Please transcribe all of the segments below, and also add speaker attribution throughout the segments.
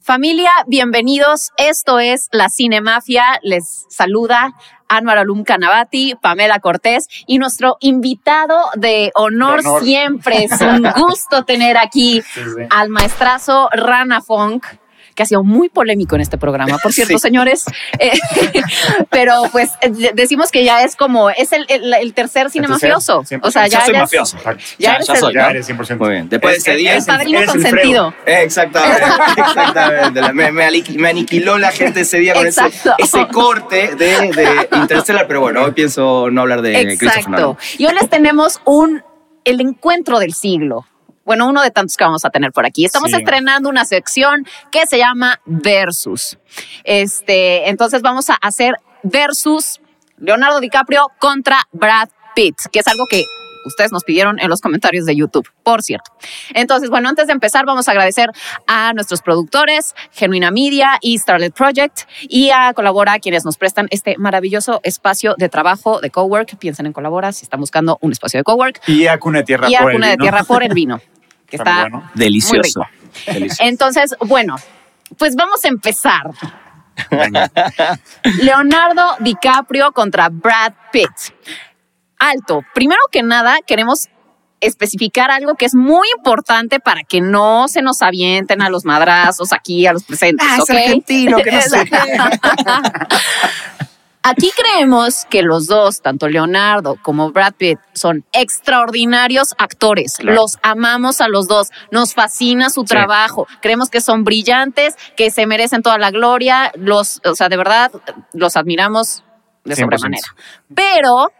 Speaker 1: Familia, bienvenidos. Esto es La Cinemafia. Les saluda Anwar Alum Canavati, Pamela Cortés y nuestro invitado de honor,
Speaker 2: De honor.
Speaker 1: siempre. Es un gusto tener aquí
Speaker 2: Sí, sí.
Speaker 1: al maestrazo Rana Funk que ha sido muy polémico en este programa, por cierto,
Speaker 2: Sí.
Speaker 1: señores. Eh, pero pues eh, decimos que ya es como, es el, el- el tercer cinemafioso.
Speaker 2: Entonces,
Speaker 1: o sea, ya,
Speaker 3: ya soy
Speaker 1: ya es-
Speaker 3: mafioso.
Speaker 2: Exacto.
Speaker 1: Ya
Speaker 3: Ya,
Speaker 1: eres
Speaker 3: ya
Speaker 1: el-
Speaker 3: soy.
Speaker 2: Ya
Speaker 3: ¿no?
Speaker 2: eres 100%.
Speaker 3: Muy bien. Después
Speaker 2: Es-
Speaker 3: de ese día.
Speaker 1: es padrino
Speaker 2: Eres un
Speaker 1: consentido.
Speaker 3: Eh, Exactamente, exactamente. La- Me, me aliqui- me aniquiló la gente ese día con ese,
Speaker 1: Exacto.
Speaker 3: ese corte de, de Interstellar, pero bueno, hoy pienso no hablar de Christopher
Speaker 1: Exacto.
Speaker 3: Nolan.
Speaker 1: Y hoy les tenemos un el encuentro del siglo. Bueno, uno de tantos que vamos a tener por aquí. Estamos
Speaker 2: Sí.
Speaker 1: estrenando una sección que se llama Versus. Este, entonces vamos a hacer versus Leonardo DiCaprio contra Brad Pitt, que es algo que ustedes nos pidieron en los comentarios de YouTube, por cierto. Entonces, bueno, antes de empezar, vamos a agradecer a nuestros productores, Genuina Media y Starlet Project, y a Colabora, quienes nos prestan este maravilloso espacio de trabajo de Cowork. Piensen en Colabora si están buscando un espacio de Cowork.
Speaker 2: Y a Cuna de Tierra.
Speaker 1: Y a
Speaker 2: por el
Speaker 1: Cuna de
Speaker 2: vino.
Speaker 1: Tierra por el vino, que
Speaker 2: Está
Speaker 1: está
Speaker 2: muy bueno.
Speaker 1: Delicioso.
Speaker 3: Delicioso.
Speaker 1: entonces, bueno, pues vamos a empezar. Leonardo DiCaprio contra Brad Pitt. Alto, primero que nada queremos especificar algo que es muy importante para que no se nos avienten a los madrazos aquí, a los presentes,
Speaker 3: Ah, es
Speaker 1: ¿ok?
Speaker 3: argentino, que no sé.
Speaker 1: Aquí creemos que los dos, tanto Leonardo como Brad Pitt, son extraordinarios actores.
Speaker 2: Claro.
Speaker 1: Los amamos a los dos. Nos fascina su trabajo. Creemos que son brillantes, que se merecen toda la gloria. Los, o sea, de verdad, los admiramos de
Speaker 2: 100%.
Speaker 1: sobremanera. Pero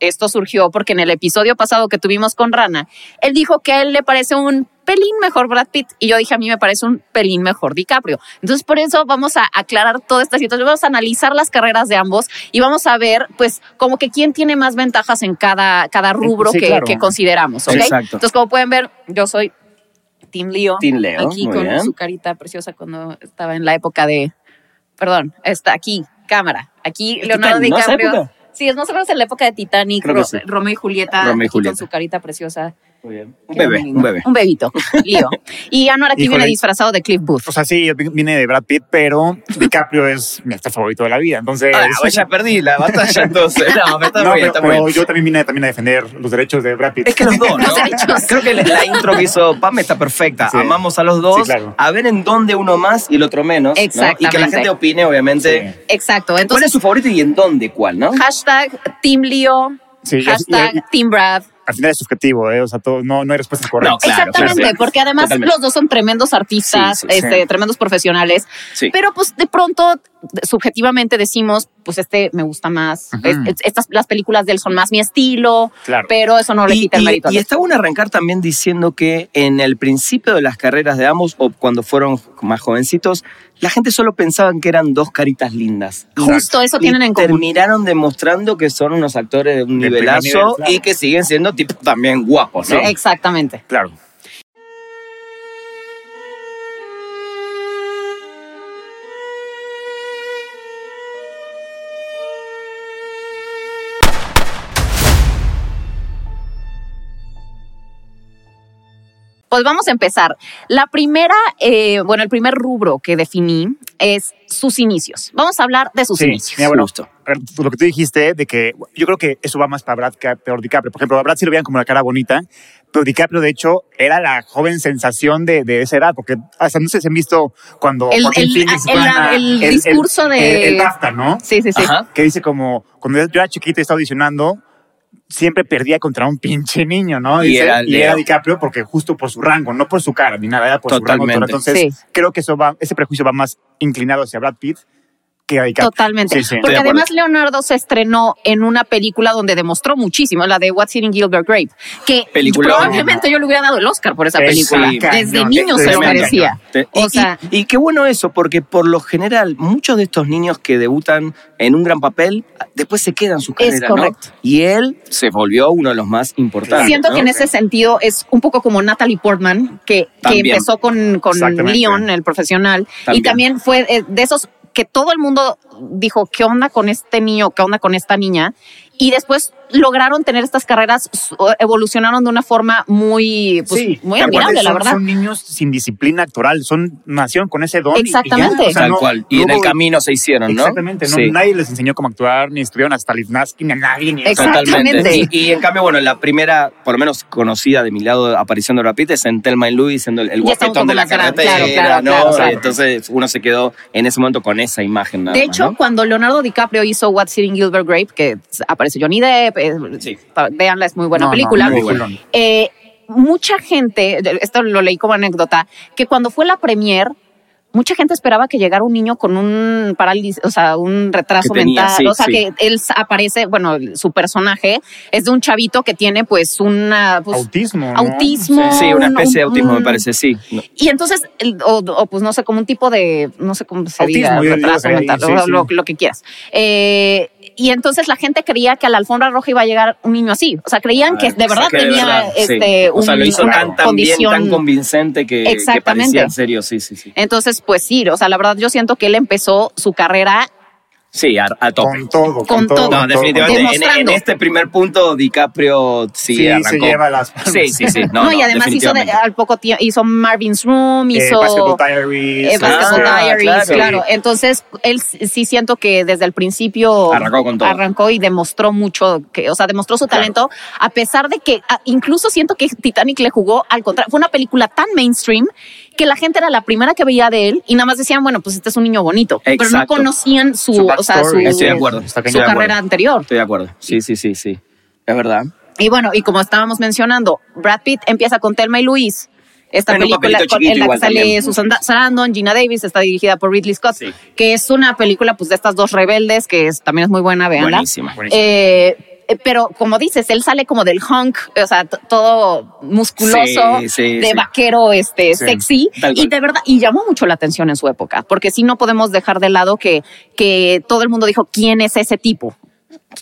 Speaker 1: esto surgió porque en el episodio pasado que tuvimos con Rana, él dijo que a él le parece un pelín mejor Brad Pitt y yo dije a mí me parece un pelín mejor DiCaprio. Entonces por eso vamos a aclarar toda esta situación, vamos a analizar las carreras de ambos y vamos a ver pues como que quién tiene más ventajas en cada, cada rubro
Speaker 2: Sí,
Speaker 1: que,
Speaker 2: claro.
Speaker 1: que consideramos. ¿ok?
Speaker 3: Exacto.
Speaker 1: Entonces como pueden ver yo soy Team Leo.
Speaker 3: Team Leo,
Speaker 1: Aquí
Speaker 3: muy
Speaker 1: con
Speaker 3: bien.
Speaker 1: su carita preciosa cuando estaba en la época de... Perdón, está aquí, cámara. Aquí Leonardo
Speaker 3: Titanic, ¿no? ¿Esa
Speaker 1: DiCaprio.
Speaker 3: época?
Speaker 1: Sí, es más o menos en la época de Titanic,
Speaker 3: Creo que
Speaker 1: Ro-
Speaker 3: sí.
Speaker 1: Romeo y Julieta,
Speaker 3: Romeo y
Speaker 1: aquí
Speaker 3: Julieta.
Speaker 1: con su carita preciosa.
Speaker 3: Un bebé, un bebé.
Speaker 1: Un bebito, lío. Y Anwar aquí
Speaker 2: Híjole.
Speaker 1: viene disfrazado de Cliff Booth.
Speaker 2: O sea, sí, viene de Brad Pitt, pero DiCaprio es mi actor favorito de la vida. Entonces.
Speaker 3: Ah, pues ya perdí la batalla entonces. No, está
Speaker 2: no, pero,
Speaker 3: muy bien, está
Speaker 2: pero
Speaker 3: muy bien.
Speaker 2: yo también vine también a defender los derechos de Brad Pitt.
Speaker 3: Es que los dos, ¿no?
Speaker 1: Los derechos.
Speaker 3: Creo que la- la intro que hizo Pam está perfecta.
Speaker 2: Sí.
Speaker 3: Amamos a los dos.
Speaker 2: Sí, claro.
Speaker 3: A ver en dónde uno más y el otro menos. ¿no? Y que la
Speaker 1: Exactamente.
Speaker 3: gente opine, obviamente.
Speaker 2: Sí.
Speaker 1: Exacto.
Speaker 3: ¿Cuál
Speaker 1: Entonces,
Speaker 3: es su favorito y en dónde cuál, no?
Speaker 1: hashtag Team Leo,
Speaker 2: Sí, y al- y
Speaker 1: hashtag
Speaker 2: al-
Speaker 1: Team Brad.
Speaker 2: al final es subjetivo, ¿eh? O sea, todo- no, no hay respuestas correctas.
Speaker 3: claro,
Speaker 1: Exactamente,
Speaker 3: claro.
Speaker 1: porque además
Speaker 3: Totalmente.
Speaker 1: los dos son tremendos artistas,
Speaker 3: Sí, sí, sí.
Speaker 1: este, tremendos profesionales.
Speaker 3: Sí.
Speaker 1: Pero pues de pronto, subjetivamente decimos, pues este me gusta más.
Speaker 2: Ujú.
Speaker 1: Es- es- estas, las películas de él son más mi estilo,
Speaker 2: Claro.
Speaker 1: pero eso no le
Speaker 3: Y,
Speaker 1: quita el
Speaker 3: y-
Speaker 1: mérito. a
Speaker 3: y
Speaker 1: los
Speaker 3: está bueno arrancar también diciendo que en el principio de las carreras de ambos, o cuando fueron más jovencitos, la gente solo pensaban que eran dos caritas lindas.
Speaker 1: Justo eso
Speaker 3: Y
Speaker 1: tienen en común.
Speaker 3: Terminaron demostrando que son unos actores de un
Speaker 2: Del primer
Speaker 3: nivelazo
Speaker 2: nivel, claro.
Speaker 3: y que siguen siendo tipo también guapos, ¿no?
Speaker 1: Exactamente.
Speaker 2: Claro.
Speaker 1: Pues vamos a empezar. La primera, eh, bueno, el primer rubro que definí es sus inicios. Vamos a hablar de sus
Speaker 2: Sí,
Speaker 1: inicios.
Speaker 2: mira, bueno,
Speaker 3: Justo.
Speaker 2: a ver, lo que tú dijiste de que yo creo que eso va más para Brad que para DiCaprio. Por ejemplo, a Brad sí lo veían como la cara bonita, pero DiCaprio, de hecho, era la joven sensación de, de esa edad, porque hasta no sé si han visto cuando
Speaker 1: El-
Speaker 2: Joaquin
Speaker 1: el-
Speaker 2: Phoenix
Speaker 1: el-
Speaker 2: gana
Speaker 1: el discurso de-
Speaker 2: El, el BAFTA, ¿no?
Speaker 1: Sí, sí, sí.
Speaker 3: Ajá.
Speaker 2: Que dice como, cuando yo era chiquita y estaba audicionando, siempre perdía contra un pinche niño, ¿no?
Speaker 3: Y
Speaker 2: Dice,
Speaker 3: era
Speaker 2: y era
Speaker 3: Leo.
Speaker 2: DiCaprio porque justo por su rango, no por su cara, ni nada, era por su rango.
Speaker 3: Totalmente.
Speaker 2: Entonces,
Speaker 1: Sí.
Speaker 2: creo que eso va, ese prejuicio va más inclinado hacia Brad Pitt que a DiCaprio.
Speaker 1: Totalmente.
Speaker 2: Sí, sí.
Speaker 1: Porque
Speaker 3: Estoy de acuerdo.
Speaker 1: además Leonardo se estrenó en una película donde demostró muchísimo, la de What's Eating Gilbert Grape, que
Speaker 3: Película.
Speaker 1: probablemente yo le hubiera dado el Oscar por esa
Speaker 2: Es
Speaker 1: película.
Speaker 3: sí,
Speaker 1: Desde
Speaker 2: cañón,
Speaker 1: niño
Speaker 2: es
Speaker 1: se lo
Speaker 2: tremendo.
Speaker 1: merecía.
Speaker 3: Te-
Speaker 1: O
Speaker 3: y,
Speaker 1: sea-
Speaker 3: y- y qué bueno eso, porque por lo general muchos de estos niños que debutan en un gran papel, ah, después se quedan sus
Speaker 1: Es
Speaker 3: carreras, ¿no?
Speaker 1: correcto.
Speaker 3: Y él se volvió uno de los más importantes.
Speaker 1: Siento
Speaker 3: ¿no?
Speaker 1: que en ese sentido es un poco como Natalie Portman, que, que
Speaker 3: También.
Speaker 1: empezó con, con
Speaker 2: Exactamente.
Speaker 1: Leon, el profesional, y
Speaker 3: También.
Speaker 1: también fue eh, de esos que todo el mundo dijo, ¿qué onda con este niño? ¿Qué onda con esta niña? Y después lograron tener estas carreras, su- evolucionaron de una forma muy, pues,
Speaker 2: Sí,
Speaker 1: muy
Speaker 2: que aparte
Speaker 1: admirable, la
Speaker 2: son-
Speaker 1: verdad.
Speaker 2: Son niños sin disciplina actoral, son nacieron con ese don. y- y ya,
Speaker 1: Exactamente.
Speaker 2: o sea,
Speaker 3: Tal
Speaker 2: no-
Speaker 3: cual. Y
Speaker 2: no
Speaker 3: en el
Speaker 2: hubo-
Speaker 3: camino se hicieron, ¿no?
Speaker 2: Exactamente, no,
Speaker 3: Sí.
Speaker 2: nadie les enseñó cómo actuar, ni estuvieron hasta Litnaski, ni a nadie, ni
Speaker 1: Exacto.
Speaker 3: Totalmente.
Speaker 1: Exactamente.
Speaker 3: Y, y en cambio, bueno, la primera, por lo menos conocida de mi lado, aparición de Brad Pitt es en Thelma y Louis, siendo el, el
Speaker 1: Ya está un
Speaker 3: guapetón
Speaker 1: poco
Speaker 3: de la
Speaker 1: más grande,
Speaker 3: carretera,
Speaker 1: claro, claro,
Speaker 3: ¿no?
Speaker 1: claro, claro.
Speaker 3: Entonces uno se quedó en ese momento con esa imagen. nada
Speaker 1: De
Speaker 3: más,
Speaker 1: hecho,
Speaker 3: ¿no?
Speaker 1: cuando Leonardo DiCaprio hizo What's Eating Gilbert Grape, que aparece Johnny Depp, eh,
Speaker 3: Sí.
Speaker 1: pa- véanla, es muy buena
Speaker 2: No, no,
Speaker 1: película.
Speaker 2: muy
Speaker 3: Muy
Speaker 2: buena.
Speaker 1: Eh, mucha gente, esto lo leí como anécdota, que cuando fue la premier, mucha gente esperaba que llegara un niño con un parálisis, o sea, un retraso
Speaker 3: Que tenía,
Speaker 1: mental,
Speaker 3: sí,
Speaker 1: o sea,
Speaker 3: sí.
Speaker 1: que él s- aparece, bueno, su personaje es de un chavito que tiene pues una... pues,
Speaker 2: Autismo. ¿no?
Speaker 1: autismo.
Speaker 3: Sí, una
Speaker 1: un-
Speaker 3: especie de
Speaker 1: un-
Speaker 3: autismo,
Speaker 1: un-
Speaker 3: me parece, sí. No.
Speaker 1: Y entonces, el- o, o, pues no sé, como un tipo de, no sé cómo se
Speaker 2: Autismo,
Speaker 1: diga,
Speaker 2: yo digo
Speaker 1: retraso
Speaker 2: que ahí,
Speaker 1: mental,
Speaker 2: sí,
Speaker 1: o
Speaker 2: sí.
Speaker 1: Lo, lo que quieras. Eh, y entonces la gente creía que a la alfombra roja iba a llegar un niño así. O sea, creían que de
Speaker 3: O sea,
Speaker 1: verdad
Speaker 3: que de
Speaker 1: tenía
Speaker 3: verdad, Ah, sí.
Speaker 1: este,
Speaker 3: O sea, lo
Speaker 1: un-
Speaker 3: hizo
Speaker 1: una
Speaker 3: tan, tan bien,
Speaker 1: condición.
Speaker 3: tan convincente que, que
Speaker 1: Exactamente.
Speaker 3: parecía en serio, sí, sí, sí.
Speaker 1: entonces, pues sí, o sea, la verdad yo siento que él empezó su carrera
Speaker 3: Sí, a, a tope.
Speaker 2: Con todo. Con,
Speaker 1: Con todo.
Speaker 2: todo. con
Speaker 3: No,
Speaker 2: todo,
Speaker 3: definitivamente.
Speaker 2: con
Speaker 3: En, en
Speaker 1: Demostrando.
Speaker 3: este primer punto, DiCaprio sí,
Speaker 2: todo. Sí,
Speaker 3: arrancó.
Speaker 2: se lleva las. eh,
Speaker 3: Sí, sí, sí. No,
Speaker 1: No, y además hizo de-
Speaker 3: definitivamente.
Speaker 1: al poco tiempo, hizo Marvin's Room,
Speaker 2: Eh,
Speaker 1: hizo
Speaker 2: Basketball Diaries. este,
Speaker 1: eh, Basketball
Speaker 3: Ah,
Speaker 1: Diaries, claro.
Speaker 3: claro.
Speaker 1: Entonces, él sí sí siento que desde el principio
Speaker 3: Arrancó con todo.
Speaker 1: arrancó y demostró mucho, que, o sea, demostró su
Speaker 3: Claro.
Speaker 1: talento, a pesar de que ah, incluso siento que Titanic le jugó al contrario. Fue una película tan mainstream que la gente era la primera que veía de él y nada más decían, bueno, pues este es un niño bonito, pero no
Speaker 3: Exacto.
Speaker 1: conocían su,
Speaker 2: Su
Speaker 1: o sea, su,
Speaker 2: backstory.
Speaker 3: Estoy de acuerdo.
Speaker 2: Está
Speaker 1: su
Speaker 2: cañón.
Speaker 3: de
Speaker 1: carrera
Speaker 3: acuerdo.
Speaker 1: anterior.
Speaker 3: Estoy de acuerdo. Sí, sí, sí, sí. Es verdad.
Speaker 1: Y bueno, y como estábamos mencionando, Brad Pitt empieza con Thelma y Luis. Esta
Speaker 3: En un
Speaker 1: película
Speaker 3: papelito
Speaker 1: con-
Speaker 3: chiquito
Speaker 1: en la que
Speaker 3: igual
Speaker 1: sale
Speaker 3: también.
Speaker 1: Susan Da- Sarandon, Gina Davis, está dirigida por Ridley Scott,
Speaker 3: Sí.
Speaker 1: que es una película pues de estas dos rebeldes, que es- también es muy buena, veanla.
Speaker 3: Buenísima.
Speaker 1: Eh, eh, pero como dices, él sale como del hunk, o sea, t- todo musculoso,
Speaker 3: Sí, sí,
Speaker 1: de
Speaker 3: sí.
Speaker 1: vaquero este,
Speaker 2: Sí,
Speaker 1: sexy.
Speaker 3: tal
Speaker 1: Y
Speaker 3: cual.
Speaker 1: de verdad, y llamó mucho la atención en su época, porque si no podemos dejar de lado que, que todo el mundo dijo, ¿quién es ese tipo?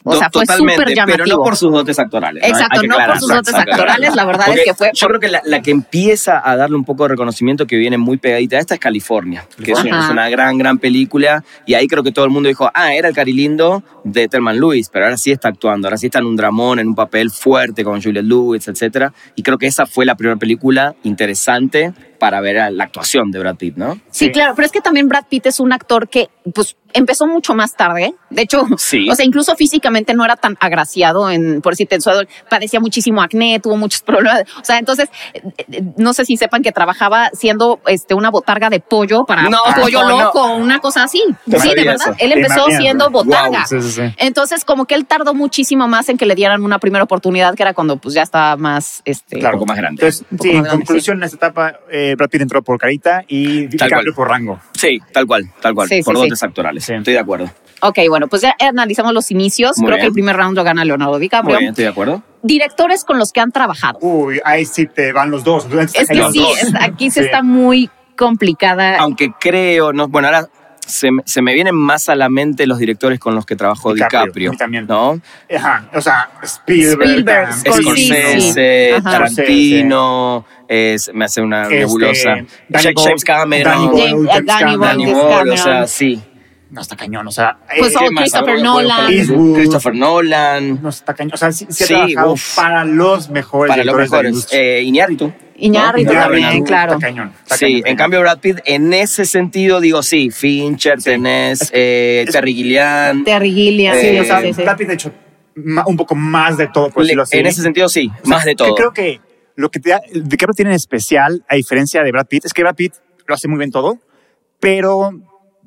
Speaker 1: O
Speaker 3: To-
Speaker 1: sea, fue
Speaker 3: totalmente,
Speaker 1: súper llamativo.
Speaker 3: Pero no por sus dotes actorales. ¿no?
Speaker 1: Exacto,
Speaker 3: Hay que
Speaker 1: no por
Speaker 3: aclararlo,
Speaker 1: sus dotes
Speaker 3: hay que aclararlo.
Speaker 1: actorales, la verdad es
Speaker 3: Porque
Speaker 1: que fue
Speaker 3: Yo
Speaker 1: por-
Speaker 3: creo que la, la que empieza a darle un poco de reconocimiento que viene muy pegadita a esta es California, que es
Speaker 1: Ajá.
Speaker 3: una, es una gran, gran película. Y ahí creo que todo el mundo dijo, ah, era el carilindo de Thelman Lewis, pero ahora sí está actuando, ahora sí está en un dramón, en un papel fuerte con Juliette Lewis, etcétera Y creo que esa fue la primera película interesante para ver a la actuación de Brad Pitt, ¿no?
Speaker 1: Sí,
Speaker 2: Sí.
Speaker 1: claro, pero es que también Brad Pitt es un actor que pues empezó mucho más tarde. De hecho,
Speaker 3: Sí.
Speaker 1: o sea, incluso físicamente no era tan agraciado en por si su padecía muchísimo acné, tuvo muchos problemas. O sea, entonces eh, eh, no sé si sepan que trabajaba siendo este una botarga de pollo para
Speaker 3: No,
Speaker 1: pollo
Speaker 3: no, no.
Speaker 1: loco, una cosa así.
Speaker 3: Te
Speaker 1: sí, de
Speaker 3: sabía
Speaker 1: verdad,
Speaker 3: eso.
Speaker 1: él
Speaker 2: Te
Speaker 1: empezó
Speaker 2: imaginas,
Speaker 1: siendo
Speaker 2: ¿no?
Speaker 1: botarga.
Speaker 2: Sí, sí, sí.
Speaker 1: Entonces, como que él tardó muchísimo más en que le dieran una primera oportunidad, que era cuando pues ya estaba más este
Speaker 2: Claro.
Speaker 3: Un poco más grande.
Speaker 2: Entonces,
Speaker 1: Un poco
Speaker 2: sí,
Speaker 1: más
Speaker 2: en
Speaker 1: grande,
Speaker 2: conclusión, en esta etapa, eh, Brad Pitt entró por carita y DiCaprio
Speaker 3: cual.
Speaker 2: por rango.
Speaker 3: Sí, tal cual, tal cual.
Speaker 1: Sí, sí,
Speaker 3: por
Speaker 1: sí.
Speaker 3: dotes actorales.
Speaker 2: Sí.
Speaker 3: Estoy de acuerdo.
Speaker 1: Ok, bueno, pues ya analizamos los inicios.
Speaker 3: Muy
Speaker 1: Creo que
Speaker 3: bien.
Speaker 1: el primer round lo gana Leonardo
Speaker 3: Muy
Speaker 1: DiCaprio.
Speaker 3: bien, estoy de acuerdo.
Speaker 1: Directores con los que han trabajado.
Speaker 2: Uy, ahí sí te van los dos. Entonces,
Speaker 1: es
Speaker 2: está
Speaker 1: que
Speaker 2: cañón.
Speaker 1: sí,
Speaker 3: dos.
Speaker 1: es- aquí se
Speaker 2: Sí.
Speaker 1: está muy complicada.
Speaker 3: aunque creo, no, bueno, ahora se, me- se me vienen más a la mente los directores con los que trabajó
Speaker 2: DiCaprio,
Speaker 3: DiCaprio.
Speaker 2: a mí también.
Speaker 3: ¿no?
Speaker 2: Ajá, o sea, Spielberg,
Speaker 1: Spielberg,
Speaker 2: Dan, este,
Speaker 1: Scorsese,
Speaker 3: Scorsese,
Speaker 1: Ajá.
Speaker 3: Tarantino, es- me hace una
Speaker 2: Este,
Speaker 3: nebulosa.
Speaker 2: Danny
Speaker 3: Jack-
Speaker 2: Boyle, Danny
Speaker 3: James Cameron,
Speaker 2: Boyle,
Speaker 1: James-
Speaker 2: James
Speaker 1: Danny
Speaker 2: Cameron.
Speaker 1: Boyle,
Speaker 3: Danny
Speaker 1: James
Speaker 3: Boyle, o
Speaker 1: Cameron.
Speaker 3: sea, sí.
Speaker 2: No, está cañón, o sea...
Speaker 1: Pues,
Speaker 2: eh,
Speaker 1: oh,
Speaker 3: ¿Qué más?
Speaker 1: Christopher
Speaker 3: Ahora voy a
Speaker 1: Nolan.
Speaker 3: poner-
Speaker 2: Eastwood.
Speaker 3: Christopher Nolan,
Speaker 2: no está cañón. O sea, sí, sí ha
Speaker 3: Sí,
Speaker 2: trabajado
Speaker 3: uf.
Speaker 2: para los mejores
Speaker 3: para
Speaker 2: directores de la
Speaker 3: los mejores.
Speaker 2: industria.
Speaker 3: Eh, Iñárritu.
Speaker 1: Iñárritu
Speaker 3: ¿no?
Speaker 2: Ya,
Speaker 1: también,
Speaker 2: Iñárritu,
Speaker 1: claro.
Speaker 2: Está cañón. está
Speaker 3: Sí,
Speaker 2: cañón,
Speaker 3: en
Speaker 2: cañón.
Speaker 3: cambio Brad Pitt, en ese sentido digo sí, Fincher, tenés eh, Terry Gilliam,
Speaker 1: Terry Gilliam.
Speaker 3: Sí,
Speaker 2: Sí, o
Speaker 3: eh,
Speaker 2: sea,
Speaker 1: sí, sí.
Speaker 2: Brad Pitt ha hecho ma- un poco más de todo, por
Speaker 3: Le-
Speaker 2: decirlo así.
Speaker 3: en ese sentido sí,
Speaker 2: Pues O sea,
Speaker 3: más de
Speaker 2: que
Speaker 3: todo.
Speaker 2: creo que lo que te da- DiCaprio tiene en especial, a diferencia de Brad Pitt, es que Brad Pitt lo hace muy bien todo, pero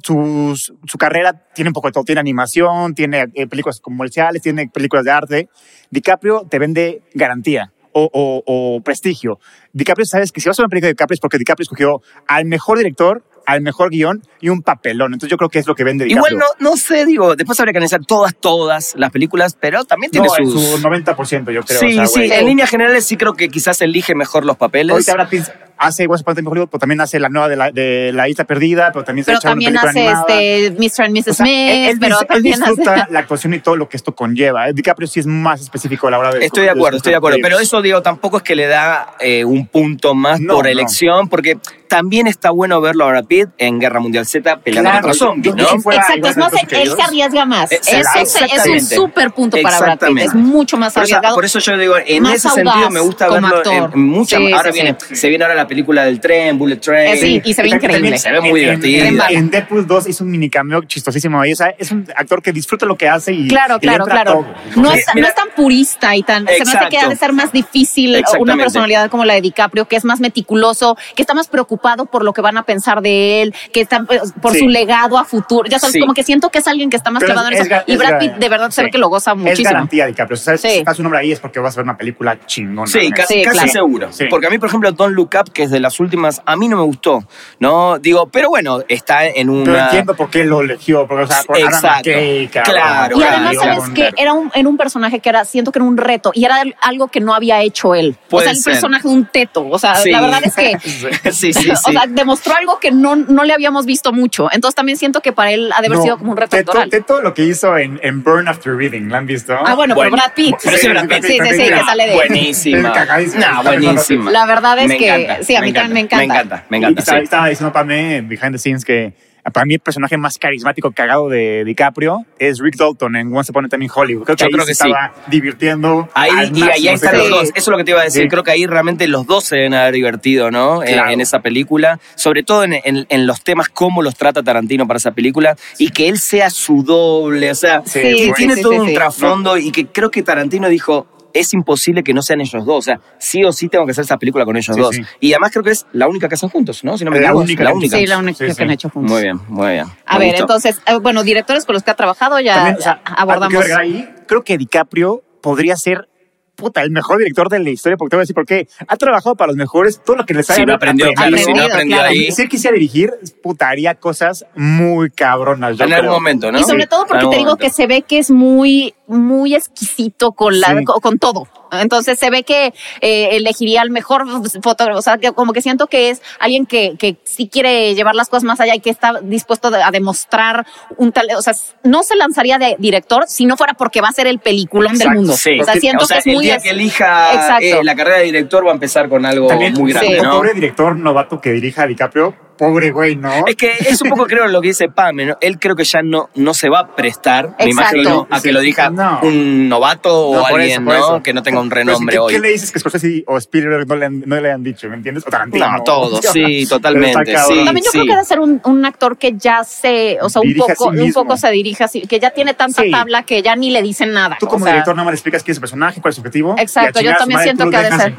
Speaker 2: sus- su carrera tiene un poco de todo. Tiene animación, tiene eh, películas comerciales, tiene películas de arte. DiCaprio te vende garantía o, o- o prestigio. DiCaprio, sabes que si vas a una película de DiCaprio es porque DiCaprio escogió al mejor director, al mejor guión y un papelón. Entonces yo creo que es lo que vende DiCaprio.
Speaker 3: Igual no, no sé, digo, después habría que analizar todas, todas las películas, pero también tiene
Speaker 2: No, en
Speaker 3: sus...
Speaker 2: su 90% yo creo.
Speaker 3: sí,
Speaker 2: o sea,
Speaker 3: sí,
Speaker 2: güey.
Speaker 3: en líneas generales sí creo que quizás elige mejor los papeles.
Speaker 2: Ahorita Brad Pitt hace West Part Hollywood, pero también hace la nueva de la, de la Isla Perdida, pero también se
Speaker 1: Pero
Speaker 2: echa una
Speaker 1: también
Speaker 2: película
Speaker 1: hace
Speaker 2: animada.
Speaker 1: este Mr. and Mrs.
Speaker 2: O sea,
Speaker 1: Smith,
Speaker 2: él, él
Speaker 1: pero
Speaker 2: dis- él
Speaker 1: también hace-
Speaker 2: disfruta la actuación y todo lo que esto conlleva. Eh, DiCaprio sí es más específico a la hora de...
Speaker 3: Estoy de acuerdo, estoy de acuerdo. Pero eso, digo, tampoco es que le da eh, un punto más
Speaker 2: No,
Speaker 3: por
Speaker 2: no.
Speaker 3: elección, porque también está bueno verlo a Brad Pitt en Guerra Mundial Z peleando
Speaker 2: Claro,
Speaker 3: contra zombies,
Speaker 2: yo- yo
Speaker 3: ¿no?
Speaker 2: sí fue- fuera
Speaker 1: Exacto,
Speaker 2: igual
Speaker 1: es más,
Speaker 2: de
Speaker 1: él,
Speaker 2: tus
Speaker 1: se
Speaker 2: queridos.
Speaker 1: arriesga más.
Speaker 3: Eh,
Speaker 1: Eso es- es un
Speaker 3: exactamente.
Speaker 1: súper punto para Brad Pitt. Es mucho más
Speaker 3: Por eso-
Speaker 1: arriesgado.
Speaker 3: Por eso yo digo, en
Speaker 1: más
Speaker 3: ese
Speaker 1: audaz
Speaker 3: sentido me gusta
Speaker 1: como
Speaker 3: verlo en,
Speaker 1: actor.
Speaker 3: en muchas.
Speaker 1: Sí,
Speaker 3: ahora
Speaker 1: sí,
Speaker 3: viene, se viene ahora la película del tren, Bullet Train.
Speaker 1: Eh, sí, y se ve
Speaker 2: Exacto,
Speaker 1: increíble.
Speaker 3: Se ve muy
Speaker 2: En- en-
Speaker 3: divertido.
Speaker 2: En,
Speaker 1: Bala.
Speaker 2: en Deadpool 2 hizo un mini cameo chistosísimo ahí. O sea, es un actor que disfruta lo que hace y. y
Speaker 1: Claro,
Speaker 2: le
Speaker 1: claro,
Speaker 2: entra
Speaker 1: claro.
Speaker 2: todo.
Speaker 1: No
Speaker 3: Sí,
Speaker 1: es,
Speaker 3: mira.
Speaker 1: no es tan purista y tan. Se me hace que ha de
Speaker 3: Exacto.
Speaker 1: ser más difícil una
Speaker 3: Exactamente.
Speaker 1: personalidad como la de DiCaprio, que es más meticuloso, que está más preocupado por lo que van a pensar de él, que está eh, por
Speaker 2: Sí.
Speaker 1: su legado a futuro. Ya sabes,
Speaker 3: Sí.
Speaker 1: como que siento que es alguien que está más
Speaker 2: Pero
Speaker 1: clavado en
Speaker 2: es
Speaker 1: eso.
Speaker 2: ga-
Speaker 1: y
Speaker 2: es
Speaker 1: Brad
Speaker 2: ga-
Speaker 1: Pitt, de verdad, se ve
Speaker 2: sí.
Speaker 1: que lo goza
Speaker 2: Es
Speaker 1: muchísimo.
Speaker 2: garantía, DiCaprio. O sea,
Speaker 1: Sí.
Speaker 2: si estás un nombre ahí es porque vas a ver una película chingona.
Speaker 3: Sí, casi,
Speaker 1: Sí,
Speaker 3: casi
Speaker 1: claro.
Speaker 3: seguro.
Speaker 2: Sí.
Speaker 3: Porque a mí, por ejemplo, Don't Look Up, que es de las últimas, a mí no me gustó. No, digo, pero bueno, está en una.
Speaker 2: Pero entiendo por qué lo eligió. Porque, o sea, con Adam
Speaker 3: Exacto.
Speaker 2: McKay, cabrón.
Speaker 3: Claro,
Speaker 1: Y
Speaker 3: Claro,
Speaker 1: además,
Speaker 3: claro.
Speaker 1: ¿sabes que Era un, era un personaje que era, siento que era un reto y era algo que no había hecho él.
Speaker 3: Puede
Speaker 1: o sea, el
Speaker 3: ser.
Speaker 1: personaje un teto. O sea,
Speaker 3: Sí.
Speaker 1: la verdad es que
Speaker 3: sí, sí,
Speaker 1: O
Speaker 3: sí.
Speaker 1: sea, demostró algo que no, no le habíamos visto mucho. Entonces también siento que para él ha de haber
Speaker 2: No,
Speaker 1: sido como un reto
Speaker 2: Teto,
Speaker 1: actoral.
Speaker 2: Teto lo que hizo en, en Burn After Reading, ¿la han visto?
Speaker 1: Ah, bueno,
Speaker 3: Bueno,
Speaker 1: pero Brad Pitt.
Speaker 3: pero sí, Brad Pitt.
Speaker 1: Sí, sí, sí, que
Speaker 2: Nah,
Speaker 1: sale de
Speaker 3: Buenísima.
Speaker 2: Es cagadísima.
Speaker 3: Nah, buenísima.
Speaker 1: La verdad es
Speaker 3: Me
Speaker 1: que
Speaker 3: encanta,
Speaker 1: sí, a mí también me encanta.
Speaker 3: Me encanta, me
Speaker 2: Y
Speaker 3: encanta.
Speaker 2: estaba,
Speaker 3: sí.
Speaker 2: estaba diciendo Pame, behind the scenes, que para mí el personaje más carismático cagado de DiCaprio es Rick Dalton en Once Upon a Time in Hollywood. Creo que
Speaker 3: Yo
Speaker 2: ahí
Speaker 3: creo
Speaker 2: se
Speaker 3: que sí.
Speaker 2: estaba divirtiendo.
Speaker 3: Ahí,
Speaker 2: al
Speaker 3: y ahí
Speaker 2: máximo,
Speaker 3: están
Speaker 2: sí.
Speaker 3: los dos. Eso es lo que te iba a decir.
Speaker 2: Sí.
Speaker 3: Creo que ahí realmente los dos se deben haber divertido, ¿no? Eh,
Speaker 2: Claro.
Speaker 3: en esa película. Sobre todo en, en- en los temas, cómo los trata Tarantino para esa película. Y que él sea su doble. O sea,
Speaker 1: Sí,
Speaker 2: Sí,
Speaker 3: que
Speaker 1: sí,
Speaker 3: tiene
Speaker 1: sí,
Speaker 3: todo
Speaker 1: sí,
Speaker 3: un
Speaker 1: sí.
Speaker 3: trasfondo. Y que creo que Tarantino dijo. Es imposible que no sean ellos dos. O sea, sí o sí tengo que hacer esa película con ellos
Speaker 2: Sí,
Speaker 3: dos.
Speaker 2: sí.
Speaker 3: Y además creo que es la única que hacen juntos, ¿no? Si no me
Speaker 2: La
Speaker 3: equivoco,
Speaker 2: única
Speaker 3: La
Speaker 2: que-
Speaker 3: única.
Speaker 1: Sí, la única
Speaker 2: Sí,
Speaker 1: que
Speaker 2: sí.
Speaker 1: han hecho juntos.
Speaker 3: Muy bien, muy bien.
Speaker 1: A
Speaker 3: Me
Speaker 1: ver,
Speaker 3: gustó.
Speaker 1: entonces, eh, bueno, directores con los que ha trabajado ya
Speaker 2: También, o sea, algo que
Speaker 1: abordamos.
Speaker 2: agregar ahí, creo que DiCaprio podría ser puta, el mejor director de la historia, porque te voy a decir por qué. Ha trabajado para los mejores, todo lo que les ha
Speaker 3: Si no aprendió, claro, si no
Speaker 1: Aprendido,
Speaker 3: aprendió
Speaker 1: claro.
Speaker 3: ahí.
Speaker 2: Si él quisiera dirigir, puta, haría cosas muy cabronas. yo
Speaker 3: En algún
Speaker 2: creo.
Speaker 3: momento, ¿no?
Speaker 1: Y sobre todo porque
Speaker 3: En
Speaker 1: te
Speaker 3: algún
Speaker 1: digo
Speaker 3: momento.
Speaker 1: que se ve que es muy, muy exquisito con, la,
Speaker 2: Sí.
Speaker 1: co- con todo. Entonces se ve que eh, elegiría al mejor fotógrafo. O sea, que como que siento que es alguien que, que sí quiere llevar las cosas más allá y que está dispuesto de- a demostrar un talento. O sea, no se lanzaría de director si no fuera porque va a ser el peliculón del
Speaker 2: Exacto,
Speaker 1: mundo.
Speaker 3: Sí.
Speaker 1: O sea, siento
Speaker 3: O sea,
Speaker 1: que es
Speaker 3: el
Speaker 1: muy.
Speaker 3: día
Speaker 1: es-
Speaker 3: que elija
Speaker 1: Exacto.
Speaker 3: eh, la carrera de director va a empezar con algo
Speaker 2: También
Speaker 3: muy grande,
Speaker 1: sí.
Speaker 2: un
Speaker 3: ¿no?
Speaker 2: pobre director novato que dirija a DiCaprio, pobre güey, ¿no?
Speaker 3: Es que es un poco, creo, lo que dice Pame. ¿no? Él creo que ya no, no se va a prestar, me
Speaker 1: Exacto.
Speaker 3: imagino, a que
Speaker 2: Sí.
Speaker 3: lo diga
Speaker 2: No.
Speaker 3: un novato
Speaker 2: No,
Speaker 3: o
Speaker 2: por
Speaker 3: alguien,
Speaker 2: eso, por
Speaker 3: ¿no?
Speaker 2: eso.
Speaker 3: Que no tenga un
Speaker 2: Pero sí,
Speaker 3: renombre
Speaker 2: ¿qué-
Speaker 3: hoy.
Speaker 2: ¿Qué le dices que Scorsese o Spielberg no le han, no le han dicho? ¿Me entiendes? O Tarantino.
Speaker 3: No, todo, sí,
Speaker 2: Pero
Speaker 3: totalmente,
Speaker 2: está cabrón.
Speaker 1: También yo
Speaker 3: Sí.
Speaker 1: creo que debe ser un, un actor que ya se, o sea, un
Speaker 2: Dirige a
Speaker 1: poco,
Speaker 2: sí
Speaker 1: un
Speaker 2: mismo.
Speaker 1: poco se dirige así, que ya tiene tanta
Speaker 2: Sí.
Speaker 1: tabla que ya ni le dicen nada.
Speaker 2: Tú
Speaker 1: O
Speaker 2: como
Speaker 1: sea,
Speaker 2: director nada más le explicas quién es el personaje, cuál es su objetivo.
Speaker 1: Exacto, yo también siento que ha de ser.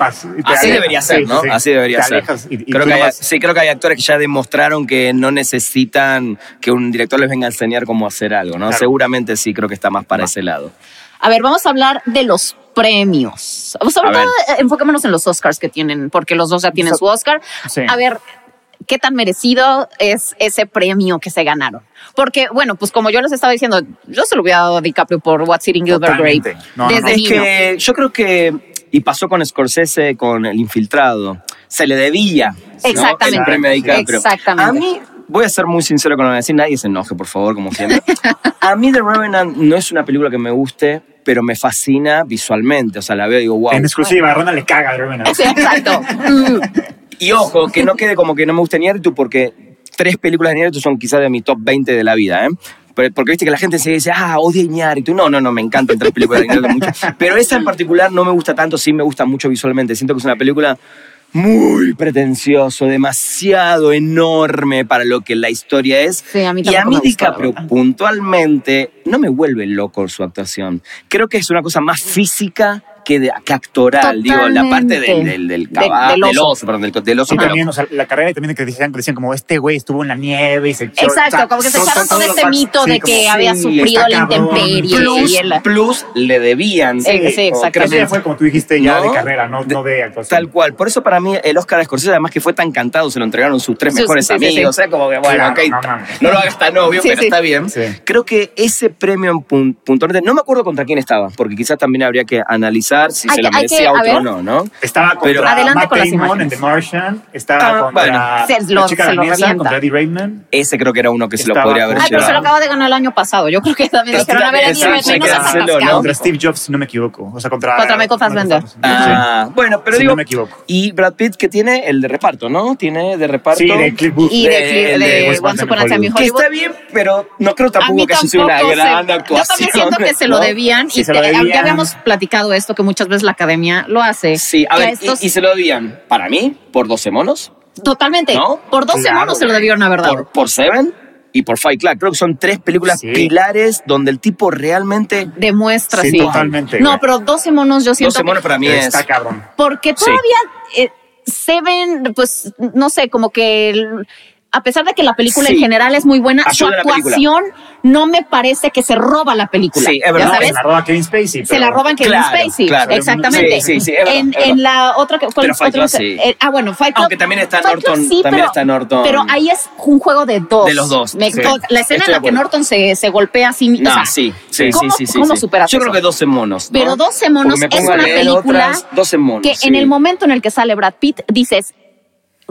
Speaker 3: Así debería ser, ¿no? Así debería ser. Creo que hay- sí, creo que hay actores que ya demostraron que no necesitan que un director les venga a enseñar cómo hacer algo, ¿no?
Speaker 2: Claro.
Speaker 3: Seguramente sí, creo que está más para ese lado.
Speaker 1: A ver, vamos a hablar de los premios. Sobre
Speaker 3: A
Speaker 1: todo,
Speaker 3: ver.
Speaker 1: eh, enfocémonos en los Oscars que tienen, porque los dos ya tienen
Speaker 2: So-
Speaker 1: su Oscar.
Speaker 2: Sí.
Speaker 1: A ver, ¿qué tan merecido es ese premio que se ganaron? Porque, bueno, pues como yo les estaba diciendo, yo se lo hubiera dado a DiCaprio por What's Eating Gilbert
Speaker 2: Totalmente.
Speaker 1: Grape.
Speaker 2: No, no,
Speaker 1: desde
Speaker 2: no.
Speaker 3: Es
Speaker 1: niño.
Speaker 3: que yo creo que, y pasó con Scorsese, con El Infiltrado, se le debía ¿no?
Speaker 1: Exactamente.
Speaker 3: el premio a DiCaprio.
Speaker 1: Exactamente.
Speaker 3: A mí, voy a ser muy sincero con lo que voy a decir, nadie se enoje, por favor, como siempre. a mí The Revenant no es una película que me guste, pero me fascina visualmente. O sea, la veo y digo, wow.
Speaker 2: En exclusiva, Ronald le caga, pero bueno.
Speaker 1: Sí, exacto. Mm,
Speaker 3: Y ojo, que no quede como que no me gusta Iñárritu porque tres películas de Iñárritu son quizás de mi top 20 de la vida, ¿eh? Pero- Porque viste que la gente se dice, ah, odia Iñárritu. No, no, no, me encantan tres películas de Iñárritu mucho. Pero esta en particular no me gusta tanto, sí me gusta mucho visualmente. Siento que es una película muy pretencioso, demasiado enorme para lo que la historia es.
Speaker 1: Sí, a mí
Speaker 3: y a
Speaker 1: tampoco
Speaker 3: mí
Speaker 1: me gustó, la
Speaker 3: DiCaprio
Speaker 1: verdad.
Speaker 3: puntualmente no me vuelve loco su actuación. Creo que es una cosa más física que, de- que actoral. Digo, la parte del,
Speaker 1: Totalmente.
Speaker 3: del, del
Speaker 1: De-
Speaker 3: caballo,
Speaker 1: del
Speaker 3: del
Speaker 1: oso.
Speaker 3: oso, perdón, del, co- del oso.
Speaker 2: Sí,
Speaker 3: pero-
Speaker 2: también, o sea, la carrera y también que decían, que decían como este güey estuvo en la nieve y se echó-
Speaker 1: Exacto,
Speaker 2: o sea,
Speaker 1: como que se
Speaker 2: son-
Speaker 1: echaron
Speaker 2: son
Speaker 1: todo
Speaker 2: todos
Speaker 1: este
Speaker 2: los-
Speaker 1: mito de
Speaker 2: sí, como-
Speaker 1: que había
Speaker 3: sí,
Speaker 1: sufrido
Speaker 2: está
Speaker 1: la
Speaker 2: cabrón.
Speaker 1: intemperie
Speaker 3: plus,
Speaker 1: y el...
Speaker 3: plus le debían.
Speaker 1: Sí, sí, exacto.
Speaker 2: Creo que
Speaker 3: creo
Speaker 2: ya
Speaker 3: que-
Speaker 2: fue, como tú dijiste, ya
Speaker 3: Eh, No,
Speaker 2: de carrera, no no de actuación.
Speaker 3: Tal cual. Por eso para mí el Oscar de Scorsese, además que fue tan cantado, se lo entregaron sus tres
Speaker 1: Sus-
Speaker 3: mejores
Speaker 1: sí, sí,
Speaker 3: amigos.
Speaker 1: sí.
Speaker 3: O sea, como que, bueno,
Speaker 2: Claro,
Speaker 3: ok,
Speaker 2: no
Speaker 3: no,
Speaker 2: mames.
Speaker 3: lo hagas tan obvio,
Speaker 1: Sí,
Speaker 3: pero
Speaker 1: sí.
Speaker 3: está bien.
Speaker 2: Sí.
Speaker 3: Creo que ese premio en pun- puntualmente, no me acuerdo contra quién estaba, porque quizás también habría que analizar analizar si
Speaker 1: Hay
Speaker 3: se
Speaker 1: que-
Speaker 3: lo
Speaker 1: hay que-
Speaker 3: merecía
Speaker 1: a
Speaker 3: otro o
Speaker 1: ver.
Speaker 3: no, ¿no?
Speaker 2: Estaba contra
Speaker 3: Pero-
Speaker 1: Adelante
Speaker 2: Matt
Speaker 1: con las
Speaker 2: Damon en
Speaker 1: imágenes.
Speaker 2: The Martian, estaba
Speaker 3: Ah,
Speaker 2: contra
Speaker 1: bueno. Se lo-
Speaker 2: la chica
Speaker 1: se lo
Speaker 2: danesa,
Speaker 1: revienta.
Speaker 2: contra Eddie Redmayne.
Speaker 3: Ese creo que era uno que se lo
Speaker 2: Estaba
Speaker 3: podría haber
Speaker 1: Ay, pero se lo
Speaker 3: llevado.
Speaker 1: acaba de ganar el año pasado. Yo creo que también
Speaker 3: Pero
Speaker 1: dijeron a ver,
Speaker 3: también,
Speaker 1: Eddie
Speaker 3: exacto, hay
Speaker 1: Redmayne
Speaker 3: que
Speaker 1: no seas
Speaker 3: hacerlo,
Speaker 1: atascado.
Speaker 3: ¿no?
Speaker 2: Contra Steve Jobs, si no me equivoco. O sea, contra.
Speaker 1: Contra Michael Fassbender.
Speaker 2: Sí.
Speaker 3: Ah, bueno, pero
Speaker 2: Si
Speaker 3: digo,
Speaker 2: no me equivoco.
Speaker 3: y Brad Pitt que tiene el de reparto, ¿no? Tiene de reparto.
Speaker 2: Sí, de Cliff Booth.
Speaker 1: Y de,
Speaker 3: de-
Speaker 1: Cliff-
Speaker 3: el
Speaker 1: de,
Speaker 3: de
Speaker 2: Once
Speaker 1: Once Upon a Time in
Speaker 3: que
Speaker 1: Hollywood.
Speaker 3: está bien, pero no creo
Speaker 1: A mí
Speaker 3: tampoco
Speaker 1: tampoco
Speaker 3: que haya sido una
Speaker 1: se-
Speaker 3: gran
Speaker 1: Yo
Speaker 3: actuación.
Speaker 1: también siento que se lo
Speaker 3: ¿no?
Speaker 1: debían.
Speaker 2: Sí,
Speaker 1: y
Speaker 2: se lo
Speaker 1: te-
Speaker 2: debían.
Speaker 1: Ya habíamos platicado esto, que muchas veces la academia lo hace.
Speaker 3: Sí, a
Speaker 1: Que
Speaker 3: ver,
Speaker 1: estos-
Speaker 3: y, y se lo debían para mí por 12 monos,
Speaker 1: Totalmente.
Speaker 3: ¿No?
Speaker 1: Por 12
Speaker 2: Claro,
Speaker 1: monos se lo debieron haber dado.
Speaker 3: por, por Seven y por Fight Club. Creo que son tres películas
Speaker 2: Sí.
Speaker 3: pilares donde el tipo realmente.
Speaker 1: Demuestra, sí.
Speaker 2: Sí, totalmente,
Speaker 1: No,
Speaker 2: güey.
Speaker 1: pero 12 monos yo siento
Speaker 3: 12 monos para mí es.
Speaker 2: Está cabrón.
Speaker 1: Porque
Speaker 3: Sí.
Speaker 1: todavía eh, Seven, pues no sé, como que el- a pesar de que la película
Speaker 3: Sí.
Speaker 1: en general es muy buena,
Speaker 3: Ayuda a la
Speaker 1: su
Speaker 3: película.
Speaker 1: actuación no me parece que se roba la película.
Speaker 3: Sí, es
Speaker 1: ¿Ya
Speaker 3: verdad.
Speaker 2: No,
Speaker 1: sabes?
Speaker 2: Se la roba Kevin Spacey.
Speaker 1: Se la
Speaker 2: pero-
Speaker 1: roban Kevin
Speaker 3: Claro,
Speaker 1: Spacey.
Speaker 3: claro.
Speaker 1: Exactamente.
Speaker 3: Sí, sí, sí, es verdad,
Speaker 1: en,
Speaker 3: es
Speaker 1: en la otra que ¿cuál
Speaker 3: Pero
Speaker 1: es
Speaker 3: Fight
Speaker 1: otra?
Speaker 3: Club sí.
Speaker 1: Eh, ah, bueno, Fight Club.
Speaker 3: Aunque también está
Speaker 1: Fight Club
Speaker 3: Norton,
Speaker 1: sí,
Speaker 3: también
Speaker 1: pero-
Speaker 3: está Norton.
Speaker 1: Pero ahí es un juego de dos.
Speaker 3: De los dos,
Speaker 1: Me-
Speaker 3: sí.
Speaker 1: to- La escena
Speaker 3: Estoy
Speaker 1: en
Speaker 3: de
Speaker 1: la que
Speaker 3: acuerdo.
Speaker 1: Norton se, se golpea así.
Speaker 3: No,
Speaker 1: o sea,
Speaker 3: sí, sí,
Speaker 1: ¿cómo,
Speaker 3: sí, sí, sí,
Speaker 1: ¿Cómo
Speaker 3: sí.
Speaker 1: superas
Speaker 3: Yo creo
Speaker 1: eso?
Speaker 3: que 12 monos. ¿no?
Speaker 1: Pero 12 monos
Speaker 3: Porque me
Speaker 1: es
Speaker 3: pongo a
Speaker 1: una
Speaker 3: leer
Speaker 1: película
Speaker 3: otras 12 monos,
Speaker 1: que
Speaker 3: sí.
Speaker 1: en el momento en el que sale Brad Pitt dices,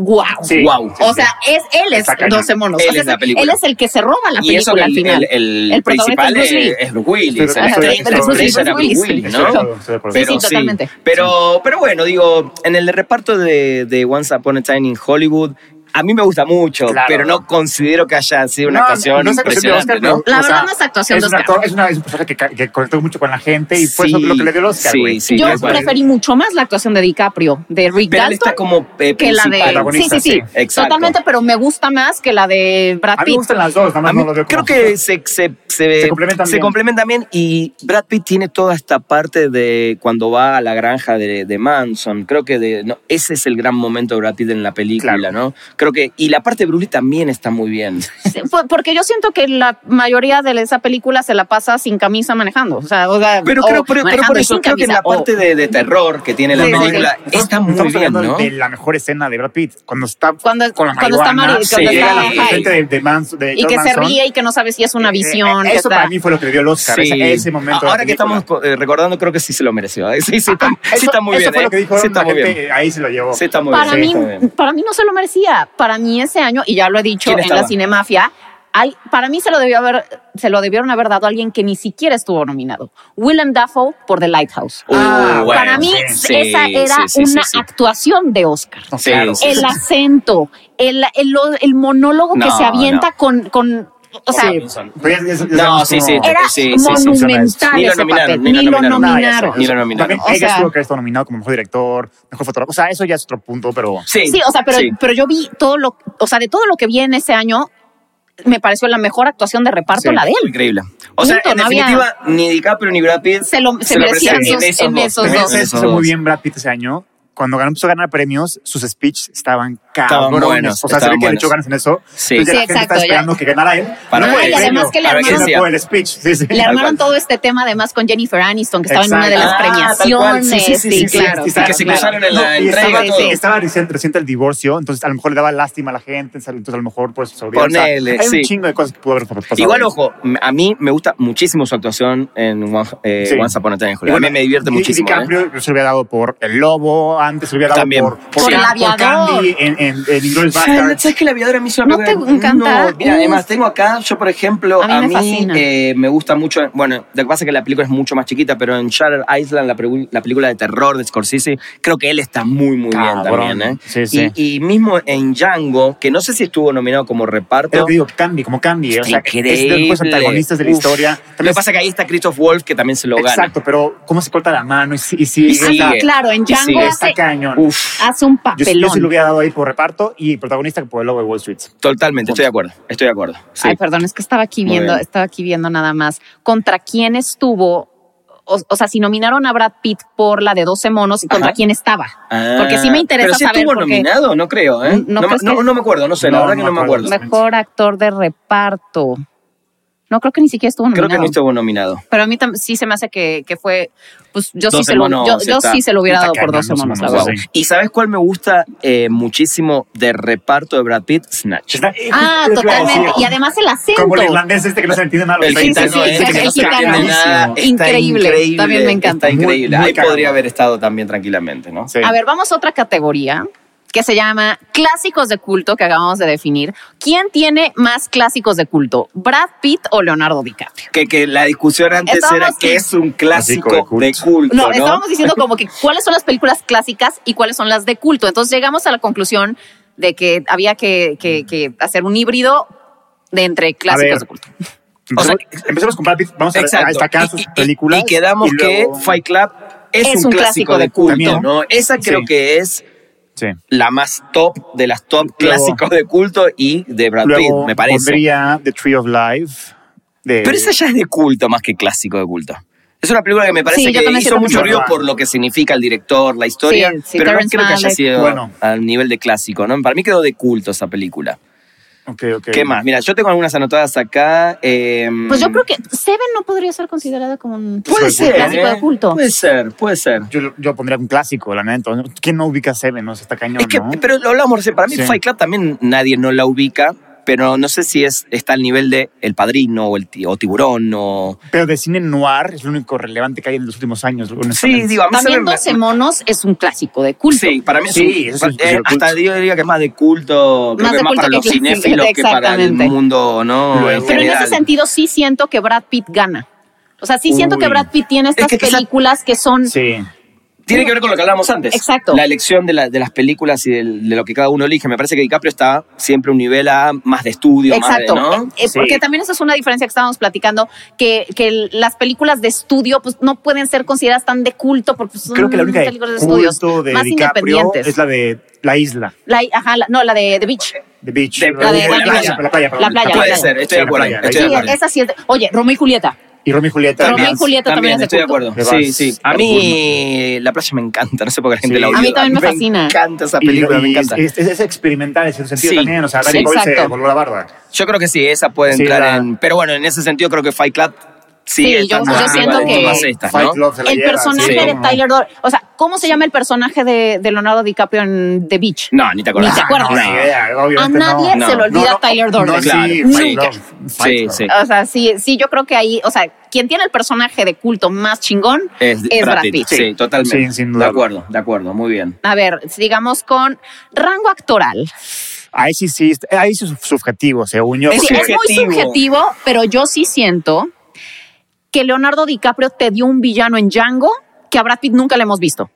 Speaker 1: wow.
Speaker 2: Sí.
Speaker 3: Guau.
Speaker 1: O sea, es, él es
Speaker 2: Está cañón.
Speaker 1: 12 monos.
Speaker 3: Él
Speaker 1: O sea,
Speaker 3: es la película.
Speaker 1: él es el que se roba la
Speaker 3: y eso que
Speaker 1: película al
Speaker 3: el,
Speaker 1: final.
Speaker 3: el- el
Speaker 1: protagonista
Speaker 3: principal
Speaker 1: Bruce Lee.
Speaker 3: es, es Bruce Willis,
Speaker 2: Estoy-
Speaker 3: la
Speaker 2: estoy-
Speaker 3: estrella-
Speaker 2: estoy-
Speaker 3: la estrella era
Speaker 1: Bruce
Speaker 3: Bruce
Speaker 1: Willis.
Speaker 3: Willis,
Speaker 2: Estoy de
Speaker 3: ¿no?
Speaker 2: acuerdo, estoy de acuerdo.
Speaker 1: Sí,
Speaker 3: Pero
Speaker 1: sí, totalmente.
Speaker 3: Pero, pero bueno, digo, en el reparto de, de Once Upon a Time in Hollywood, a mí me gusta mucho,
Speaker 2: Claro.
Speaker 3: pero no considero que haya sido una
Speaker 2: No,
Speaker 3: actuación
Speaker 2: no es actuación de
Speaker 3: impresionante,
Speaker 2: Oscar,
Speaker 3: ¿no?
Speaker 2: pero,
Speaker 1: La
Speaker 2: o
Speaker 1: verdad no es actuación
Speaker 2: es
Speaker 1: de
Speaker 2: un
Speaker 1: Oscar.
Speaker 2: actor- es una, es un personaje que, ca- que conectó mucho con la gente y fue eso
Speaker 3: Sí,
Speaker 2: lo que le dio el Oscar,
Speaker 3: sí,
Speaker 2: güey.
Speaker 3: sí,
Speaker 1: Yo
Speaker 3: es verdad.
Speaker 1: preferí mucho más la actuación de DiCaprio, de Rick
Speaker 3: Pero él
Speaker 1: Dalton,
Speaker 3: está como eh,
Speaker 1: que la
Speaker 3: principal.
Speaker 1: de... Sí, sí,
Speaker 2: protagonista,
Speaker 1: sí.
Speaker 2: sí.
Speaker 3: Exacto.
Speaker 1: Totalmente, pero me gusta más que la de Brad
Speaker 2: A mí me
Speaker 1: Pitt.
Speaker 2: gustan las dos, nada más
Speaker 3: A mí
Speaker 2: no lo veo
Speaker 3: creo
Speaker 2: como-
Speaker 3: que se, se, se,
Speaker 2: Se complementan
Speaker 3: se
Speaker 2: bien.
Speaker 3: complementan bien y Brad Pitt tiene toda esta parte de cuando va a la granja de, de Manson. Creo que de, no, ese es el gran momento de Brad Pitt en la película,
Speaker 2: Claro.
Speaker 3: ¿no? Creo que y la parte de Bruce Lee también está muy bien.
Speaker 1: Sí, fue- Porque yo siento que la mayoría de esa película se la pasa sin camisa manejando. O sea, o sea,
Speaker 3: Pero
Speaker 1: o
Speaker 3: creo, pero, pero
Speaker 1: manejando
Speaker 3: por
Speaker 1: y
Speaker 3: eso
Speaker 1: sin
Speaker 3: creo que en la
Speaker 1: camisa, o-
Speaker 3: parte de, de terror que tiene la
Speaker 1: Sí, sí, sí.
Speaker 3: película
Speaker 2: Estamos-
Speaker 3: está muy
Speaker 2: estamos
Speaker 3: bien,
Speaker 2: hablando
Speaker 3: ¿no?
Speaker 2: de la mejor escena de Brad Pitt, cuando está
Speaker 1: Cuando-
Speaker 2: con la
Speaker 1: cuando está
Speaker 2: marihuana,
Speaker 1: mari-
Speaker 3: cuando
Speaker 2: y llega
Speaker 3: está
Speaker 2: la
Speaker 3: high.
Speaker 2: gente de, de Mans- de
Speaker 1: y
Speaker 2: John
Speaker 1: que se
Speaker 2: Manson.
Speaker 1: ríe y que no sabe si es una visión.
Speaker 2: Eh,
Speaker 1: que
Speaker 2: eso
Speaker 1: está-
Speaker 2: para mí fue lo que le dio el Oscar,
Speaker 3: Sí.
Speaker 2: ese, ese momento.
Speaker 3: Ahora
Speaker 2: de
Speaker 3: que
Speaker 2: película. Ah,
Speaker 3: estamos co- eh, recordando, creo que sí se lo mereció. ¿eh? Sí, sí, está, sí
Speaker 2: Eso-
Speaker 3: está muy
Speaker 2: eso
Speaker 3: bien.
Speaker 2: fue
Speaker 3: ¿eh?
Speaker 2: lo que dijo
Speaker 3: sí está
Speaker 2: la
Speaker 3: muy
Speaker 2: gente,
Speaker 3: bien.
Speaker 2: eh, ahí se lo llevó.
Speaker 3: Sí está muy
Speaker 1: para
Speaker 3: bien.
Speaker 1: mí,
Speaker 3: sí, está bien.
Speaker 1: para mí no se lo merecía. Para mí ese año, y ya lo he dicho
Speaker 3: ¿Quién
Speaker 1: en la
Speaker 3: estaba?
Speaker 1: Cinemafia, al- para mí se lo, debió haber, se lo debieron haber dado a alguien que ni siquiera estuvo nominado. Willem Dafoe por The Lighthouse.
Speaker 3: Uh,
Speaker 2: Ah,
Speaker 3: bueno,
Speaker 1: para mí
Speaker 3: sí,
Speaker 1: esa
Speaker 3: sí,
Speaker 1: era
Speaker 3: sí, sí,
Speaker 1: una
Speaker 3: sí.
Speaker 1: actuación de Oscar.
Speaker 2: No,
Speaker 3: Sí,
Speaker 2: claro.
Speaker 3: sí,
Speaker 1: El acento, el, el- el monólogo que
Speaker 3: No,
Speaker 1: se avienta con, con... O sea,
Speaker 2: Pero ya- ya- ya
Speaker 3: No,
Speaker 2: sabemos
Speaker 3: sí,
Speaker 2: cómo-
Speaker 3: sí.
Speaker 1: era
Speaker 3: sí, sí,
Speaker 1: monumental
Speaker 3: Ni lo
Speaker 1: ese
Speaker 3: nominaron,
Speaker 1: papel.
Speaker 3: ni lo
Speaker 1: Ni lo
Speaker 2: Nada, ya
Speaker 3: nominaron.
Speaker 1: nominaron.
Speaker 2: sabemos.
Speaker 3: Ni lo nominaron.
Speaker 2: También
Speaker 1: O
Speaker 2: ella
Speaker 1: sea-
Speaker 2: tuvo que haber estado nominado como mejor director, mejor fotógrafo. O sea, eso ya es otro punto, pero.
Speaker 3: Sí,
Speaker 1: Sí, o sea, pero,
Speaker 3: sí.
Speaker 1: pero yo vi todo lo, o sea, de todo lo que vi en ese año, me pareció la mejor actuación de reparto
Speaker 2: Sí.
Speaker 1: la de él.
Speaker 3: Increíble. O sea,
Speaker 1: Punto,
Speaker 3: en
Speaker 1: no había-
Speaker 3: definitiva, ni DiCaprio ni Brad Pitt
Speaker 1: Se lo- se merecían
Speaker 3: merecían
Speaker 1: esos- en esos
Speaker 2: También
Speaker 1: dos.
Speaker 2: se
Speaker 3: Esos
Speaker 2: hizo
Speaker 3: dos.
Speaker 2: muy bien Brad Pitt ese año. Cuando ganó, empezó a ganar premios, sus speeches estaban
Speaker 3: Estaban
Speaker 2: cabrones.
Speaker 3: buenos,
Speaker 2: o sea, se ve que
Speaker 3: estaban
Speaker 2: le
Speaker 3: buenos.
Speaker 2: echó ganas en eso.
Speaker 1: Sí,
Speaker 2: Entonces
Speaker 3: Sí.
Speaker 2: ya la gente
Speaker 1: exacto,
Speaker 2: está
Speaker 1: ya.
Speaker 2: esperando que ganara él. no
Speaker 3: Para que
Speaker 2: por el
Speaker 3: y además
Speaker 2: premio,
Speaker 1: que le
Speaker 2: para
Speaker 1: armaron-
Speaker 2: sea por el speech. Sí, sí.
Speaker 1: Le
Speaker 3: Tal
Speaker 1: armaron
Speaker 3: cual.
Speaker 1: todo este tema además con Jennifer Aniston, que estaba en una de las
Speaker 2: Exacto.
Speaker 3: Ah, tal cual.
Speaker 1: premiaciones.
Speaker 3: Sí, sí, sí, sí, sí,
Speaker 1: claro.
Speaker 3: sí, sí,
Speaker 1: claro,
Speaker 3: que se
Speaker 1: claro.
Speaker 3: cruzaron en la
Speaker 2: No, y
Speaker 3: entrega
Speaker 2: estaba,
Speaker 1: sí,
Speaker 3: todo.
Speaker 1: sí.
Speaker 2: estaba reciente, reciente el divorcio, entonces a lo mejor le daba lástima a la gente, entonces a lo mejor pues, por eso
Speaker 3: Ponele,
Speaker 2: Hay
Speaker 3: sí.
Speaker 2: un chingo de cosas que pudo haber pasado.
Speaker 3: Igual, ojo, a mí me gusta muchísimo su actuación en One, eh,
Speaker 2: Sí.
Speaker 3: Once Upon a Time in
Speaker 2: Y
Speaker 3: Hollywood. a mí me divierte
Speaker 2: y- y
Speaker 3: muchísimo. ¿eh?
Speaker 2: DiCaprio se lo hubiera dado por El Lobo, antes se lo hubiera dado
Speaker 3: También.
Speaker 2: por,
Speaker 1: Por el aviador.
Speaker 2: Candy en, en, en Inglourious
Speaker 3: Ay,
Speaker 2: Basterds.
Speaker 3: ¿Sabes que la aviadora a mí se me
Speaker 1: ¿No
Speaker 3: pega-
Speaker 1: te encanta?
Speaker 3: No, mira,
Speaker 1: Uf.
Speaker 3: además tengo acá, yo por ejemplo,
Speaker 1: A mí
Speaker 3: a
Speaker 1: me
Speaker 3: mí,
Speaker 1: fascina.
Speaker 3: eh, me gusta mucho, bueno, lo que pasa es que la película es mucho más chiquita, pero en Shutter Island, la, pregu- la película de terror de Scorsese, creo que él está muy, muy
Speaker 2: Cabrón.
Speaker 3: bien también. ¿eh?
Speaker 2: Sí, sí.
Speaker 3: Y, y mismo en Django, que no sé si estuvo nominado como
Speaker 2: Es lo
Speaker 3: reparto.
Speaker 2: que digo, Candy, como Candy. o sea,
Speaker 3: Está
Speaker 2: es de los
Speaker 3: increíble.
Speaker 2: mejores antagonistas de la
Speaker 3: Uf.
Speaker 2: historia.
Speaker 3: Lo que pasa es que ahí está Christoph Wolf, que también se lo gana.
Speaker 2: Exacto, pero cómo se corta la mano y si. Y si
Speaker 3: Y
Speaker 2: está-
Speaker 3: sigue.
Speaker 1: Ah, claro, en
Speaker 3: Sí,
Speaker 1: Django
Speaker 2: está
Speaker 1: hace,
Speaker 2: cañón.
Speaker 3: Uf,
Speaker 1: hace un
Speaker 2: Uh, Yo, sí- yo sí lo
Speaker 1: papelón.
Speaker 2: hubiera dado ahí por reparto y protagonista que por el lobo de Wall Street.
Speaker 3: totalmente, estoy de acuerdo, estoy de acuerdo. Sí.
Speaker 1: Ay, perdón, es que estaba aquí
Speaker 3: Muy
Speaker 1: viendo,
Speaker 3: bien.
Speaker 1: estaba aquí viendo nada más contra quién estuvo. O, o sea, si nominaron a Brad Pitt por la de 12 monos, ¿contra
Speaker 3: Ajá.
Speaker 1: quién estaba?
Speaker 3: Ah,
Speaker 1: pues, porque sí me interesa
Speaker 3: pero sí
Speaker 1: saber
Speaker 3: estuvo
Speaker 1: porque-
Speaker 3: nominado, no creo, ¿eh?
Speaker 1: ¿No
Speaker 3: No, me-
Speaker 1: crees que-
Speaker 3: no- no me acuerdo, no sé,
Speaker 2: No,
Speaker 3: la verdad
Speaker 2: no
Speaker 3: que no me
Speaker 2: me
Speaker 3: acuerdo.
Speaker 2: acuerdo.
Speaker 1: Mejor actor de reparto. No, creo que ni siquiera estuvo nominado.
Speaker 3: Creo que no estuvo nominado.
Speaker 1: Pero a mí tam- sí se me hace que, que fue, pues yo, sí
Speaker 3: Dos
Speaker 1: se, lo,
Speaker 3: hermanos,
Speaker 1: yo, yo
Speaker 3: está-
Speaker 1: sí se lo hubiera
Speaker 2: está
Speaker 1: dado por
Speaker 2: cañón,
Speaker 1: dos
Speaker 2: dos
Speaker 1: hermanos, la
Speaker 2: hermanos,
Speaker 1: verdad.
Speaker 3: Wow.
Speaker 2: sí.
Speaker 3: ¿Y sabes cuál me gusta eh, muchísimo de reparto de Brad Pitt? Snatch.
Speaker 2: Está-
Speaker 1: Ah,
Speaker 2: es lo que iba a decir.
Speaker 1: totalmente. Y además el acento.
Speaker 2: Como el irlandés este que no se entiende nada.
Speaker 3: El
Speaker 2: los
Speaker 1: Sí, sí,
Speaker 3: gitano,
Speaker 2: gitanos,
Speaker 1: sí,
Speaker 3: eh,
Speaker 2: este
Speaker 1: sí,
Speaker 2: que
Speaker 1: el
Speaker 2: no se
Speaker 1: gitano.
Speaker 2: entiende nada.
Speaker 3: Está
Speaker 1: Increíble, también me encanta.
Speaker 3: Está
Speaker 2: Muy-
Speaker 3: increíble.
Speaker 2: muy
Speaker 3: Ahí
Speaker 2: cagado.
Speaker 3: podría haber estado también tranquilamente, ¿no?
Speaker 2: Sí.
Speaker 1: A ver, vamos a otra categoría que se llama clásicos de culto que acabamos de definir. ¿Quién tiene más clásicos de culto? ¿Brad Pitt o Leonardo DiCaprio?
Speaker 3: Que, que la discusión antes
Speaker 1: Estábamos-
Speaker 3: era que es un clásico,
Speaker 2: Clásico de
Speaker 3: de culto,
Speaker 1: No,
Speaker 3: ¿no?
Speaker 1: estábamos diciendo como que cuáles son las películas clásicas y cuáles son las de culto. Entonces llegamos a la conclusión de que había que, que- que hacer un híbrido de entre clásicos
Speaker 2: ver.
Speaker 1: de culto.
Speaker 3: O sea,
Speaker 2: Empecemos- empecemos con Brad Pitt, vamos a, a
Speaker 3: Exacto.
Speaker 2: destacar sus
Speaker 3: Y- y-
Speaker 2: películas.
Speaker 3: Y,
Speaker 2: y
Speaker 3: quedamos
Speaker 2: luego-
Speaker 3: que Fight Club es, un, clásico, de culto,
Speaker 2: también,
Speaker 3: ¿no? Esa creo
Speaker 2: Sí.
Speaker 3: que es
Speaker 2: Sí.
Speaker 3: la más top de las top clásicos de culto y de Brad
Speaker 2: Luego
Speaker 3: Pitt, me parece.
Speaker 2: pondría The Tree of Life. de-
Speaker 3: Pero esa ya es de culto más que clásico de culto. Es una película que me parece
Speaker 1: Sí, yo
Speaker 3: que
Speaker 1: también
Speaker 3: hizo
Speaker 1: siento lo
Speaker 3: mucho
Speaker 2: mismo.
Speaker 3: ruido por lo que significa el director, la historia,
Speaker 1: Sí, sí,
Speaker 3: pero no
Speaker 1: Terrence
Speaker 3: creo que haya
Speaker 1: Malick.
Speaker 3: sido
Speaker 2: Bueno.
Speaker 3: al nivel de clásico, ¿no? Para mí quedó de culto esa película.
Speaker 2: Ok, ok.
Speaker 3: ¿Qué más? Mira, yo tengo algunas anotadas acá. eh,
Speaker 1: Pues yo creo que Seven no podría ser considerada como un
Speaker 3: Puede ser.
Speaker 1: clásico
Speaker 3: ¿eh?
Speaker 1: de culto.
Speaker 3: Puede ser, puede ser.
Speaker 2: Yo, yo pondría un clásico, la neta. ¿Quién no ubica Seven? No, está cañón,
Speaker 3: Es que,
Speaker 2: ¿no?
Speaker 3: pero lo hablamos, recién, para mí
Speaker 2: Sí.
Speaker 3: Fight Club también nadie no la ubica, pero no sé si es, está al nivel de El Padrino o, el, ti- o Tiburón o...
Speaker 2: Pero de cine noir es lo único relevante que hay en los últimos años.
Speaker 3: Sí,
Speaker 2: honestamente.
Speaker 3: digo, a mí se
Speaker 1: También
Speaker 3: me-
Speaker 1: 12 monos es un clásico de culto.
Speaker 3: Sí, para mí
Speaker 2: Sí,
Speaker 3: es
Speaker 2: es
Speaker 3: un,
Speaker 2: un-
Speaker 3: eh,
Speaker 2: es un culto.
Speaker 3: hasta yo diría que es más de culto, creo
Speaker 1: Más
Speaker 3: que
Speaker 1: de
Speaker 3: más
Speaker 1: culto
Speaker 3: para
Speaker 1: que
Speaker 3: los
Speaker 1: clásico,
Speaker 3: cinéfilos que para el
Speaker 1: exactamente.
Speaker 3: mundo, ¿no?
Speaker 2: Luego-
Speaker 1: Pero en ese
Speaker 3: general.
Speaker 1: sentido sí siento que Brad Pitt gana. O sea, sí siento
Speaker 2: Uy.
Speaker 1: que Brad Pitt tiene estas
Speaker 3: que quizá-
Speaker 1: películas que son...
Speaker 2: Sí.
Speaker 3: Tiene que ver con lo que hablábamos antes.
Speaker 1: Exacto.
Speaker 3: La elección de, la- de las películas y del- de, lo que cada uno elige. Me parece que DiCaprio está siempre un nivel a más de estudio,
Speaker 1: Exacto,
Speaker 3: más de, ¿no?
Speaker 1: Eh, eh,
Speaker 2: Sí.
Speaker 1: porque también esa es una diferencia que estábamos platicando, que, que el- las películas de estudio pues no pueden ser consideradas tan de culto porque son
Speaker 2: Creo que la única de
Speaker 1: películas de estudios
Speaker 2: culto de
Speaker 1: más
Speaker 2: DiCaprio
Speaker 1: independientes.
Speaker 2: es la de La Isla,
Speaker 1: La- ajá, la- no, la de The Beach.
Speaker 2: The Beach.
Speaker 3: De-
Speaker 1: la de- la playa.
Speaker 2: la playa, perdón.
Speaker 1: La playa,
Speaker 3: Puede
Speaker 1: la playa.
Speaker 3: ser, estoy de
Speaker 2: Sí, la
Speaker 3: acuerdo.
Speaker 2: playa, la
Speaker 3: estoy
Speaker 1: Sí,
Speaker 3: de acuerdo.
Speaker 1: esa sí es de- Oye, Romeo y Julieta.
Speaker 2: Y Romeo y Julieta.
Speaker 1: Romeo y Julieta también es de
Speaker 3: estoy de
Speaker 1: culto.
Speaker 3: acuerdo.
Speaker 2: Me
Speaker 3: Sí,
Speaker 2: vas.
Speaker 3: sí. A mí la playa me encanta, no sé por qué la gente
Speaker 2: Sí.
Speaker 3: la odia.
Speaker 2: A
Speaker 1: mí también me
Speaker 3: Me
Speaker 1: fascina.
Speaker 3: encanta esa
Speaker 2: Y-
Speaker 3: película,
Speaker 2: y
Speaker 3: me encanta.
Speaker 2: Es, es- es experimental en ese sentido
Speaker 3: Sí,
Speaker 2: también. O sea,
Speaker 3: sí.
Speaker 2: Danny Boyle se
Speaker 1: Exacto.
Speaker 2: voló la barda.
Speaker 3: Yo creo que sí, esa puede
Speaker 2: Sí,
Speaker 3: entrar
Speaker 2: la-
Speaker 3: en... Pero bueno, en ese sentido creo que Fight Club sí,
Speaker 1: Sí,
Speaker 3: está
Speaker 1: yo-
Speaker 3: más
Speaker 1: yo
Speaker 3: arriba
Speaker 1: siento
Speaker 3: de
Speaker 1: que-
Speaker 3: todas estas,
Speaker 2: Fight
Speaker 3: ¿no?
Speaker 2: Club se la
Speaker 1: El
Speaker 2: lleva,
Speaker 1: personaje
Speaker 2: sí.
Speaker 1: de Tyler Dor, o sea, ¿cómo se llama el personaje de, de Leonardo DiCaprio en The Beach?
Speaker 3: No, eh, ni te acuerdas.
Speaker 1: Ni te acuerdas.
Speaker 2: No, ni idea, obviamente
Speaker 1: A nadie
Speaker 2: no.
Speaker 3: se le
Speaker 1: olvida Tyler Durden.
Speaker 2: No, sí,
Speaker 3: Claro,
Speaker 2: Fight
Speaker 3: sí.
Speaker 2: Club, Fight
Speaker 3: Sí,
Speaker 2: Club.
Speaker 3: sí.
Speaker 1: O sea, sí, sí, yo creo que ahí, o sea, quien tiene el personaje de culto más chingón es, Brad Pitt.
Speaker 3: Sí, totalmente.
Speaker 2: Sí, sin
Speaker 3: de
Speaker 2: duda.
Speaker 3: acuerdo, de acuerdo, muy bien.
Speaker 1: A ver, sigamos con rango actoral.
Speaker 2: Ahí sí, sí, ahí sí es subjetivo, según yo.
Speaker 3: Es
Speaker 1: Sí,
Speaker 2: porque-
Speaker 1: es muy
Speaker 3: subjetivo.
Speaker 1: subjetivo, pero yo sí siento que Leonardo DiCaprio te dio un villano en Django que a Brad Pitt nunca le hemos visto.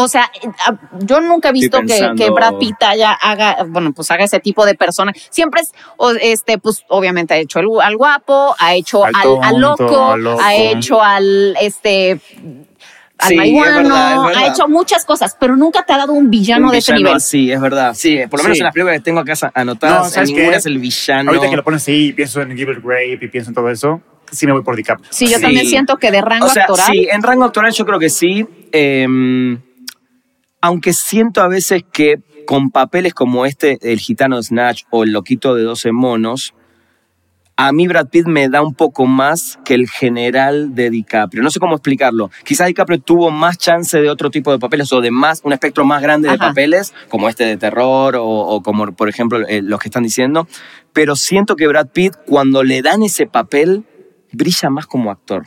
Speaker 1: O sea, eh, a- yo nunca he visto
Speaker 3: Estoy
Speaker 1: que,
Speaker 3: pensando-
Speaker 1: que Brad Pitt haya, haga, bueno, pues haga ese tipo de persona. Siempre es, o- este, pues obviamente ha hecho el gu- al guapo, ha hecho al,
Speaker 2: Al
Speaker 1: al
Speaker 2: tonto,
Speaker 1: loco,
Speaker 2: al loco.
Speaker 1: ha hecho al, este, al
Speaker 3: Sí, es
Speaker 1: marihuano,
Speaker 3: verdad, es
Speaker 1: ha
Speaker 3: verdad.
Speaker 1: hecho muchas cosas, pero nunca te ha dado un villano
Speaker 3: Un
Speaker 1: de ese
Speaker 3: villano
Speaker 1: nivel.
Speaker 3: así, es verdad. Sí, por lo menos
Speaker 2: Sí.
Speaker 3: en las películas que tengo acá anotadas,
Speaker 2: No, ¿sabes
Speaker 3: ninguna
Speaker 2: qué?
Speaker 3: es el villano.
Speaker 2: Ahorita que lo pones así, pienso en Gilbert Grape y pienso en todo eso, sí me voy por DiCaprio.
Speaker 1: Sí, yo
Speaker 3: Sí.
Speaker 1: también siento que de rango
Speaker 3: o sea,
Speaker 1: actoral.
Speaker 3: Sí, en rango actoral yo creo que sí. eh, aunque siento a veces que con papeles como este, el gitano de Snatch o el loquito de 12 monos, a mí Brad Pitt me da un poco más que el general de DiCaprio. No sé cómo explicarlo. Quizás DiCaprio tuvo más chance de otro tipo de papeles o de más, un espectro más grande de
Speaker 1: Ajá.
Speaker 3: papeles, como este de terror o, o como, por ejemplo, eh, los que están diciendo. Pero siento que Brad Pitt, cuando le dan ese papel, brilla más como actor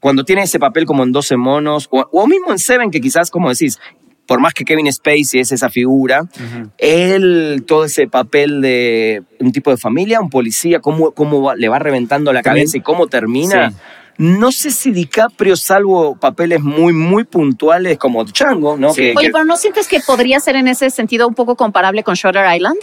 Speaker 3: cuando tiene ese papel como en 12 monos, o, o mismo en Seven, que quizás, como decís, por más que Kevin Spacey es esa figura, él, todo ese papel de un tipo de familia, un policía, cómo, cómo va- le va reventando la
Speaker 2: También-
Speaker 3: cabeza y cómo termina.
Speaker 2: Sí.
Speaker 3: No sé si DiCaprio, salvo papeles muy, muy puntuales como Chango, ¿no?
Speaker 2: Sí.
Speaker 3: Que-
Speaker 1: Oye,
Speaker 3: que-
Speaker 1: pero ¿no sientes que podría ser en ese sentido un poco comparable con Shutter Island?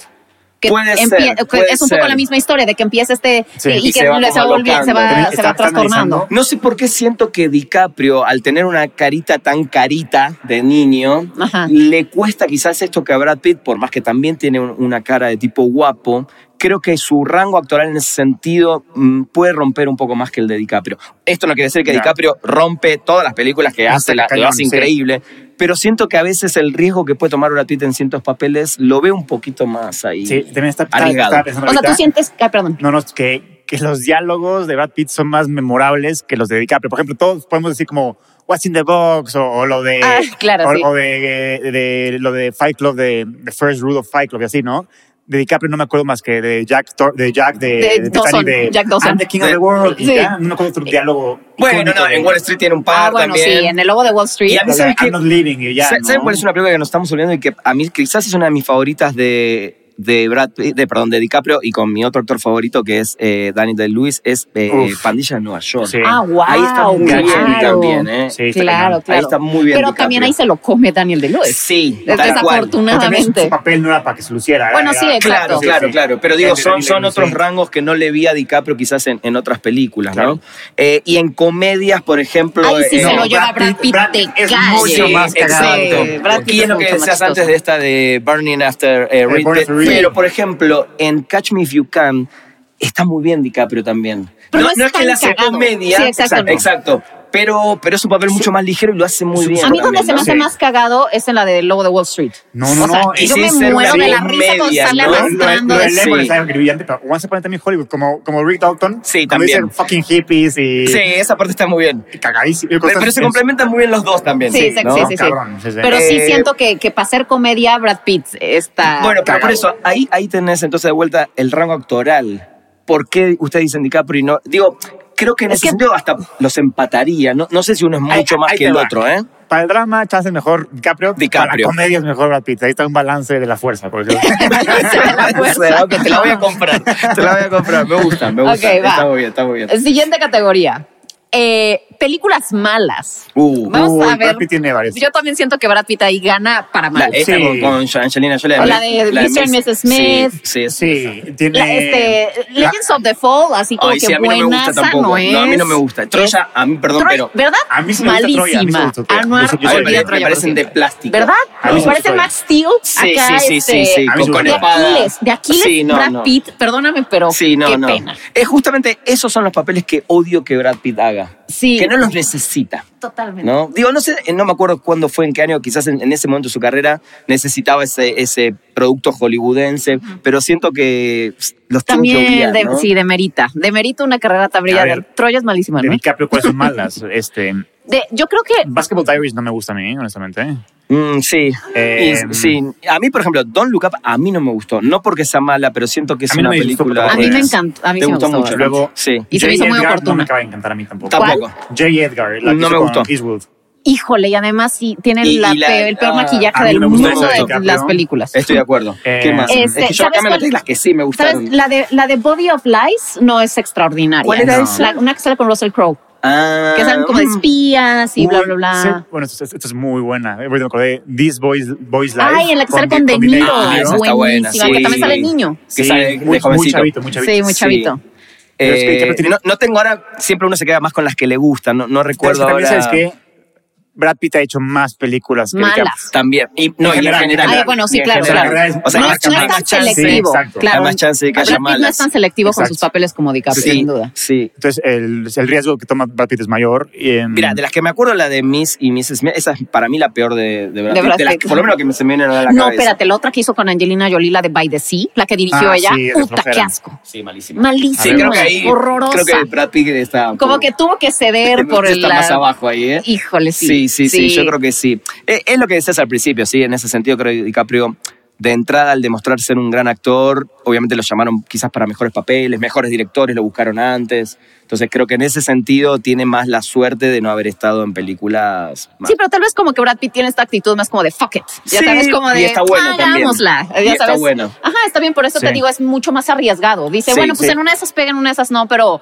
Speaker 1: Que
Speaker 3: Puede ser,
Speaker 1: empie- que
Speaker 3: puede
Speaker 1: es un
Speaker 3: ser.
Speaker 1: poco la misma historia de que empieza este
Speaker 2: Sí.
Speaker 1: y,
Speaker 3: Y
Speaker 1: que
Speaker 3: se va
Speaker 1: no le- se va,
Speaker 3: como
Speaker 1: volviendo, se
Speaker 3: locando.
Speaker 1: va, se va
Speaker 2: También está- está
Speaker 1: transformando.
Speaker 2: analizando.
Speaker 3: No sé por qué siento que DiCaprio, al tener una carita tan carita de niño,
Speaker 1: Ajá.
Speaker 3: le cuesta quizás esto que a Brad Pitt, por más que también tiene un- una cara de tipo guapo, creo que su rango actoral en ese sentido mm, puede romper un poco más que el de DiCaprio. Esto no quiere decir que
Speaker 2: Ya.
Speaker 3: DiCaprio rompe todas las películas que
Speaker 2: Está
Speaker 3: hace, la, lo
Speaker 2: cañón,
Speaker 3: hace
Speaker 2: sí.
Speaker 3: increíble, pero siento que a veces el riesgo que puede tomar Brad Pitt en ciertos papeles lo ve un poquito más ahí.
Speaker 2: Sí, también está, está-
Speaker 3: Arriesgado.
Speaker 2: estaba pensando
Speaker 1: O sea, tú
Speaker 2: ahorita-
Speaker 1: sientes, ay, perdón,
Speaker 2: No, no, que, que los diálogos de Brad Pitt son más memorables que los de DiCaprio. Por ejemplo, todos podemos decir como What's in the Box o, o lo de,
Speaker 1: Ah, claro,
Speaker 2: o,
Speaker 1: sí.
Speaker 2: o de, de- de- lo de Fight Club, de The First Rule of Fight Club y así, ¿no? De DiCaprio no me acuerdo más que de Jack, Tor- de Jack de,
Speaker 1: De
Speaker 2: de
Speaker 1: Dawson,
Speaker 2: de
Speaker 1: Jack Dawson.
Speaker 2: I'm the King of the World. y
Speaker 1: Sí.
Speaker 2: ya, no me acuerdo otro diálogo.
Speaker 3: Eh, Bueno,
Speaker 2: icónico
Speaker 3: no,
Speaker 2: de-
Speaker 3: en Wall Street tiene un par
Speaker 1: Ah, bueno,
Speaker 3: también.
Speaker 1: sí, en el lobo de Wall
Speaker 3: Y
Speaker 1: Street.
Speaker 3: a mí
Speaker 2: lo de
Speaker 3: sabes
Speaker 2: I'm
Speaker 3: que-
Speaker 2: not leaving y ya,
Speaker 3: Sa-
Speaker 2: ¿no?
Speaker 3: ¿Saben cuál es una película que nos estamos olvidando y que a mí quizás es una de mis favoritas de, de Brad Pitt- de, perdón, de DiCaprio y con mi otro actor favorito que es eh, Daniel Day-Lewis es eh,
Speaker 2: Uf.
Speaker 3: Pandilla de Nueva York.
Speaker 2: Sí.
Speaker 1: Ah, wow.
Speaker 3: Ahí está muy bien
Speaker 1: claro.
Speaker 3: también, ¿eh?
Speaker 2: Sí, está
Speaker 1: claro,
Speaker 2: cañón.
Speaker 1: claro.
Speaker 3: Ahí está muy bien
Speaker 1: Pero
Speaker 3: DiCaprio.
Speaker 1: también ahí se lo come Daniel Day-Lewis.
Speaker 3: Sí,
Speaker 1: Es
Speaker 3: tal cual.
Speaker 2: Pero también
Speaker 1: desafortunadamente.
Speaker 2: Su papel no era para que se luciera. era-
Speaker 1: Bueno, sí,
Speaker 2: era-
Speaker 1: Exacto.
Speaker 3: Claro, claro,
Speaker 2: Sí, sí.
Speaker 3: claro. Pero digo,
Speaker 2: Sí,
Speaker 3: son,
Speaker 2: sí,
Speaker 3: son
Speaker 2: sí.
Speaker 3: otros rangos que no le vi a DiCaprio quizás en, en otras películas,
Speaker 2: Claro.
Speaker 3: ¿no? Eh, y en comedias, por ejemplo...
Speaker 1: Ahí sí
Speaker 3: eh,
Speaker 1: se
Speaker 2: no,
Speaker 1: lo lleva Brad
Speaker 2: Brad
Speaker 1: Pitt,
Speaker 2: Pitt- Brad
Speaker 1: de
Speaker 2: Pitt es
Speaker 1: calle.
Speaker 2: mucho
Speaker 3: Sí,
Speaker 2: más cagado.
Speaker 1: Exacto. Brad Pitt
Speaker 3: Y es lo que
Speaker 1: mucho más
Speaker 3: decías
Speaker 1: chistoso.
Speaker 3: antes de esta de Burning After eh, Read
Speaker 2: Burning
Speaker 3: It.
Speaker 2: After Read It.
Speaker 3: Pero, por ejemplo, en Catch Me If You Can está muy bien DiCaprio también.
Speaker 1: Pero no es
Speaker 3: que
Speaker 1: tan
Speaker 3: la hace
Speaker 1: cagado.
Speaker 3: comedia.
Speaker 1: Sí, exacto, no.
Speaker 3: exacto. Pero, pero es un papel mucho más ligero y lo hace muy bien.
Speaker 1: A mí donde
Speaker 3: también,
Speaker 1: se me
Speaker 3: ¿no?
Speaker 1: hace
Speaker 2: Sí.
Speaker 1: más cagado es en la del lobo de Wall Street.
Speaker 2: No, no,
Speaker 1: O sea,
Speaker 2: no.
Speaker 3: y
Speaker 1: yo
Speaker 3: sin
Speaker 1: me
Speaker 3: ser
Speaker 1: muero
Speaker 3: una
Speaker 1: de la risa cuando
Speaker 3: comedia,
Speaker 1: sale
Speaker 3: ¿no?
Speaker 2: Lo-
Speaker 1: arrastrando.
Speaker 2: Lo
Speaker 1: de-
Speaker 2: del emo
Speaker 3: Sí.
Speaker 2: está brillante, pero Once Upon a Time in Hollywood, como, como Rick Dalton.
Speaker 3: Sí,
Speaker 2: cuando
Speaker 3: también.
Speaker 2: dicen fucking hippies y
Speaker 3: Sí, esa parte está muy bien.
Speaker 2: cagadísimo.
Speaker 3: Pero, pero se complementan muy bien los dos también.
Speaker 1: Sí, se-
Speaker 3: ¿no?
Speaker 1: sí, sí, sí.
Speaker 2: Cabrón, sí, sí.
Speaker 1: Pero sí
Speaker 3: Eh,
Speaker 1: siento que, que para hacer comedia, Brad Pitt está.
Speaker 3: Bueno, pero por
Speaker 2: Cagado.
Speaker 3: eso, ahí, ahí tenés entonces de vuelta el rango actoral. ¿Por qué ustedes dicen DiCaprio y no? Digo, creo que en
Speaker 1: Es
Speaker 3: ese
Speaker 1: que-
Speaker 3: sentido hasta los empataría. No, no sé si uno es mucho más que el otro, ¿eh?
Speaker 2: Para el drama, chance es mejor DiCaprio. Para
Speaker 3: DiCaprio.
Speaker 2: la comedia es mejor Brad Pitt. Ahí está un balance de la fuerza. Por ejemplo.
Speaker 1: la fuerza.
Speaker 3: Se va, que te la voy a comprar. Te la voy a comprar. Me gusta, me gusta.
Speaker 1: Ok, va.
Speaker 3: Está muy bien, está muy bien.
Speaker 1: Siguiente categoría. Eh, películas malas.
Speaker 3: Uh,
Speaker 1: Vamos
Speaker 2: Uy,
Speaker 1: a ver.
Speaker 2: Brad Pitt tiene varias.
Speaker 1: Yo también siento que Brad Pitt ahí gana para
Speaker 3: la,
Speaker 1: mal.
Speaker 3: esta
Speaker 2: Sí.
Speaker 3: con, con Angelina Jolie.
Speaker 1: O la de Mr. and Mrs. Smith.
Speaker 3: Sí, sí.
Speaker 2: sí,
Speaker 1: La-
Speaker 2: tiene.
Speaker 1: este, Legends of the Fall, así como
Speaker 3: Ay,
Speaker 1: que
Speaker 3: sí, a mí no me gusta
Speaker 1: buenaza
Speaker 3: tampoco.
Speaker 1: no es.
Speaker 3: No, a mí no me gusta. Troya, a mí, perdón,
Speaker 1: Troy-
Speaker 3: pero...
Speaker 1: ¿Verdad?
Speaker 2: A mí sí me gusta Troy, a mí sí me
Speaker 1: Malísima.
Speaker 2: gusta Troy.
Speaker 1: Anuar,
Speaker 2: Yo soy- yo
Speaker 3: A
Speaker 2: soy-
Speaker 3: mí
Speaker 1: olvidé a
Speaker 3: me, me
Speaker 1: Troya por
Speaker 3: parecen de
Speaker 1: siempre.
Speaker 3: plástico.
Speaker 1: ¿Verdad?
Speaker 2: A mí
Speaker 1: Me
Speaker 2: sí me
Speaker 1: parece
Speaker 2: gusta.
Speaker 1: Max Steel.
Speaker 3: Sí,
Speaker 1: acá,
Speaker 3: sí, sí,
Speaker 1: este,
Speaker 3: sí, sí,
Speaker 2: a mí
Speaker 3: con,
Speaker 2: sí me
Speaker 3: con
Speaker 1: De
Speaker 2: gusta.
Speaker 3: espada.
Speaker 1: Aquiles, de Aquiles,
Speaker 3: Sí, no,
Speaker 1: Brad
Speaker 3: no.
Speaker 1: Pitt, perdóname, pero
Speaker 3: Sí, no,
Speaker 1: Oh, qué
Speaker 3: no.
Speaker 1: pena.
Speaker 3: Es justamente esos son los papeles que odio que Brad Pitt haga.
Speaker 1: Sí.
Speaker 3: Que no los necesita.
Speaker 1: Totalmente.
Speaker 3: ¿No? Digo, no sé, eh, no me acuerdo cuándo fue, en qué año, quizás en, en ese momento de su carrera necesitaba ese, ese producto hollywoodense, pero siento que pss, los tengo que
Speaker 1: También,
Speaker 3: obviar,
Speaker 1: de,
Speaker 3: ¿no?
Speaker 1: sí, demerita. Demerita una carrera tan
Speaker 2: A
Speaker 1: brillante.
Speaker 2: ver.
Speaker 1: Troya es malísima,
Speaker 2: De
Speaker 1: ¿no?
Speaker 2: DiCaprio, ¿cuáles son malas? Este,
Speaker 1: De- yo creo que
Speaker 2: Basketball Diaries no me gusta a mí, honestamente.
Speaker 3: Mm, sí.
Speaker 2: Eh,
Speaker 3: Y- sí. A mí, por ejemplo, Don Look Up a mí no me gustó. No porque sea mala, pero siento que es
Speaker 2: A mí
Speaker 3: una
Speaker 2: no me gustó,
Speaker 3: película.
Speaker 2: pero
Speaker 1: a mí me
Speaker 2: Pues,
Speaker 1: encantó. A mí
Speaker 3: te
Speaker 1: sí me
Speaker 3: gustó
Speaker 1: gustó
Speaker 3: mucho.
Speaker 1: bastante.
Speaker 2: Luego,
Speaker 3: Sí.
Speaker 1: Y se
Speaker 2: J.
Speaker 1: me hizo muy
Speaker 2: Edgar No
Speaker 1: oportuna.
Speaker 2: me acaba de encantar a mí tampoco.
Speaker 3: Tampoco.
Speaker 2: J. Edgar, la que
Speaker 3: No me
Speaker 2: hizo con
Speaker 3: gustó.
Speaker 2: Eastwood.
Speaker 1: Híjole, y además sí, tiene
Speaker 3: Y-
Speaker 1: la
Speaker 3: y la-
Speaker 1: peor- el peor
Speaker 3: ah,
Speaker 1: maquillaje
Speaker 2: a mí
Speaker 1: del
Speaker 2: me
Speaker 1: mundo
Speaker 2: gustó
Speaker 1: de
Speaker 2: mucho,
Speaker 1: las
Speaker 2: ¿no?
Speaker 1: películas.
Speaker 3: Estoy de acuerdo.
Speaker 2: Eh,
Speaker 3: ¿Qué más?
Speaker 1: Este,
Speaker 3: es que yo
Speaker 1: ¿sabes
Speaker 3: acá me
Speaker 1: cuál-
Speaker 3: metí las que sí me gustaron.
Speaker 1: ¿Sabes? La de, la de Body of Lies no es extraordinaria.
Speaker 3: ¿Cuál era
Speaker 1: No.
Speaker 3: esa?
Speaker 1: La- una que sale con Russell Crowe,
Speaker 3: Ah,
Speaker 1: que salen como de
Speaker 3: mm.
Speaker 1: espías y bla,
Speaker 2: Uy,
Speaker 1: bla,
Speaker 2: sí.
Speaker 1: bla.
Speaker 2: Bueno, esto, esto es muy buena. Ahorita me acordé. This Boys, Boys Life.
Speaker 1: Ay, en la que sale con De
Speaker 2: Niro.
Speaker 1: Niro.
Speaker 3: Ah, esa está buena,
Speaker 1: Buenísima,
Speaker 3: sí.
Speaker 1: que también sale niño.
Speaker 3: que
Speaker 2: Sí,
Speaker 3: sale de
Speaker 2: muy, muy
Speaker 3: jovencito.
Speaker 2: chavito, muy chavito.
Speaker 1: Sí, muy
Speaker 3: Sí.
Speaker 1: chavito.
Speaker 2: Pero es que
Speaker 3: Eh,
Speaker 2: ya no tiene-
Speaker 3: no, no tengo ahora, siempre uno se queda más con las que le gustan, no, no
Speaker 2: Pero es que
Speaker 3: recuerdo
Speaker 2: también,
Speaker 3: ahora.
Speaker 2: ¿sabes qué? Brad Pitt ha hecho más películas que
Speaker 1: Malas.
Speaker 2: DiCaprio.
Speaker 3: También. Y, no,
Speaker 2: En
Speaker 3: y en
Speaker 2: general,
Speaker 3: general.
Speaker 2: en
Speaker 1: Ay, Ah, bueno, sí,
Speaker 3: Y en
Speaker 1: claro,
Speaker 3: general.
Speaker 2: claro.
Speaker 3: O sea,
Speaker 1: no,
Speaker 3: hay
Speaker 1: es-
Speaker 3: más
Speaker 1: no es
Speaker 3: hay más
Speaker 1: tan
Speaker 3: chance.
Speaker 1: selectivo.
Speaker 2: Sí, exacto.
Speaker 1: claro.
Speaker 3: Hay más chance de que
Speaker 1: Brad
Speaker 3: haya
Speaker 1: Pitt no es
Speaker 3: malas.
Speaker 1: tan selectivo con sus
Speaker 2: Exacto.
Speaker 1: papeles como DiCaprio,
Speaker 3: Sí,
Speaker 1: sin duda.
Speaker 3: sí.
Speaker 2: Entonces, el, el riesgo que toma Brad Pitt es mayor. Y, em,
Speaker 3: Mira, de las que me acuerdo, la de Miss y Mrs. Smith, esa es para mí la peor de, de
Speaker 1: De
Speaker 3: Brad Pitt.
Speaker 1: Brad
Speaker 3: De las
Speaker 1: Pitt.
Speaker 3: que- por lo menos que me se me vienen a la
Speaker 1: No,
Speaker 3: cabeza.
Speaker 1: espérate, la otra que hizo con Angelina Jolie, la de By the Sea, la que dirigió
Speaker 2: Ah,
Speaker 1: ella.
Speaker 2: sí, de
Speaker 1: Puta,
Speaker 2: flojera.
Speaker 1: qué asco.
Speaker 3: Sí, malísima.
Speaker 1: Malísima,
Speaker 3: Sí, creo que ahí.
Speaker 1: horrorosa.
Speaker 3: Creo que Brad Pitt está. un
Speaker 1: Como
Speaker 3: poco- este
Speaker 1: que tuvo que ceder por el...
Speaker 3: Está más abajo ahí, ¿eh?
Speaker 1: Híjole, sí.
Speaker 3: Sí, sí, sí, yo creo que sí. Eh, Es, lo que decías al principio, sí, en ese sentido creo que DiCaprio, de entrada al demostrar ser un gran actor, obviamente lo llamaron quizás para mejores papeles, mejores directores, lo buscaron antes. Entonces creo que en ese sentido tiene más la suerte de no haber estado en películas más.
Speaker 1: Sí, pero tal vez como que Brad Pitt tiene esta actitud más como de fuck it. Ya
Speaker 3: Sí,
Speaker 1: sabes, como
Speaker 3: y
Speaker 1: de
Speaker 3: está bueno también.
Speaker 1: hagámosla.
Speaker 3: Y
Speaker 1: ya
Speaker 3: está
Speaker 1: sabes.
Speaker 3: bueno.
Speaker 1: Ajá, está bien, por eso
Speaker 2: Sí.
Speaker 1: te digo, es mucho más arriesgado. Dice,
Speaker 3: Sí,
Speaker 1: bueno, pues
Speaker 3: sí.
Speaker 1: en una de esas pega, en una de esas no, pero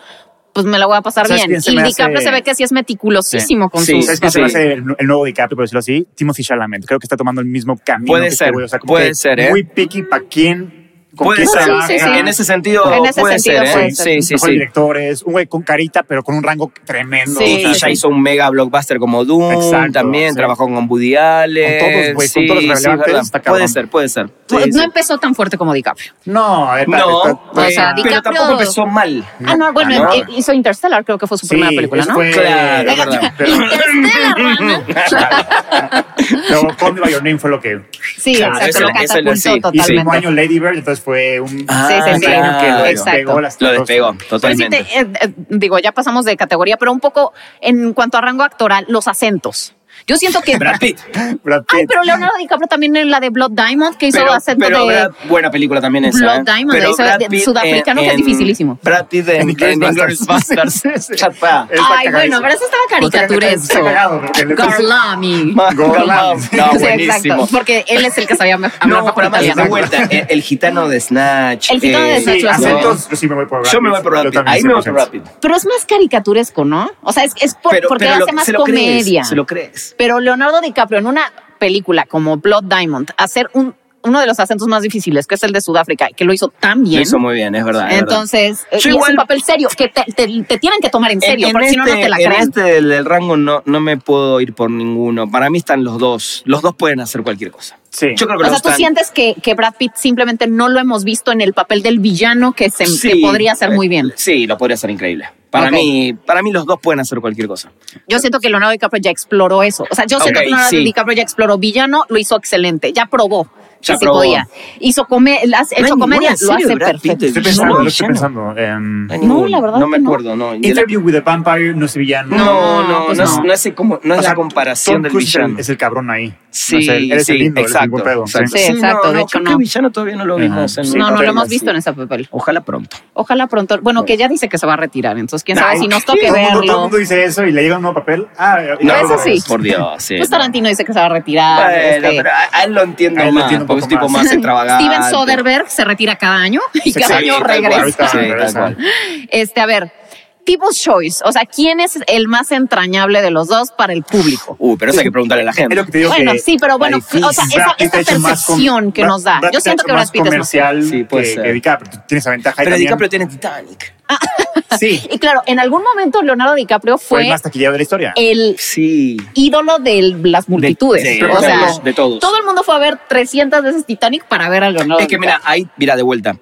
Speaker 1: pues me la voy a pasar
Speaker 2: ¿Sabes
Speaker 1: bien.
Speaker 2: quién se
Speaker 1: Y
Speaker 2: me
Speaker 1: DiCaprio
Speaker 2: hace-
Speaker 1: se ve que sí es meticulosísimo con
Speaker 3: Sí,
Speaker 1: sus
Speaker 2: ¿Sabes quién se me
Speaker 3: Sí.
Speaker 2: hace el, el nuevo DiCaprio, por decirlo así? Timothy Chalamet. Creo que está tomando el mismo camino.
Speaker 3: Puede
Speaker 2: que este
Speaker 3: ser,
Speaker 2: güey. O sea, como
Speaker 3: puede
Speaker 2: que
Speaker 3: ser, ¿eh?
Speaker 2: Muy picky para quién, con
Speaker 3: Puede
Speaker 2: quién
Speaker 3: ser,
Speaker 1: Sí, sí, sí.
Speaker 2: trabaja.
Speaker 3: en ese sentido,
Speaker 1: En ese
Speaker 3: puede,
Speaker 1: sentido
Speaker 3: ser,
Speaker 1: puede
Speaker 3: ¿eh?
Speaker 1: ser.
Speaker 3: Sí, sí,
Speaker 2: mejores
Speaker 3: sí.
Speaker 2: directores, un güey con carita, pero con un rango tremendo.
Speaker 1: Sí,
Speaker 3: Y ya hizo un mega blockbuster como Doom,
Speaker 2: Exacto,
Speaker 3: también
Speaker 2: sí.
Speaker 3: trabajó con Woody Allen.
Speaker 2: Con todos, güey, con
Speaker 3: sí,
Speaker 2: todos los
Speaker 3: sí,
Speaker 2: relevantes,
Speaker 3: verdad.
Speaker 2: está cabrón.
Speaker 3: Puede ser, puede ser.
Speaker 1: Pues
Speaker 3: Sí,
Speaker 1: no
Speaker 3: sí.
Speaker 1: empezó tan fuerte como DiCaprio.
Speaker 2: No, está-
Speaker 3: No,
Speaker 2: está- está-
Speaker 1: no, o sea,
Speaker 3: Pero
Speaker 1: DiCaprio-
Speaker 3: tampoco empezó mal.
Speaker 1: Ah, no, bueno,
Speaker 3: Ah, no.
Speaker 1: eh, hizo Interstellar, creo que fue su
Speaker 2: Sí,
Speaker 1: primera película,
Speaker 2: eso
Speaker 1: ¿no?
Speaker 2: fue-
Speaker 3: Claro,
Speaker 2: Pero-
Speaker 3: verdad.
Speaker 2: pero-
Speaker 1: Interstellar, mana.
Speaker 2: Pero Call Me By Your Name fue lo que...
Speaker 1: Sí,
Speaker 2: Claro,
Speaker 1: exacto,
Speaker 2: eso-
Speaker 1: lo
Speaker 3: eso lo-
Speaker 1: catapultó
Speaker 3: sí, sí.
Speaker 2: Hizo un
Speaker 1: totalmente.
Speaker 2: año Lady Bird, entonces fue un...
Speaker 3: Ah,
Speaker 1: Sí, sí, sí.
Speaker 2: un año que lo
Speaker 1: claro,
Speaker 3: Exacto.
Speaker 2: despegó las
Speaker 3: Lo
Speaker 2: dos.
Speaker 3: despegó,
Speaker 1: Pero sí
Speaker 3: totalmente.
Speaker 1: te- eh, eh, digo, ya pasamos de categoría, pero un poco en cuanto a rango actoral, los acentos. Yo siento que.
Speaker 3: Brad Pitt.
Speaker 2: Brad
Speaker 1: Ay,
Speaker 2: Pitt.
Speaker 1: pero Leonardo DiCaprio también en la de Blood Diamond, que hizo
Speaker 3: Pero,
Speaker 1: acento
Speaker 3: pero
Speaker 1: de.
Speaker 3: Brad- buena película también esa.
Speaker 1: Blood
Speaker 3: ¿eh?
Speaker 1: Diamond,
Speaker 3: Pero
Speaker 1: esa
Speaker 3: Brad
Speaker 1: de-
Speaker 3: Pitt
Speaker 1: sudafricano, que es dificilísimo.
Speaker 3: Brad Pitt de
Speaker 2: En Inglourious
Speaker 3: Inglourious Basterds.
Speaker 2: Basterds.
Speaker 3: Chapa.
Speaker 2: Está
Speaker 1: Ay, bueno,
Speaker 2: cagadísimo.
Speaker 1: pero eso estaba
Speaker 2: Porque está
Speaker 1: caricaturesco.
Speaker 2: cagado, porque le-
Speaker 1: Garlami.
Speaker 2: Garland.
Speaker 3: No,
Speaker 1: Sí, exacto,
Speaker 3: buenísimo.
Speaker 1: porque él es el que sabía me- hablar
Speaker 3: No,
Speaker 1: mejor
Speaker 3: pero además
Speaker 1: italiano.
Speaker 3: de vuelta, el, el gitano de Snatch.
Speaker 1: El gitano de
Speaker 3: eh,
Speaker 1: Snatch,
Speaker 2: Sí,
Speaker 1: Nacho Azul.
Speaker 2: acentos, yo sí me voy por Brad
Speaker 3: Yo me voy
Speaker 2: Pitt.
Speaker 3: por Brad Pitt.
Speaker 2: también,
Speaker 3: Ahí me voy por
Speaker 2: 100%.
Speaker 3: Brad Pitt.
Speaker 1: Pero es más caricaturesco, ¿no? O sea, es, es por-
Speaker 3: Pero-
Speaker 1: porque
Speaker 3: pero
Speaker 1: hace
Speaker 3: lo-
Speaker 1: más
Speaker 3: se lo crees,
Speaker 1: comedia.
Speaker 3: Se lo crees.
Speaker 1: Pero Leonardo DiCaprio en una película como Blood Diamond, hacer un, uno de los acentos más difíciles, que es el de Sudáfrica, que lo hizo tan bien.
Speaker 3: Lo hizo muy bien, es verdad. es verdad.
Speaker 1: Entonces, eh, y
Speaker 3: Yo
Speaker 1: es
Speaker 3: igual-
Speaker 1: un papel serio, que te, te- te tienen que tomar en serio, porque si no, no te la
Speaker 3: en
Speaker 1: creen.
Speaker 3: este del, del rango no, no me puedo ir por ninguno. Para mí están los dos. Los dos pueden hacer cualquier cosa.
Speaker 2: Sí.
Speaker 3: Yo creo que
Speaker 1: O
Speaker 3: los
Speaker 1: sea,
Speaker 3: dos
Speaker 1: tú
Speaker 3: están-
Speaker 1: sientes que, que Brad Pitt simplemente no lo hemos visto en el papel del villano que, se, que
Speaker 3: Sí,
Speaker 1: podría hacer muy bien.
Speaker 3: eh, Sí, lo podría hacer increíble. Para,
Speaker 1: Ok.
Speaker 3: mí, para mí los dos pueden hacer cualquier cosa.
Speaker 1: Yo siento que Leonardo DiCaprio ya exploró eso. O sea, yo siento
Speaker 3: Ok,
Speaker 1: que Leonardo
Speaker 3: sí.
Speaker 1: DiCaprio ya exploró villano, lo hizo excelente, ya probó.
Speaker 3: Ya
Speaker 1: que sí
Speaker 3: probó.
Speaker 1: podía. Hizo, come, la-
Speaker 3: hay
Speaker 1: hecho
Speaker 3: ninguna
Speaker 1: comedia,
Speaker 3: serie
Speaker 1: lo hace
Speaker 3: de Brad Pitt
Speaker 1: perfecto.
Speaker 3: de
Speaker 2: Estoy
Speaker 3: No,
Speaker 2: pensando, lo estoy
Speaker 3: villano.
Speaker 2: pensando. em,
Speaker 3: hay
Speaker 1: No,
Speaker 3: ninguno.
Speaker 1: la verdad
Speaker 3: No me
Speaker 1: que no.
Speaker 3: acuerdo, no. Y de la-
Speaker 2: Interview with a Vampire no es villano.
Speaker 3: No, no,
Speaker 1: No,
Speaker 3: no,
Speaker 1: pues
Speaker 3: es,
Speaker 1: no.
Speaker 3: no es como- no es
Speaker 2: O sea,
Speaker 3: la comparación
Speaker 2: Tom
Speaker 3: del
Speaker 2: Cruise es el-
Speaker 3: villano.
Speaker 2: Es el cabrón ahí.
Speaker 3: Sí,
Speaker 2: No es el- eres
Speaker 3: sí,
Speaker 2: el lindo, eres el
Speaker 3: exacto.
Speaker 2: buen pedo, sí.
Speaker 1: Sí, exacto, de hecho,
Speaker 3: creo que
Speaker 1: no.
Speaker 3: villano todavía no lo vimos.
Speaker 2: Ajá.
Speaker 3: en
Speaker 2: Sí,
Speaker 1: no, no lo
Speaker 3: trailer,
Speaker 1: hemos
Speaker 3: sí.
Speaker 1: visto en esa papel.
Speaker 3: Ojalá pronto.
Speaker 1: Ojalá pronto. Bueno, que ya dice que se va a retirar, entonces quién sabe
Speaker 2: Ay,
Speaker 1: si nos toque
Speaker 2: todo el mundo- Todo el
Speaker 1: verlo.
Speaker 2: mundo dice eso y le llega un nuevo papel. Ah, y
Speaker 1: No,
Speaker 2: ahora
Speaker 1: eso
Speaker 2: lo
Speaker 1: sí.
Speaker 2: ves.
Speaker 3: pues Por Dios, sí.
Speaker 1: Pues
Speaker 3: no.
Speaker 1: Tarantino dice que se va a retirar.
Speaker 3: Bueno,
Speaker 1: este.
Speaker 3: pero a, a él lo entiendo
Speaker 2: A él lo
Speaker 3: más,
Speaker 2: entiendo un
Speaker 3: porque es un
Speaker 2: poco
Speaker 3: tipo
Speaker 2: más.
Speaker 3: más extravagante.
Speaker 1: Steven Soderbergh se retira cada año y
Speaker 2: Sí,
Speaker 1: cada
Speaker 2: sí,
Speaker 1: año
Speaker 2: tal cual,
Speaker 1: regresa.
Speaker 2: ahorita
Speaker 3: Sí, tal
Speaker 2: regresa.
Speaker 3: cual.
Speaker 1: Este, a ver, People's Choice. O sea, ¿quién es el más entrañable de los dos para el público?
Speaker 3: Uh, pero eso hay que preguntarle a la gente.
Speaker 2: Es lo que te digo
Speaker 1: Bueno,
Speaker 2: que
Speaker 1: sí, pero bueno,
Speaker 3: difícil.
Speaker 1: o sea, esa,
Speaker 2: Brad Pitt ha
Speaker 1: esta
Speaker 2: hecho más com-
Speaker 1: percepción que
Speaker 2: Brad-
Speaker 1: nos da. Yo
Speaker 2: Brad Pitt ha
Speaker 1: siento
Speaker 2: hecho
Speaker 1: que Brad
Speaker 2: más
Speaker 1: Pitt es más.
Speaker 2: comercial
Speaker 3: Sí, puede
Speaker 2: que,
Speaker 3: ser.
Speaker 2: que DiCaprio. Tú Tienes esa ventaja ahí
Speaker 3: Pero
Speaker 2: también.
Speaker 3: DiCaprio tiene Titanic.
Speaker 2: Sí,
Speaker 1: Y claro, en algún momento Leonardo DiCaprio
Speaker 2: fue el
Speaker 1: fue
Speaker 2: más taquillero de la historia.
Speaker 1: el
Speaker 3: Sí.
Speaker 1: ídolo de las multitudes.
Speaker 3: sí,
Speaker 1: o
Speaker 2: de
Speaker 1: sea,
Speaker 3: todos, de todos.
Speaker 1: todo el mundo fue a ver 300 veces Titanic para ver a Leonardo
Speaker 3: Es que mira,
Speaker 1: DiCaprio.
Speaker 3: ahí, mira, de vuelta.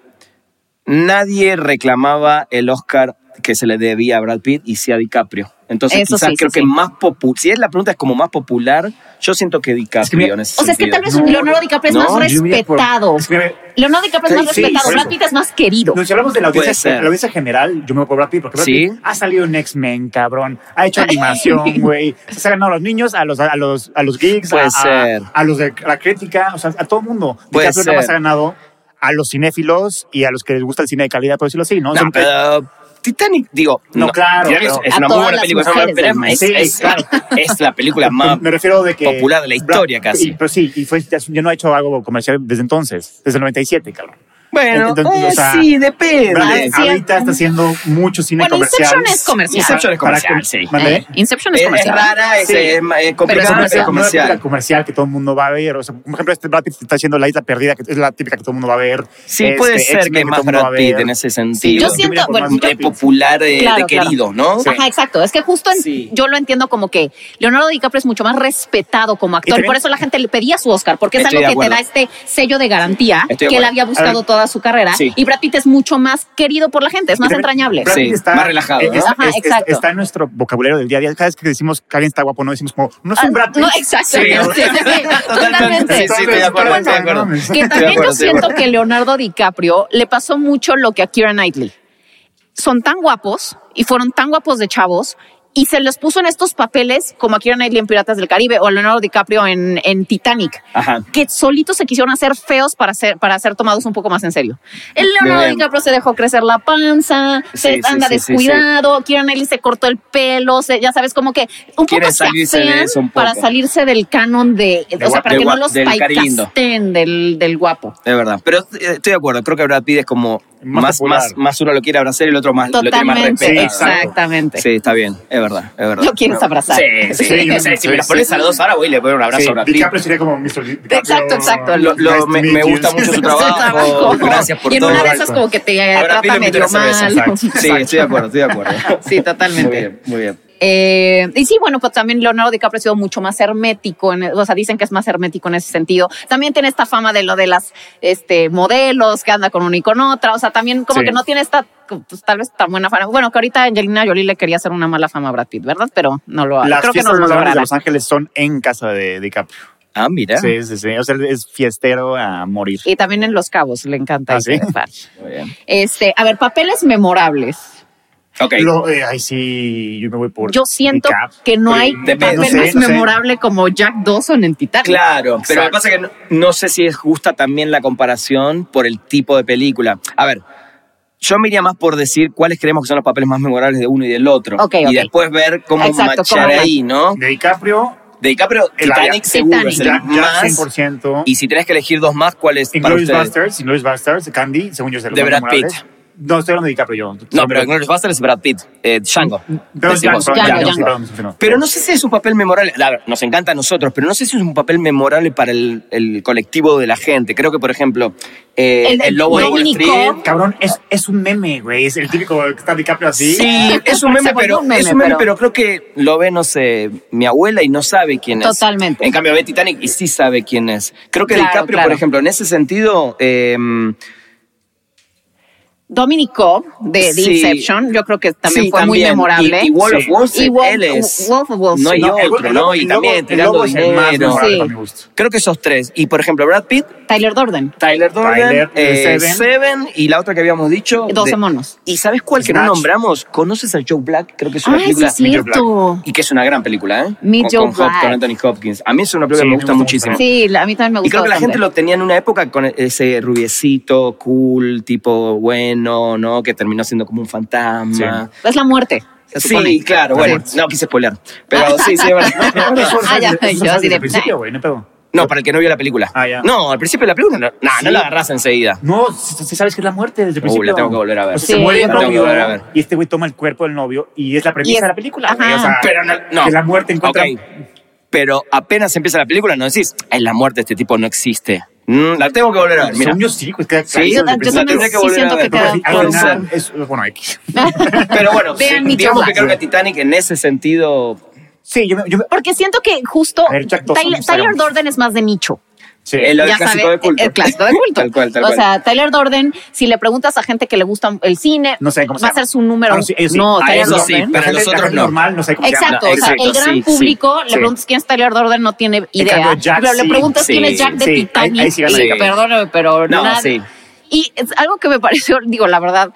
Speaker 3: Nadie reclamaba el Oscar que se le debía a Brad Pitt y sí a DiCaprio. Entonces,
Speaker 1: Eso
Speaker 3: quizás
Speaker 1: sí,
Speaker 3: creo
Speaker 1: sí,
Speaker 3: que
Speaker 1: sí.
Speaker 3: más popular. Si es la pregunta, es como más popular. Yo siento que DiCaprio
Speaker 2: mira,
Speaker 3: en ese
Speaker 1: O sea, es que
Speaker 3: sentido.
Speaker 1: tal vez
Speaker 2: No,
Speaker 1: Leonardo DiCaprio es
Speaker 3: no,
Speaker 1: más
Speaker 2: yo diría por-
Speaker 1: respetado.
Speaker 2: es que-
Speaker 1: Leonardo DiCaprio es más
Speaker 3: Sí,
Speaker 1: respetado.
Speaker 2: por
Speaker 1: Brad
Speaker 2: eso.
Speaker 1: Pitt es más querido.
Speaker 2: No, si hablamos de la
Speaker 3: Puede
Speaker 2: audiencia,
Speaker 3: ser.
Speaker 2: la audiencia general, yo me voy por Brad Pitt, porque Brad
Speaker 3: Sí.
Speaker 2: Pitt ha salido en X-Men, cabrón. Ha hecho animación, güey. Se ha ganado a los niños, a los, a los, a los geeks,
Speaker 3: Puede
Speaker 2: a, a-
Speaker 3: ser.
Speaker 2: a los de la crítica, o sea, a todo el mundo.
Speaker 3: Puede
Speaker 2: DiCaprio nada más
Speaker 3: ser.
Speaker 2: ha ganado a los cinéfilos y a los que les gusta el cine de calidad, por decirlo así, ¿no?
Speaker 3: No,
Speaker 2: Son-
Speaker 3: pero Titanic, digo.
Speaker 2: No, claro,
Speaker 3: Titanic
Speaker 2: pero-
Speaker 3: es,
Speaker 1: A
Speaker 3: una muy
Speaker 1: todas
Speaker 3: buena
Speaker 1: las
Speaker 3: película. es una muy
Speaker 1: mujeres
Speaker 3: buena-
Speaker 1: del
Speaker 3: es-
Speaker 2: mundo.
Speaker 3: es-
Speaker 2: Sí, claro.
Speaker 3: es la película más
Speaker 2: me refiero de que
Speaker 3: popular de la historia,
Speaker 2: Brad-
Speaker 3: casi.
Speaker 2: y- pero sí, y fue, ya, ya no ha hecho algo comercial desde entonces, desde el 97, cabrón.
Speaker 3: Bueno,
Speaker 2: Entonces,
Speaker 3: eh,
Speaker 2: o sea,
Speaker 3: sí, depende.
Speaker 2: Brad
Speaker 1: Ah,
Speaker 2: Pitt
Speaker 1: sí.
Speaker 2: ahorita está haciendo mucho cine
Speaker 1: Bueno,
Speaker 2: comercial.
Speaker 1: Inception es comercial.
Speaker 3: Inception es
Speaker 2: Para-
Speaker 3: comercial,
Speaker 2: para-
Speaker 3: sí.
Speaker 2: ¿Mande?
Speaker 1: Eh, Inception es
Speaker 3: Es, es
Speaker 1: comercial.
Speaker 3: rara, es,
Speaker 2: Sí.
Speaker 3: eh, ma- eh,
Speaker 1: Pero es
Speaker 3: complicada, pero es
Speaker 2: Una película
Speaker 3: comercial.
Speaker 2: comercial que todo el mundo va a ver. O sea, por ejemplo, este Brad Pitt está haciendo La Isla Perdida, que es la típica que todo el mundo va a ver.
Speaker 3: Sí,
Speaker 2: Este,
Speaker 3: puede ser
Speaker 2: X-Men
Speaker 3: que es más
Speaker 2: todo el mundo va
Speaker 3: Brad
Speaker 2: a
Speaker 3: Pitt
Speaker 2: ver.
Speaker 3: en ese
Speaker 1: Sí,
Speaker 3: sentido.
Speaker 1: yo siento-
Speaker 2: mira por
Speaker 1: bueno,
Speaker 2: más Brad
Speaker 3: de
Speaker 2: Pitt.
Speaker 3: popular, eh,
Speaker 1: Claro,
Speaker 3: de
Speaker 1: claro.
Speaker 3: querido, ¿no?
Speaker 2: Sí.
Speaker 1: Ajá, exacto. Es que justo en-
Speaker 3: Sí.
Speaker 1: yo lo entiendo como que Leonardo DiCaprio es mucho más respetado como actor.
Speaker 2: Y también-
Speaker 1: por eso la gente le pedía su Oscar, porque es
Speaker 3: Estoy de
Speaker 1: algo que te
Speaker 3: acuerdo.
Speaker 1: da este sello de garantía
Speaker 3: Estoy de
Speaker 1: que él
Speaker 3: acuerdo.
Speaker 1: había
Speaker 2: A
Speaker 1: buscado
Speaker 2: ver.
Speaker 1: toda su carrera.
Speaker 3: Sí.
Speaker 1: Y Brad Pitt es mucho más querido por la gente, es más
Speaker 2: También
Speaker 1: entrañable.
Speaker 2: Brad
Speaker 3: Sí,
Speaker 2: Pitt
Speaker 3: más relajado, ¿no?
Speaker 1: Ajá, exacto.
Speaker 2: está en nuestro vocabulario del día a día. Cada vez que decimos que alguien está guapo, no decimos como, no es un
Speaker 1: Ah,
Speaker 2: Brad Pitt.
Speaker 1: No, exacto.
Speaker 3: Sí,
Speaker 1: Sí, sí, sí,
Speaker 3: Totalmente.
Speaker 1: totalmente.
Speaker 3: Sí, sí, estoy de acuerdo, estoy de acuerdo.
Speaker 1: Que
Speaker 2: Entonces,
Speaker 3: Estoy de
Speaker 1: también
Speaker 3: acuerdo,
Speaker 1: yo
Speaker 3: estoy de
Speaker 1: siento
Speaker 3: acuerdo.
Speaker 1: que Leonardo DiCaprio le pasó mucho lo que a Keira Knightley. Son tan guapos y fueron tan guapos de chavos y se los puso en estos papeles como a Keira Knightley en Piratas del Caribe o a Leonardo DiCaprio en, en Titanic.
Speaker 3: Ajá.
Speaker 1: Que solitos se quisieron hacer feos para ser, para ser tomados un poco más en serio. El Leonardo
Speaker 3: Bien.
Speaker 1: DiCaprio se dejó crecer la panza, se
Speaker 3: Sí, sí,
Speaker 1: anda
Speaker 3: sí, sí, sí.
Speaker 1: descuidado, Keira Knightley se cortó el pelo, se- ya sabes, como que un
Speaker 3: Quiere
Speaker 1: poco se
Speaker 3: salirse de
Speaker 1: afean
Speaker 3: eso un poco.
Speaker 1: para salirse del canon de, o sea,
Speaker 2: guap-
Speaker 1: para
Speaker 3: de
Speaker 1: que
Speaker 3: guap-
Speaker 1: no los
Speaker 3: del cari lindo.
Speaker 1: paicasten del, del guapo.
Speaker 3: Es verdad. Pero eh, estoy de acuerdo. Creo que Brad Pitt es como
Speaker 2: Más
Speaker 3: más,
Speaker 2: popular.
Speaker 3: más, más uno lo quiere abrazar y el otro más lo tiene más
Speaker 1: Totalmente,
Speaker 3: respeto.
Speaker 1: exactamente.
Speaker 3: Sí, está bien. Es verdad. Es verdad.
Speaker 1: Lo quieres
Speaker 3: No.
Speaker 1: abrazar.
Speaker 3: Sí, sí.
Speaker 2: Sí,
Speaker 3: sí, Si me las
Speaker 2: sí.
Speaker 3: pones a las dos ahora, voy y le voy a un abrazo
Speaker 2: Sí,
Speaker 3: a Brad Pitt.
Speaker 2: DiCaprio sería como Mr. DiCaprio.
Speaker 1: Exacto, exacto.
Speaker 3: Lo- lo-
Speaker 2: Nice to
Speaker 3: me,
Speaker 2: meet
Speaker 3: me
Speaker 2: you.
Speaker 3: gusta mucho su trabajo.
Speaker 1: trabajo.
Speaker 3: Gracias por
Speaker 1: y en
Speaker 3: todo.
Speaker 1: una de esas como que te
Speaker 3: Ahora
Speaker 1: trata
Speaker 3: pido mi
Speaker 1: medio
Speaker 3: cerveza,
Speaker 1: mal.
Speaker 3: exacto. Sí, estoy de acuerdo, estoy de acuerdo.
Speaker 1: Sí,
Speaker 3: Muy
Speaker 1: totalmente.
Speaker 3: bien, muy bien.
Speaker 1: Eh, y sí, bueno, pues también Leonardo DiCaprio ha sido mucho más hermético, en- o sea, dicen que es más hermético en ese sentido. También tiene esta fama de lo de las este, modelos, que anda con una y con otra, o sea, también como
Speaker 2: Sí.
Speaker 1: que no tiene esta, pues, tal vez tan buena fama. Bueno, que ahorita Angelina Jolie le quería hacer una mala fama a Brad Pitt, ¿verdad? Pero no lo ha,
Speaker 2: Las
Speaker 1: creo que no
Speaker 2: fiestas
Speaker 1: lo
Speaker 2: más grandes de
Speaker 1: logrará.
Speaker 2: Los Ángeles son en casa de DiCaprio.
Speaker 3: Ah, mira.
Speaker 2: Sí, sí, sí. O sea, es fiestero a morir.
Speaker 1: Y también en Los Cabos le encanta.
Speaker 2: Ah,
Speaker 1: irse
Speaker 2: ¿sí?
Speaker 1: de party.
Speaker 3: Muy bien.
Speaker 1: Este, a ver, papeles memorables.
Speaker 3: Ok.
Speaker 2: Lo- eh, ay, sí, yo me voy por
Speaker 1: Yo siento
Speaker 2: DiCaprio.
Speaker 1: que no hay
Speaker 3: Depende,
Speaker 1: papel
Speaker 3: no sé,
Speaker 1: más
Speaker 2: no sé.
Speaker 1: memorable como Jack Dawson en Titanic.
Speaker 3: Claro, pero
Speaker 2: Exacto.
Speaker 3: lo que pasa es que no, no sé si es justa también la comparación por el tipo de película. A ver, yo me iría más por decir cuáles creemos que son los papeles más memorables de uno y del otro.
Speaker 1: Ok, ok.
Speaker 3: Y después ver cómo
Speaker 1: Exacto, cómo
Speaker 3: machar
Speaker 1: mach-
Speaker 3: ahí, ¿no?
Speaker 2: De DiCaprio,
Speaker 3: De DiCaprio,
Speaker 2: El Titanic.
Speaker 3: Titanic seguro es el
Speaker 2: Jack, Jack
Speaker 3: más.
Speaker 2: 100%.
Speaker 3: Y si tenés que elegir dos más, ¿cuál es para
Speaker 2: Inglourious
Speaker 3: ustedes?
Speaker 2: Basterds, Inglourious Basterds, Candy, según yo es el
Speaker 3: De
Speaker 2: más
Speaker 3: Brad
Speaker 2: memorable.
Speaker 3: Pitt.
Speaker 2: No, estoy hablando de DiCaprio yo.
Speaker 3: No, pero Inglourious Basterds es Brad Pitt, eh, Django.
Speaker 1: Mm,
Speaker 2: Pero
Speaker 3: Decís
Speaker 2: Jack,
Speaker 3: vos,
Speaker 2: perdón,
Speaker 1: Django,
Speaker 2: Jack,
Speaker 1: Django.
Speaker 2: sí, perdón, sí, no.
Speaker 3: Pero no sé si es un papel memorable. La verdad, nos encanta a nosotros, pero no sé si es un papel memorable para el, el colectivo de la gente. Creo que, por ejemplo, eh,
Speaker 1: El
Speaker 3: el,
Speaker 1: de
Speaker 3: Lobo de Wall
Speaker 1: Dominic
Speaker 3: Street.
Speaker 1: Cooke.
Speaker 2: Cabrón, es, es un meme, güey. Es el típico que está DiCaprio así.
Speaker 3: Ah. Sí, es un meme,
Speaker 1: Se volvió
Speaker 3: pero,
Speaker 1: un meme,
Speaker 3: es un meme,
Speaker 1: pero-
Speaker 3: pero... creo que lo ve, no sé, mi abuela y no sabe quién es.
Speaker 1: Totalmente.
Speaker 3: En cambio, ve Titanic y sí sabe quién es. Creo que
Speaker 1: Claro,
Speaker 3: DiCaprio,
Speaker 1: claro.
Speaker 3: por ejemplo, en ese sentido, em,
Speaker 1: Dominic Cobb de The
Speaker 3: Sí.
Speaker 1: Inception, yo creo que también
Speaker 3: sí,
Speaker 1: fue muy memorable.
Speaker 3: Y, y Wolf
Speaker 2: Sí.
Speaker 3: of Wall Street,
Speaker 1: Y Wolf-
Speaker 3: él es.
Speaker 1: Wolf of Wall
Speaker 3: no hay
Speaker 1: Street.
Speaker 2: el-
Speaker 3: otro,
Speaker 2: el-
Speaker 3: ¿no?
Speaker 2: el
Speaker 3: Y
Speaker 2: lobo-
Speaker 3: también
Speaker 2: el lobo
Speaker 3: tirando
Speaker 2: es el más
Speaker 3: dinero.
Speaker 2: memorable
Speaker 1: Sí.
Speaker 2: para mi gusto.
Speaker 3: Creo que esos tres. Y, por ejemplo, Brad Pitt,
Speaker 1: Tyler Durden.
Speaker 3: Tyler Durden,
Speaker 2: Tyler,
Speaker 3: eh,
Speaker 2: Seven.
Speaker 3: Seven. y la otra que habíamos dicho.
Speaker 1: 12
Speaker 3: de-
Speaker 1: monos.
Speaker 3: ¿Y sabes cuál que no
Speaker 2: Snatch.
Speaker 3: nombramos? ¿Conoces a Joe Black? Creo que es una
Speaker 1: Ah, sí
Speaker 3: película
Speaker 1: es cierto.
Speaker 3: Y que es una gran película, ¿eh?
Speaker 1: Meet
Speaker 3: con,
Speaker 1: Joe
Speaker 3: con Hop-
Speaker 1: Black.
Speaker 3: con Anthony Hopkins. A mí es una película
Speaker 2: Sí,
Speaker 3: que
Speaker 2: me
Speaker 3: me gusta
Speaker 2: gusta
Speaker 3: muchísimo.
Speaker 2: mucho.
Speaker 1: Sí, la- a mí también me
Speaker 3: Y
Speaker 1: gustó.
Speaker 3: creo que la
Speaker 1: bastante.
Speaker 3: gente lo tenía en una época con ese rubiecito, cool, tipo bueno, ¿no? Que terminó siendo como un fantasma.
Speaker 1: Es la muerte. se
Speaker 3: Sí,
Speaker 1: supone.
Speaker 3: claro, bueno,
Speaker 1: Sí.
Speaker 3: no quise spoiler. Pero sí, sí, es verdad.
Speaker 2: No, pero eso-
Speaker 1: Ah, ya,
Speaker 2: eso- eso
Speaker 1: yo
Speaker 2: sabes
Speaker 1: así
Speaker 2: desde
Speaker 1: de-
Speaker 2: el principio, güey, no hay pedo.
Speaker 3: No, para el que no vio la película.
Speaker 2: Ah, ya.
Speaker 3: No, al principio de la película no, nah, no la agarras enseguida.
Speaker 2: No, si si sabes que es la muerte desde el
Speaker 3: Uh,
Speaker 2: principio.
Speaker 3: la tengo que volver a ver.
Speaker 2: O sea, se
Speaker 1: Sí.
Speaker 2: muere el
Speaker 1: La tengo
Speaker 3: que
Speaker 2: novio
Speaker 3: volver a ver.
Speaker 2: y este güey toma el cuerpo del novio y es la premisa
Speaker 1: Y es-
Speaker 2: de la película. güey.
Speaker 1: Ajá.
Speaker 2: O sea,
Speaker 3: Pero no, no.
Speaker 2: que la muerte encuentra.
Speaker 3: Ok, Pero apenas empieza la película, no decís, "Ay, la muerte de este tipo no existe. Mm, la tengo que volver a ver. Mira.
Speaker 2: Según yo sí, güey, queda
Speaker 3: Sí,
Speaker 2: clarísimo
Speaker 1: Yo,
Speaker 2: desde el
Speaker 1: yo
Speaker 2: principio.
Speaker 1: también
Speaker 3: tendría que
Speaker 1: sí
Speaker 3: volver
Speaker 1: siento
Speaker 3: a
Speaker 1: que
Speaker 3: ver.
Speaker 1: queda
Speaker 2: Entonces,
Speaker 1: por un-
Speaker 2: pues, al final es
Speaker 3: Pero sí,
Speaker 2: bueno X.
Speaker 3: Pero bueno, sí,
Speaker 1: Vean mi
Speaker 3: digamos
Speaker 1: Joe
Speaker 3: que
Speaker 1: Black.
Speaker 3: creo que Titanic en ese sentido.
Speaker 2: Sí, yo, me- yo me-
Speaker 1: Porque siento que justo
Speaker 2: A ver, Jack Dawson,
Speaker 1: Tyler,
Speaker 2: Instagram.
Speaker 1: Tyler Durden es más de nicho.
Speaker 2: sí.
Speaker 3: El-
Speaker 1: ya
Speaker 3: clásico
Speaker 1: sabe,
Speaker 3: de culto.
Speaker 1: El clásico de culto.
Speaker 3: Tal cual, tal
Speaker 1: o
Speaker 3: cual.
Speaker 1: sea, Tyler Durden, si le preguntas a gente que le gusta el cine,
Speaker 2: No saben cómo se
Speaker 1: va a
Speaker 2: llama.
Speaker 1: ser su número.
Speaker 2: Ah, sí, ellos sí.
Speaker 1: No,
Speaker 3: Ah,
Speaker 1: Tyler
Speaker 3: eso sí,
Speaker 1: Durden.
Speaker 3: pero
Speaker 2: la gente,
Speaker 3: los
Speaker 2: la
Speaker 3: otros
Speaker 2: gente
Speaker 3: no.
Speaker 2: normal no sabe cómo se llama.
Speaker 1: Exacto,
Speaker 3: No,
Speaker 1: o sea,
Speaker 3: exacto,
Speaker 1: el gran
Speaker 3: sí,
Speaker 1: público le
Speaker 2: Pues sí.
Speaker 1: preguntas quién es Tyler Durden, no tiene idea.
Speaker 2: cambio, Jack
Speaker 1: pero le
Speaker 2: sí,
Speaker 1: preguntas quién
Speaker 3: sí,
Speaker 1: es Jack de
Speaker 2: sí, ahí-
Speaker 1: Titanic.
Speaker 2: ahí sí gana
Speaker 1: y-
Speaker 3: DiCaprio.
Speaker 1: Perdóname, pero
Speaker 3: No,
Speaker 1: nada-
Speaker 3: sí.
Speaker 1: Y es algo que me pareció, digo, la verdad,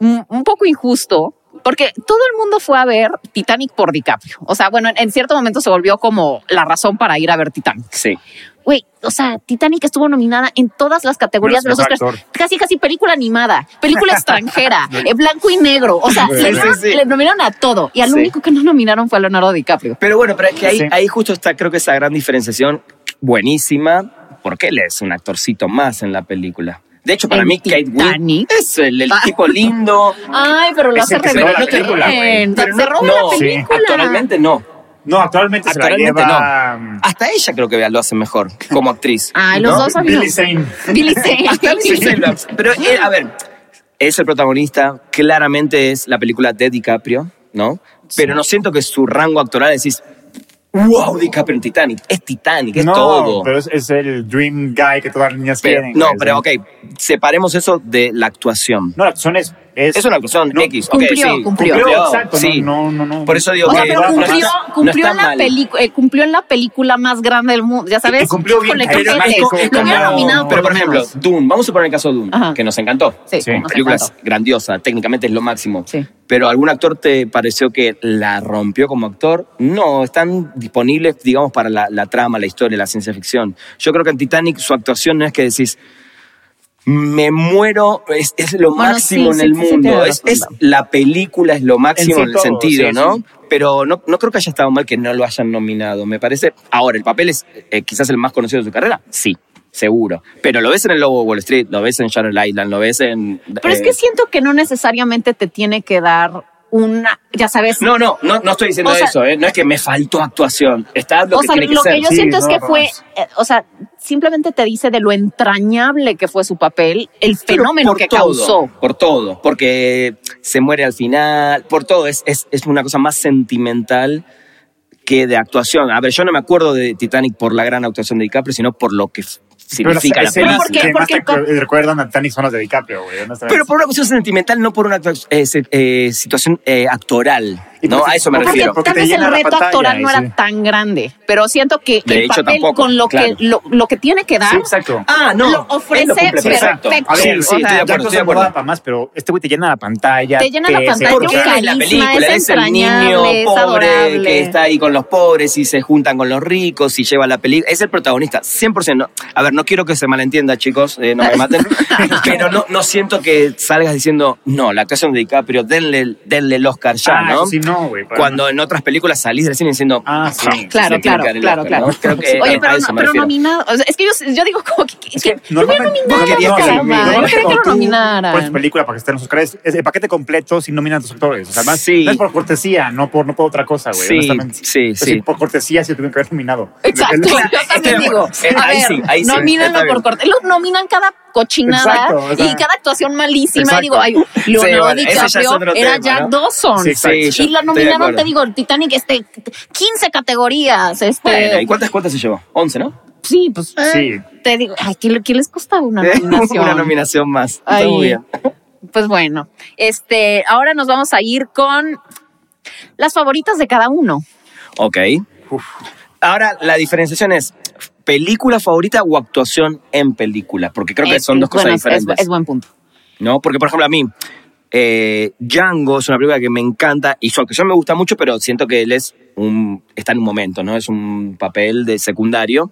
Speaker 1: un un poco injusto. Porque todo el mundo fue a ver Titanic por DiCaprio. O sea, bueno, en- en cierto momento se volvió como la razón para ir a ver Titanic.
Speaker 3: Sí.
Speaker 1: Güey, o sea, Titanic estuvo nominada en todas las categorías de
Speaker 2: Menos
Speaker 1: los
Speaker 2: mejor
Speaker 1: Oscars. Casi, casi película animada, película extranjera, en blanco y negro. O sea,
Speaker 2: Sí,
Speaker 1: le,
Speaker 2: sí,
Speaker 1: dieron-
Speaker 3: sí.
Speaker 1: le nominaron a todo. Y al
Speaker 3: Sí.
Speaker 1: único que no nominaron fue a Leonardo DiCaprio.
Speaker 3: Pero bueno, pero es que ahí,
Speaker 2: Sí.
Speaker 3: ahí justo está, creo que esa gran diferenciación buenísima, porque él es un actorcito más en la película. De hecho, para
Speaker 1: ¿En
Speaker 3: mí, Kate Winslet
Speaker 1: Titanic?
Speaker 3: es el, el
Speaker 1: Ah.
Speaker 3: tipo lindo.
Speaker 1: Ay, pero lo
Speaker 2: Es
Speaker 1: hace
Speaker 2: el que se
Speaker 1: re
Speaker 2: roba la
Speaker 1: bien.
Speaker 2: película, güey.
Speaker 1: Se roba la
Speaker 2: sí.
Speaker 1: película.
Speaker 3: Actualmente no.
Speaker 2: No, actualmente, se la
Speaker 3: Actualmente no.
Speaker 2: lleva mm,
Speaker 3: Hasta ella creo que lo hace mejor como actriz.
Speaker 1: Ay, los
Speaker 3: ¿no?
Speaker 1: dos son
Speaker 2: Billy
Speaker 1: los-
Speaker 2: Zane.
Speaker 1: Billy Zane.
Speaker 3: Hasta Alice in Chains. Pero eh, a ver, es el protagonista, claramente es la película de DiCaprio, ¿no? Pero no siento que su rango actoral decís, wow, DiCaprio en Titanic, es Titanic, es
Speaker 2: no,
Speaker 3: todo.
Speaker 2: pero es, es el dream guy que todas las niñas
Speaker 3: Pero-
Speaker 2: quieren.
Speaker 3: no,
Speaker 2: güey,
Speaker 3: pero
Speaker 2: ¿sí?
Speaker 3: ok, separemos eso de la actuación.
Speaker 2: No, la acción es... Es,
Speaker 3: Es una actuación
Speaker 2: No,
Speaker 3: X, ok,
Speaker 1: cumplió,
Speaker 3: sí.
Speaker 1: cumplió.
Speaker 2: Cumplió, exacto,
Speaker 3: sí.
Speaker 2: no, no, no, no.
Speaker 3: Por eso digo
Speaker 1: O sea,
Speaker 3: que
Speaker 1: pero
Speaker 3: no
Speaker 1: cumplió,
Speaker 3: está- no
Speaker 1: cumplió,
Speaker 3: está
Speaker 1: en la
Speaker 3: mal.
Speaker 1: pelicu- eh, cumplió en la película más grande del mundo, ya sabes.
Speaker 2: Y cumplió bien,
Speaker 1: Híjole, qué
Speaker 2: pero-
Speaker 1: ojete.
Speaker 2: pero-
Speaker 1: Lo hubiera
Speaker 2: como-
Speaker 1: nominado
Speaker 3: Pero, por
Speaker 1: lo
Speaker 3: ejemplo,
Speaker 1: menos.
Speaker 3: Dune, vamos a poner el caso de Dune,
Speaker 1: Ajá.
Speaker 3: que nos encantó.
Speaker 1: Sí,
Speaker 2: Sí.
Speaker 1: nos
Speaker 3: La película es
Speaker 1: encantó.
Speaker 3: grandiosa, técnicamente es lo máximo.
Speaker 1: Sí.
Speaker 3: Pero ¿algún actor te pareció que la rompió como actor? No, están disponibles, digamos, para la, la trama, la historia, la ciencia ficción. Yo creo que en Titanic su actuación no es que decís, me muero, es, es lo
Speaker 1: Bueno,
Speaker 3: máximo
Speaker 1: sí,
Speaker 3: en el
Speaker 1: sí, sí,
Speaker 3: mundo.
Speaker 1: tienes
Speaker 3: es, es
Speaker 1: razón.
Speaker 3: la película es lo máximo
Speaker 2: En sí
Speaker 3: en, el
Speaker 2: todo,
Speaker 3: sentido,
Speaker 2: sí,
Speaker 3: ¿no?
Speaker 2: sí.
Speaker 3: Pero no, no creo que haya estado mal que no lo hayan nominado, me parece. Ahora, el papel es eh, quizás el más conocido de su carrera, sí, seguro. Pero lo ves en El Lobo de Wall Street, lo ves en Shadow Island, lo ves en...
Speaker 1: Pero es
Speaker 3: eh,
Speaker 1: que siento que no necesariamente te tiene que dar una, ya sabes.
Speaker 3: No, no, no, no estoy diciendo
Speaker 1: O sea-
Speaker 3: eso, ¿eh? no es que me faltó actuación. Está lo
Speaker 1: o
Speaker 3: que
Speaker 1: sea,
Speaker 3: tiene que
Speaker 1: lo
Speaker 3: ser.
Speaker 1: que yo
Speaker 2: Sí,
Speaker 1: siento es
Speaker 2: no,
Speaker 1: que
Speaker 2: no,
Speaker 1: fue,
Speaker 2: es-
Speaker 1: eh, o sea, simplemente te dice de lo entrañable que fue su papel, el
Speaker 3: Pero
Speaker 1: fenómeno
Speaker 3: por
Speaker 1: que
Speaker 3: todo,
Speaker 1: causó.
Speaker 3: Por todo, porque se muere al final, por todo. Es, es, es una cosa más sentimental que de actuación. A ver, yo no me acuerdo de Titanic por la gran actuación de DiCaprio, sino por lo que f- significa la
Speaker 2: las escenas
Speaker 3: película.
Speaker 1: ¿Por qué?
Speaker 2: que más
Speaker 1: Porque
Speaker 2: te
Speaker 1: con-
Speaker 2: cu- recuerdan a Titanic son las de DiCaprio, güey. honestamente.
Speaker 3: Pero por una cuestión sentimental, no por una actua- eh, se- eh, situación eh, actoral.
Speaker 2: Y
Speaker 3: No,
Speaker 2: porque-
Speaker 3: a eso me
Speaker 2: porque-
Speaker 3: refiero.
Speaker 1: Tal
Speaker 2: te
Speaker 1: vez el
Speaker 2: llena la
Speaker 1: reto
Speaker 2: pantalla,
Speaker 1: actoral no
Speaker 2: ese.
Speaker 1: era tan grande, pero siento que
Speaker 3: De
Speaker 1: el
Speaker 3: hecho,
Speaker 1: papel
Speaker 3: tampoco,
Speaker 1: con lo
Speaker 3: claro.
Speaker 1: que lo, lo que tiene que dar
Speaker 2: Sí, exacto.
Speaker 3: Ah, no.
Speaker 1: Lo ofrece
Speaker 3: él cumple
Speaker 1: perfecto.
Speaker 2: A ver,
Speaker 3: Sí, sí, estoy de
Speaker 2: ya
Speaker 3: acuerdo,
Speaker 2: cosas
Speaker 3: estoy de
Speaker 2: no
Speaker 3: acuerdo.
Speaker 2: daban para más, pero este güey te llena la pantalla.
Speaker 1: Te llena la pantalla,
Speaker 2: seduce.
Speaker 1: Porque
Speaker 3: Porque
Speaker 1: un
Speaker 3: es la
Speaker 1: carisma,
Speaker 3: película,
Speaker 1: es
Speaker 3: es, el
Speaker 1: entrañable,
Speaker 3: niño
Speaker 1: es
Speaker 3: pobre
Speaker 1: adorable.
Speaker 3: que está ahí con los pobres y se juntan con los ricos y lleva la película. Es el protagonista, 100%. No- A ver, no quiero que se malentienda, chicos, eh, no me maten, pero no, no siento que salgas diciendo, no, la actuación de DiCaprio, denle, denle el Oscar ya,
Speaker 2: Ah,
Speaker 3: ¿no?
Speaker 2: eso sí, no, güey. para
Speaker 3: Cuando en otras películas salís del cine diciendo,
Speaker 2: Ah, sí.
Speaker 3: "Ah,
Speaker 1: Claro,
Speaker 3: le tiene
Speaker 1: claro,
Speaker 3: que dar el
Speaker 1: claro,
Speaker 3: Oscar", ¿no?
Speaker 1: claro.
Speaker 3: Creo que
Speaker 1: Oye,
Speaker 3: a-
Speaker 1: pero,
Speaker 3: a
Speaker 1: no-
Speaker 3: eso me
Speaker 1: pero
Speaker 3: refiero.
Speaker 1: nominado. o sea, es que yo, yo digo como que. que- que
Speaker 2: Normalmente-
Speaker 1: nominaron,
Speaker 3: querían que
Speaker 1: caramba,
Speaker 3: nominaran.
Speaker 1: yo quería que lo
Speaker 2: Cuando tú
Speaker 1: nominaran.
Speaker 2: Pones película para que estén los Oscars. Es el paquete completo sin nominar a tus actores. O sea, más,
Speaker 3: Sí.
Speaker 2: no es por cortesía, no por, no por otra cosa, güey.
Speaker 3: Sí,
Speaker 2: honestamente.
Speaker 3: sí,
Speaker 2: Es
Speaker 3: sí.
Speaker 2: decir, por cortesía sí lo tuvieron que haber nominado.
Speaker 1: Exacto,
Speaker 2: Depende-
Speaker 1: yo
Speaker 3: Estoy
Speaker 1: también
Speaker 3: de
Speaker 1: digo.
Speaker 3: acuerdo. Eh,
Speaker 1: A
Speaker 3: ahí
Speaker 1: ver,
Speaker 3: sí, ahí sí,
Speaker 1: nomínenlo
Speaker 3: está bien.
Speaker 1: por corte. Lo nominan cada cochinada
Speaker 2: Exacto, o sea.
Speaker 1: y cada actuación malísima.
Speaker 2: Exacto.
Speaker 1: Digo, ay, Leonardo
Speaker 3: bueno, ese ya es
Speaker 1: DiCaprio
Speaker 3: otro
Speaker 1: era
Speaker 3: tema,
Speaker 1: Jack
Speaker 3: ¿no?
Speaker 1: Dawson.
Speaker 2: Sí, exacto.
Speaker 3: Sí, yo
Speaker 1: y la
Speaker 3: estoy de
Speaker 1: nominaron,
Speaker 3: acuerdo.
Speaker 1: te digo, el Titanic, este, 15 categorías. Este,
Speaker 3: Bueno, ¿y cuántas, cuántas se llevó? 11, ¿no?
Speaker 1: Sí, pues.
Speaker 2: Sí.
Speaker 1: Te digo, ay, ¿qué, le- qué les costaba una nominación?
Speaker 3: Una nominación más. Está
Speaker 1: Ay.
Speaker 3: muy bien.
Speaker 1: Pues bueno, este, ahora nos vamos a ir con las favoritas de cada uno.
Speaker 3: Ok. Ahora, la diferenciación es película favorita o actuación en película, porque creo que
Speaker 1: Eh,
Speaker 3: son dos cosas
Speaker 1: bueno, es-
Speaker 3: diferentes.
Speaker 1: Es, buen punto.
Speaker 3: ¿No? Porque, por ejemplo, a mí, eh, Django es una película que me encanta y su actuación me gusta mucho, pero siento que él es un, está en un momento, ¿no? Es un papel de secundario,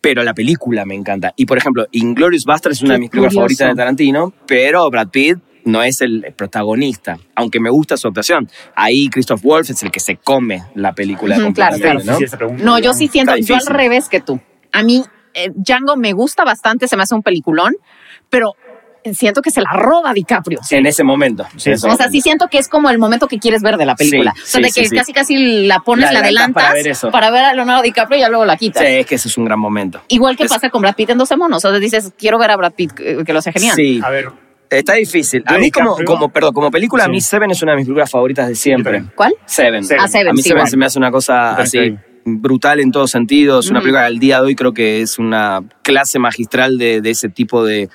Speaker 3: pero la película me encanta. Y, por ejemplo, Inglorious Basterds es una
Speaker 1: Qué
Speaker 3: de mis películas
Speaker 1: curioso.
Speaker 3: favoritas de Tarantino, pero Brad Pitt no es el protagonista, aunque me gusta su actuación. Ahí Christoph Wolf es el que se come la película.
Speaker 1: Ujú, claro,
Speaker 3: completamente,
Speaker 2: claro.
Speaker 3: ¿no?
Speaker 2: Sí, esa pregunta,
Speaker 1: No, yo
Speaker 2: digamos.
Speaker 1: sí siento,
Speaker 3: Está
Speaker 1: yo al
Speaker 3: difícil.
Speaker 1: revés que tú. A mí, eh, Django me gusta bastante, se me hace un peliculón, pero siento que se la roba DiCaprio.
Speaker 3: Sí, en ese momento.
Speaker 2: Sí,
Speaker 3: En ese
Speaker 1: O sea,
Speaker 3: momento.
Speaker 1: sí siento que es como el momento que quieres ver de la película.
Speaker 3: Sí,
Speaker 1: o sea,
Speaker 3: sí,
Speaker 1: de que
Speaker 3: sí, sí.
Speaker 1: casi casi la pones,
Speaker 3: La
Speaker 1: la,
Speaker 3: adelantas
Speaker 1: adelantas
Speaker 3: para
Speaker 1: para
Speaker 3: ver
Speaker 1: ver,
Speaker 3: eso.
Speaker 1: a Leonardo DiCaprio y ya luego la quitas.
Speaker 3: Sí, es que ese es un gran momento.
Speaker 1: Igual que
Speaker 3: Es-
Speaker 1: pasa con Brad Pitt en 12 monos. O sea, dices, quiero ver a Brad Pitt, eh, que lo hace genial.
Speaker 3: Sí.
Speaker 2: A ver,
Speaker 3: Está difícil. A
Speaker 2: Yo
Speaker 3: mí como,
Speaker 2: DiCaprio-
Speaker 3: como, perdón, como película, a
Speaker 2: Sí.
Speaker 3: mí Seven es una de mis películas favoritas de
Speaker 2: Yo
Speaker 3: siempre.
Speaker 2: también.
Speaker 1: ¿Cuál?
Speaker 3: Seven.
Speaker 2: Seven.
Speaker 1: Ah, Seven,
Speaker 3: a mí
Speaker 1: sí,
Speaker 3: Seven
Speaker 1: igual.
Speaker 3: se me hace una cosa
Speaker 2: Yo
Speaker 3: así
Speaker 2: también.
Speaker 3: brutal en todos sentidos. Una
Speaker 1: Ujú.
Speaker 3: película que al día de hoy creo que es una clase magistral de, de ese tipo de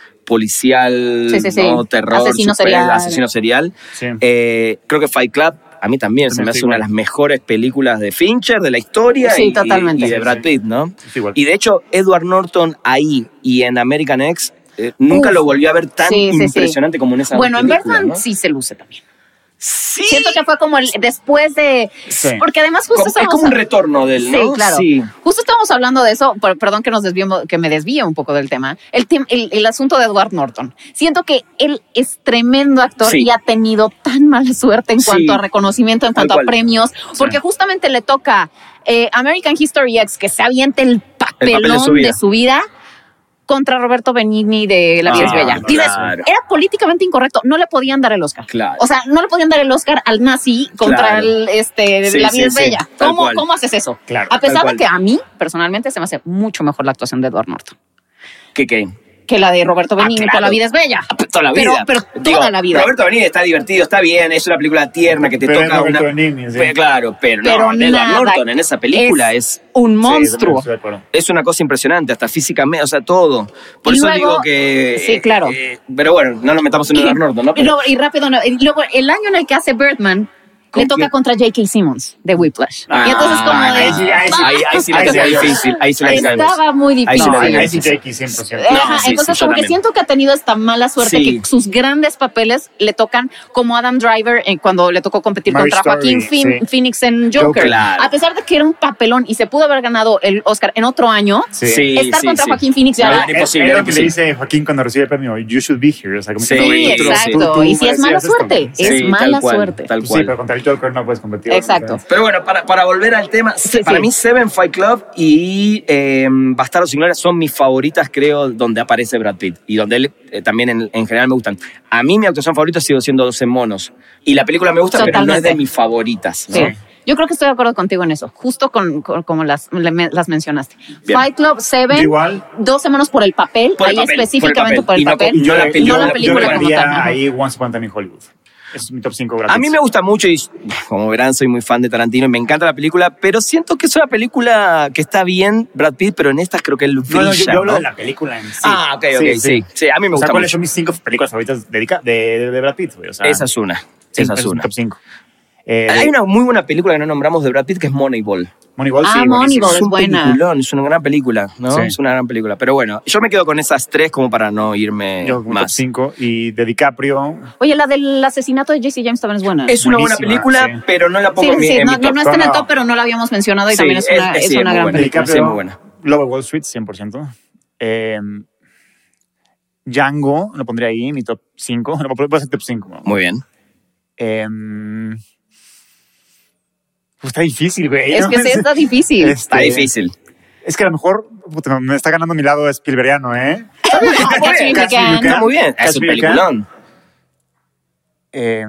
Speaker 3: policial,
Speaker 1: Sí, sí, sí.
Speaker 3: ¿no? terror,
Speaker 1: Asesino serial.
Speaker 3: asesino serial.
Speaker 2: sí.
Speaker 3: Eh, creo que Fight Club a mí también se
Speaker 2: También
Speaker 3: me
Speaker 2: estoy
Speaker 3: hace una
Speaker 2: igual.
Speaker 3: de las mejores películas de Fincher, de la historia
Speaker 1: Sí,
Speaker 3: y- y,
Speaker 1: totalmente.
Speaker 3: y de
Speaker 2: Sí,
Speaker 3: Brad
Speaker 2: sí.
Speaker 3: Pitt, ¿no?
Speaker 2: Es igual.
Speaker 3: Y de hecho, Edward Norton ahí y en American X eh, nunca
Speaker 1: Uf.
Speaker 3: lo volví a ver tan
Speaker 1: Sí, sí, sí.
Speaker 3: impresionante como en esa
Speaker 1: Bueno, en
Speaker 3: película,
Speaker 1: Birdman
Speaker 3: ¿no?
Speaker 1: sí se luce también.
Speaker 3: Sí.
Speaker 1: Siento que fue como el después de...
Speaker 2: Sí.
Speaker 1: Porque además justo
Speaker 3: Como- es
Speaker 1: estábamos
Speaker 3: como un
Speaker 1: a-
Speaker 3: retorno del, ¿no?
Speaker 1: Sí, claro. Justo estábamos hablando de eso, per- perdón que nos desviemos, que me desvíe un poco del tema. El, tem- el, el asunto de Edward Norton. Siento que él es tremendo actor
Speaker 3: Sí.
Speaker 1: y ha tenido tan mala suerte en
Speaker 3: Sí.
Speaker 1: cuanto a reconocimiento, en
Speaker 3: Tal
Speaker 1: cuanto a
Speaker 3: cual.
Speaker 1: premios, porque justamente le toca eh, American History X que se aviente el papelón
Speaker 3: papel de su
Speaker 1: de,
Speaker 3: vida.
Speaker 1: su vida contra Roberto Benigni de La vida es
Speaker 3: Ah,
Speaker 1: bella. Dices,
Speaker 3: claro.
Speaker 1: era políticamente incorrecto, no le podían dar el Oscar.
Speaker 3: Claro.
Speaker 1: O sea, no le podían dar el Oscar al nazi contra
Speaker 3: Claro.
Speaker 1: el este
Speaker 3: Sí,
Speaker 1: La
Speaker 3: sí,
Speaker 1: vida es
Speaker 3: sí,
Speaker 1: bella.
Speaker 3: tal
Speaker 1: ¿Cómo,
Speaker 3: cual.
Speaker 1: ¿Cómo haces eso?
Speaker 2: Claro,
Speaker 1: a pesar
Speaker 3: tal
Speaker 1: de que a mí, personalmente, se me hace mucho mejor la actuación de Edward Norton
Speaker 3: ¿Qué qué?
Speaker 1: que la de Roberto Benigni,
Speaker 3: Ah, claro.
Speaker 1: que la vida es bella.
Speaker 3: Toda la
Speaker 1: Pero-
Speaker 3: vida.
Speaker 1: Pero,
Speaker 3: Digo,
Speaker 1: toda la vida.
Speaker 3: Roberto Benigni está divertido, está bien, es una película tierna que te
Speaker 2: Pero es
Speaker 3: toca
Speaker 2: Roberto
Speaker 3: una.
Speaker 2: Benigni, sí.
Speaker 3: Pero claro, pero,
Speaker 1: Pero
Speaker 3: no, Edward
Speaker 1: nada,
Speaker 3: Norton en esa película es
Speaker 1: un
Speaker 2: Sí,
Speaker 1: monstruo.
Speaker 2: estoy de acuerdo.
Speaker 3: es una cosa impresionante, hasta físicamente, o sea, todo. Por
Speaker 1: Y
Speaker 3: eso
Speaker 1: luego-
Speaker 3: digo que.
Speaker 1: sí, claro.
Speaker 3: eh, pero bueno, no nos metamos en
Speaker 1: Y-
Speaker 3: el Norton, ¿no?
Speaker 1: y, luego- y rápido, no, y luego el año en el que hace Birdman,
Speaker 3: ¿Con
Speaker 1: le toca
Speaker 3: quién?
Speaker 1: contra J.K. Simmons de Whiplash.
Speaker 3: Ah,
Speaker 1: y entonces, como de. "Ah,
Speaker 3: ahí, sí- ahí sí- ahí- ahí sí la
Speaker 2: Ahí
Speaker 3: tengo
Speaker 2: sí, ahí sí.
Speaker 3: difícil. Ahí sí la tengo
Speaker 1: Estaba muy
Speaker 3: Ahí sí
Speaker 1: difícil.
Speaker 2: No,
Speaker 3: la
Speaker 2: ahí
Speaker 3: vi.
Speaker 2: ahí sí, Jakey, 100%.
Speaker 3: No,
Speaker 1: Ajá,
Speaker 3: sí, sí,
Speaker 1: entonces
Speaker 3: yo
Speaker 1: como que
Speaker 3: también.
Speaker 1: siento que ha tenido esta mala suerte
Speaker 3: Sí.
Speaker 1: que sus grandes papeles le tocan como Adam Driver en- cuando le tocó competir
Speaker 2: Marriage
Speaker 1: contra Joaquín
Speaker 2: Story,
Speaker 1: Phoen-
Speaker 2: sí.
Speaker 1: Phoenix en Joker.
Speaker 2: Joker.
Speaker 3: Claro.
Speaker 1: A pesar de que era un papelón y se pudo haber ganado el Oscar en otro año,
Speaker 2: Sí. Ah,
Speaker 1: estar contra Joaquín Phoenix ya
Speaker 3: No,
Speaker 1: era-
Speaker 3: era imposible.
Speaker 2: Es
Speaker 3: era
Speaker 2: lo que le
Speaker 3: imposible.
Speaker 2: dice Joaquín cuando recibe el premio, you should be here. O sea, como
Speaker 3: Sí,
Speaker 2: que,
Speaker 1: Sí,
Speaker 2: güey,
Speaker 3: tú-
Speaker 1: exacto.
Speaker 2: tú- tú
Speaker 1: y si es mala
Speaker 2: merecías esto.
Speaker 1: suerte,
Speaker 2: pues, Sí, pues,
Speaker 1: es
Speaker 3: Sí,
Speaker 1: mala
Speaker 3: tal cual,
Speaker 1: suerte.
Speaker 3: Tal
Speaker 2: Sí,
Speaker 3: cual.
Speaker 2: pero contra el Joker no puedes competir.
Speaker 1: Exacto.
Speaker 2: O sea,
Speaker 3: Pero bueno, para, para volver al tema,
Speaker 1: Sí,
Speaker 3: para
Speaker 1: sí.
Speaker 3: mí Seven Fight Club y eh, Bastardo sin Gloria son mis favoritas, creo, donde aparece Brad Pitt y donde él eh, también en, en general me gustan. A mí mi actuación favorita sigue siendo 12 monos y la película me gusta, pero no es
Speaker 1: Totalmente.
Speaker 3: de mis favoritas. ¿no?
Speaker 1: Sí. Yo creo que estoy de acuerdo contigo en eso, justo con, con- como las, le- me- las mencionaste.
Speaker 3: Bien.
Speaker 1: Fight Club Seven,
Speaker 2: Igual.
Speaker 1: dos semanas por el papel,
Speaker 3: Por el
Speaker 1: ahí
Speaker 3: papel, por el
Speaker 1: específicamente
Speaker 3: papel.
Speaker 1: por el
Speaker 3: Y no-
Speaker 1: papel.
Speaker 3: y yo la
Speaker 2: yo-
Speaker 3: peli-
Speaker 1: no
Speaker 2: yo-
Speaker 1: la
Speaker 2: yo
Speaker 1: película como
Speaker 2: agregaría
Speaker 1: tal, ajá.
Speaker 2: ahí Once Upon a Time in Hollywood. Es mi top 5 gratis.
Speaker 3: A mí me gusta mucho y como verán soy muy fan de Tarantino y me encanta la película, pero siento que es una película que está bien Brad Pitt, pero en estas creo que él brilla.
Speaker 2: No, no, yo, yo hablo
Speaker 3: ¿no?
Speaker 2: de la película en sí.
Speaker 3: Ah, ok, ok, sí. Sí, a mí me
Speaker 2: O sea,
Speaker 3: gusta
Speaker 2: ¿cuáles
Speaker 3: mucho.
Speaker 2: son mis 5 películas favoritas de, Dica- de, de, de Brad Pitt? güey? O sea,
Speaker 3: Esa es una.
Speaker 2: Ah. sí,
Speaker 3: esa es
Speaker 2: es mi
Speaker 3: una.
Speaker 2: top 5. Eh,
Speaker 3: Hay una muy buena película que no nombramos de Brad Pitt que es Moneyball.
Speaker 2: Moneyball, sí,
Speaker 1: Ah,
Speaker 2: buenísimo.
Speaker 1: Moneyball.
Speaker 3: es
Speaker 1: es
Speaker 3: un
Speaker 1: buena.
Speaker 3: peliculón, es una gran película, ¿no?
Speaker 2: Sí.
Speaker 3: Es una gran película. Pero bueno, yo me quedo con esas tres como para no irme
Speaker 2: Yo como top
Speaker 3: más.
Speaker 2: 5. Y de DiCaprio,
Speaker 1: Oye, la del asesinato de JC James también es buena.
Speaker 3: Es una buena
Speaker 2: Buenísima,
Speaker 3: película,
Speaker 2: sí.
Speaker 3: pero no la pongo
Speaker 1: sí,
Speaker 3: en mi,
Speaker 1: sí,
Speaker 3: en
Speaker 1: no,
Speaker 3: mi
Speaker 1: no,
Speaker 3: top.
Speaker 1: no está en el
Speaker 2: No.
Speaker 1: top, pero no la habíamos mencionado y
Speaker 3: Sí,
Speaker 1: también es
Speaker 3: es-
Speaker 1: una,
Speaker 3: es-
Speaker 1: es
Speaker 3: sí,
Speaker 1: una
Speaker 3: es muy
Speaker 1: gran
Speaker 3: buena.
Speaker 1: película.
Speaker 2: DiCaprio,
Speaker 3: sí, muy buena.
Speaker 2: Lobo de Wall Street, 100%. Eh, Django, lo pondría ahí, mi top 5. No, puedo hacer top 5.
Speaker 3: Muy bien.
Speaker 2: Eh, pues está difícil, güey.
Speaker 1: Es
Speaker 2: ¿no?
Speaker 1: que sí, está difícil.
Speaker 2: Este,
Speaker 3: Está difícil.
Speaker 2: Es que a lo mejor puta, me está ganando mi lado Spielbergiano, ¿eh?
Speaker 1: Catch Me If You Can.
Speaker 2: Catch Me If You
Speaker 3: Está
Speaker 2: Can.
Speaker 3: muy bien. Es
Speaker 2: Catch
Speaker 3: un
Speaker 2: Me If You Can.
Speaker 3: peliculón.
Speaker 2: Eh,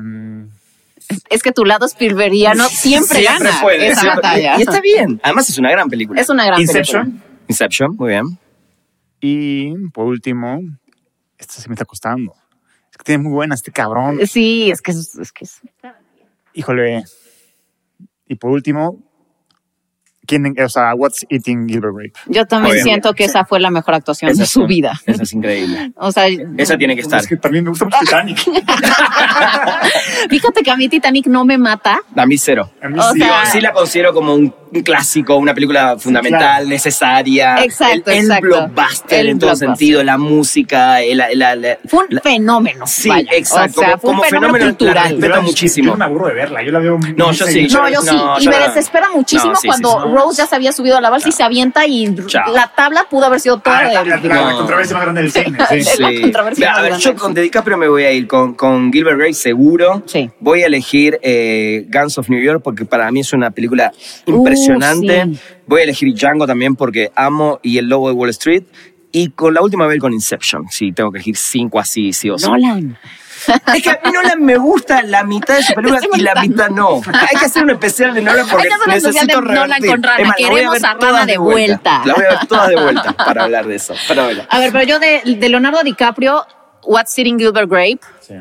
Speaker 1: Es que tu lado Spielbergiano siempre, gana
Speaker 3: puede,
Speaker 1: esa
Speaker 3: siempre-
Speaker 1: batalla.
Speaker 3: Y está bien. Además es una gran película.
Speaker 1: Es una gran película.
Speaker 2: Inception.
Speaker 3: Inception, muy bien.
Speaker 2: Y por último, esto se me está costando. Es que tiene muy buena este cabrón.
Speaker 1: Sí, es que es, es que es-
Speaker 2: Híjole. Y por último, ¿quién, o sea, What's Eating Gilbert Grape?
Speaker 1: yo también
Speaker 3: Obviamente.
Speaker 1: siento que esa fue la mejor actuación
Speaker 3: Esa
Speaker 1: de
Speaker 3: es-
Speaker 1: su vida.
Speaker 3: Esa es increíble.
Speaker 1: O sea,
Speaker 3: Esa tiene que estar.
Speaker 2: Es que también me gusta mucho Titanic.
Speaker 1: fíjate que a mí Titanic no me mata.
Speaker 3: A mí cero.
Speaker 2: A mí
Speaker 1: O
Speaker 2: sí.
Speaker 3: Digo,
Speaker 1: sea-
Speaker 3: sí la considero como un, un clásico, una película fundamental,
Speaker 2: claro.
Speaker 3: necesaria.
Speaker 1: Exacto,
Speaker 3: el, el
Speaker 1: exacto.
Speaker 3: blockbuster
Speaker 1: El
Speaker 3: en todo
Speaker 1: blockbuster.
Speaker 3: sentido, la música, el, el- el-
Speaker 1: Fue un
Speaker 3: la-
Speaker 1: fenómeno.
Speaker 3: Sí,
Speaker 1: vaya.
Speaker 3: exacto,
Speaker 1: O sea,
Speaker 3: como-
Speaker 1: fue un
Speaker 3: como
Speaker 1: fenómeno,
Speaker 3: fenómeno la
Speaker 1: cultural.
Speaker 3: respeto
Speaker 2: Yo la-
Speaker 3: muchísimo.
Speaker 2: Yo me aburro de verla, yo la veo. muy
Speaker 3: No, yo sí,
Speaker 2: seguido.
Speaker 1: No, yo sí.
Speaker 3: No,
Speaker 1: y
Speaker 3: yo
Speaker 1: me
Speaker 3: no.
Speaker 1: desespera muchísimo
Speaker 3: No, sí,
Speaker 1: cuando
Speaker 3: sí, sí.
Speaker 1: Rose ya se había subido a la balsa y se avienta y
Speaker 3: Chao.
Speaker 1: la tabla pudo haber sido toda
Speaker 2: Ah, la, la-
Speaker 1: de-
Speaker 2: la- la
Speaker 3: No.
Speaker 2: controversia más grande del cine. Sí.
Speaker 1: Es la controversia
Speaker 3: Mira,
Speaker 1: más
Speaker 3: a ver,
Speaker 1: grande.
Speaker 3: yo con Dedica, pero me voy a ir con, con Gilbert Grape seguro.
Speaker 1: Sí.
Speaker 3: Voy a elegir eh, Guns of New York porque para mí es una película impresionante.
Speaker 1: Uh, sí.
Speaker 3: Voy a elegir Django también porque amo y el lobo de Wall Street. Y con la última voy a ir con Inception. Sí, tengo que elegir cinco así, sí o sí.
Speaker 1: Nolan.
Speaker 3: Es que a mí Nolan me gusta la mitad de su película
Speaker 1: Te estoy
Speaker 3: y la mitad no. Hay que hacer un especial de Nolan
Speaker 1: Hay
Speaker 3: porque
Speaker 1: que hacer un especial
Speaker 3: necesito
Speaker 1: de Nolan
Speaker 3: revertir.
Speaker 1: con Rana.
Speaker 3: Es más, la voy
Speaker 1: Queremos
Speaker 3: ver
Speaker 1: a
Speaker 3: todas
Speaker 1: Rana de vuelta.
Speaker 3: La voy a ver todas de vuelta para hablar de eso. Para hablar.
Speaker 1: A ver, pero yo de, de Leonardo DiCaprio, What's Sitting Gilbert Grape,
Speaker 2: Sí.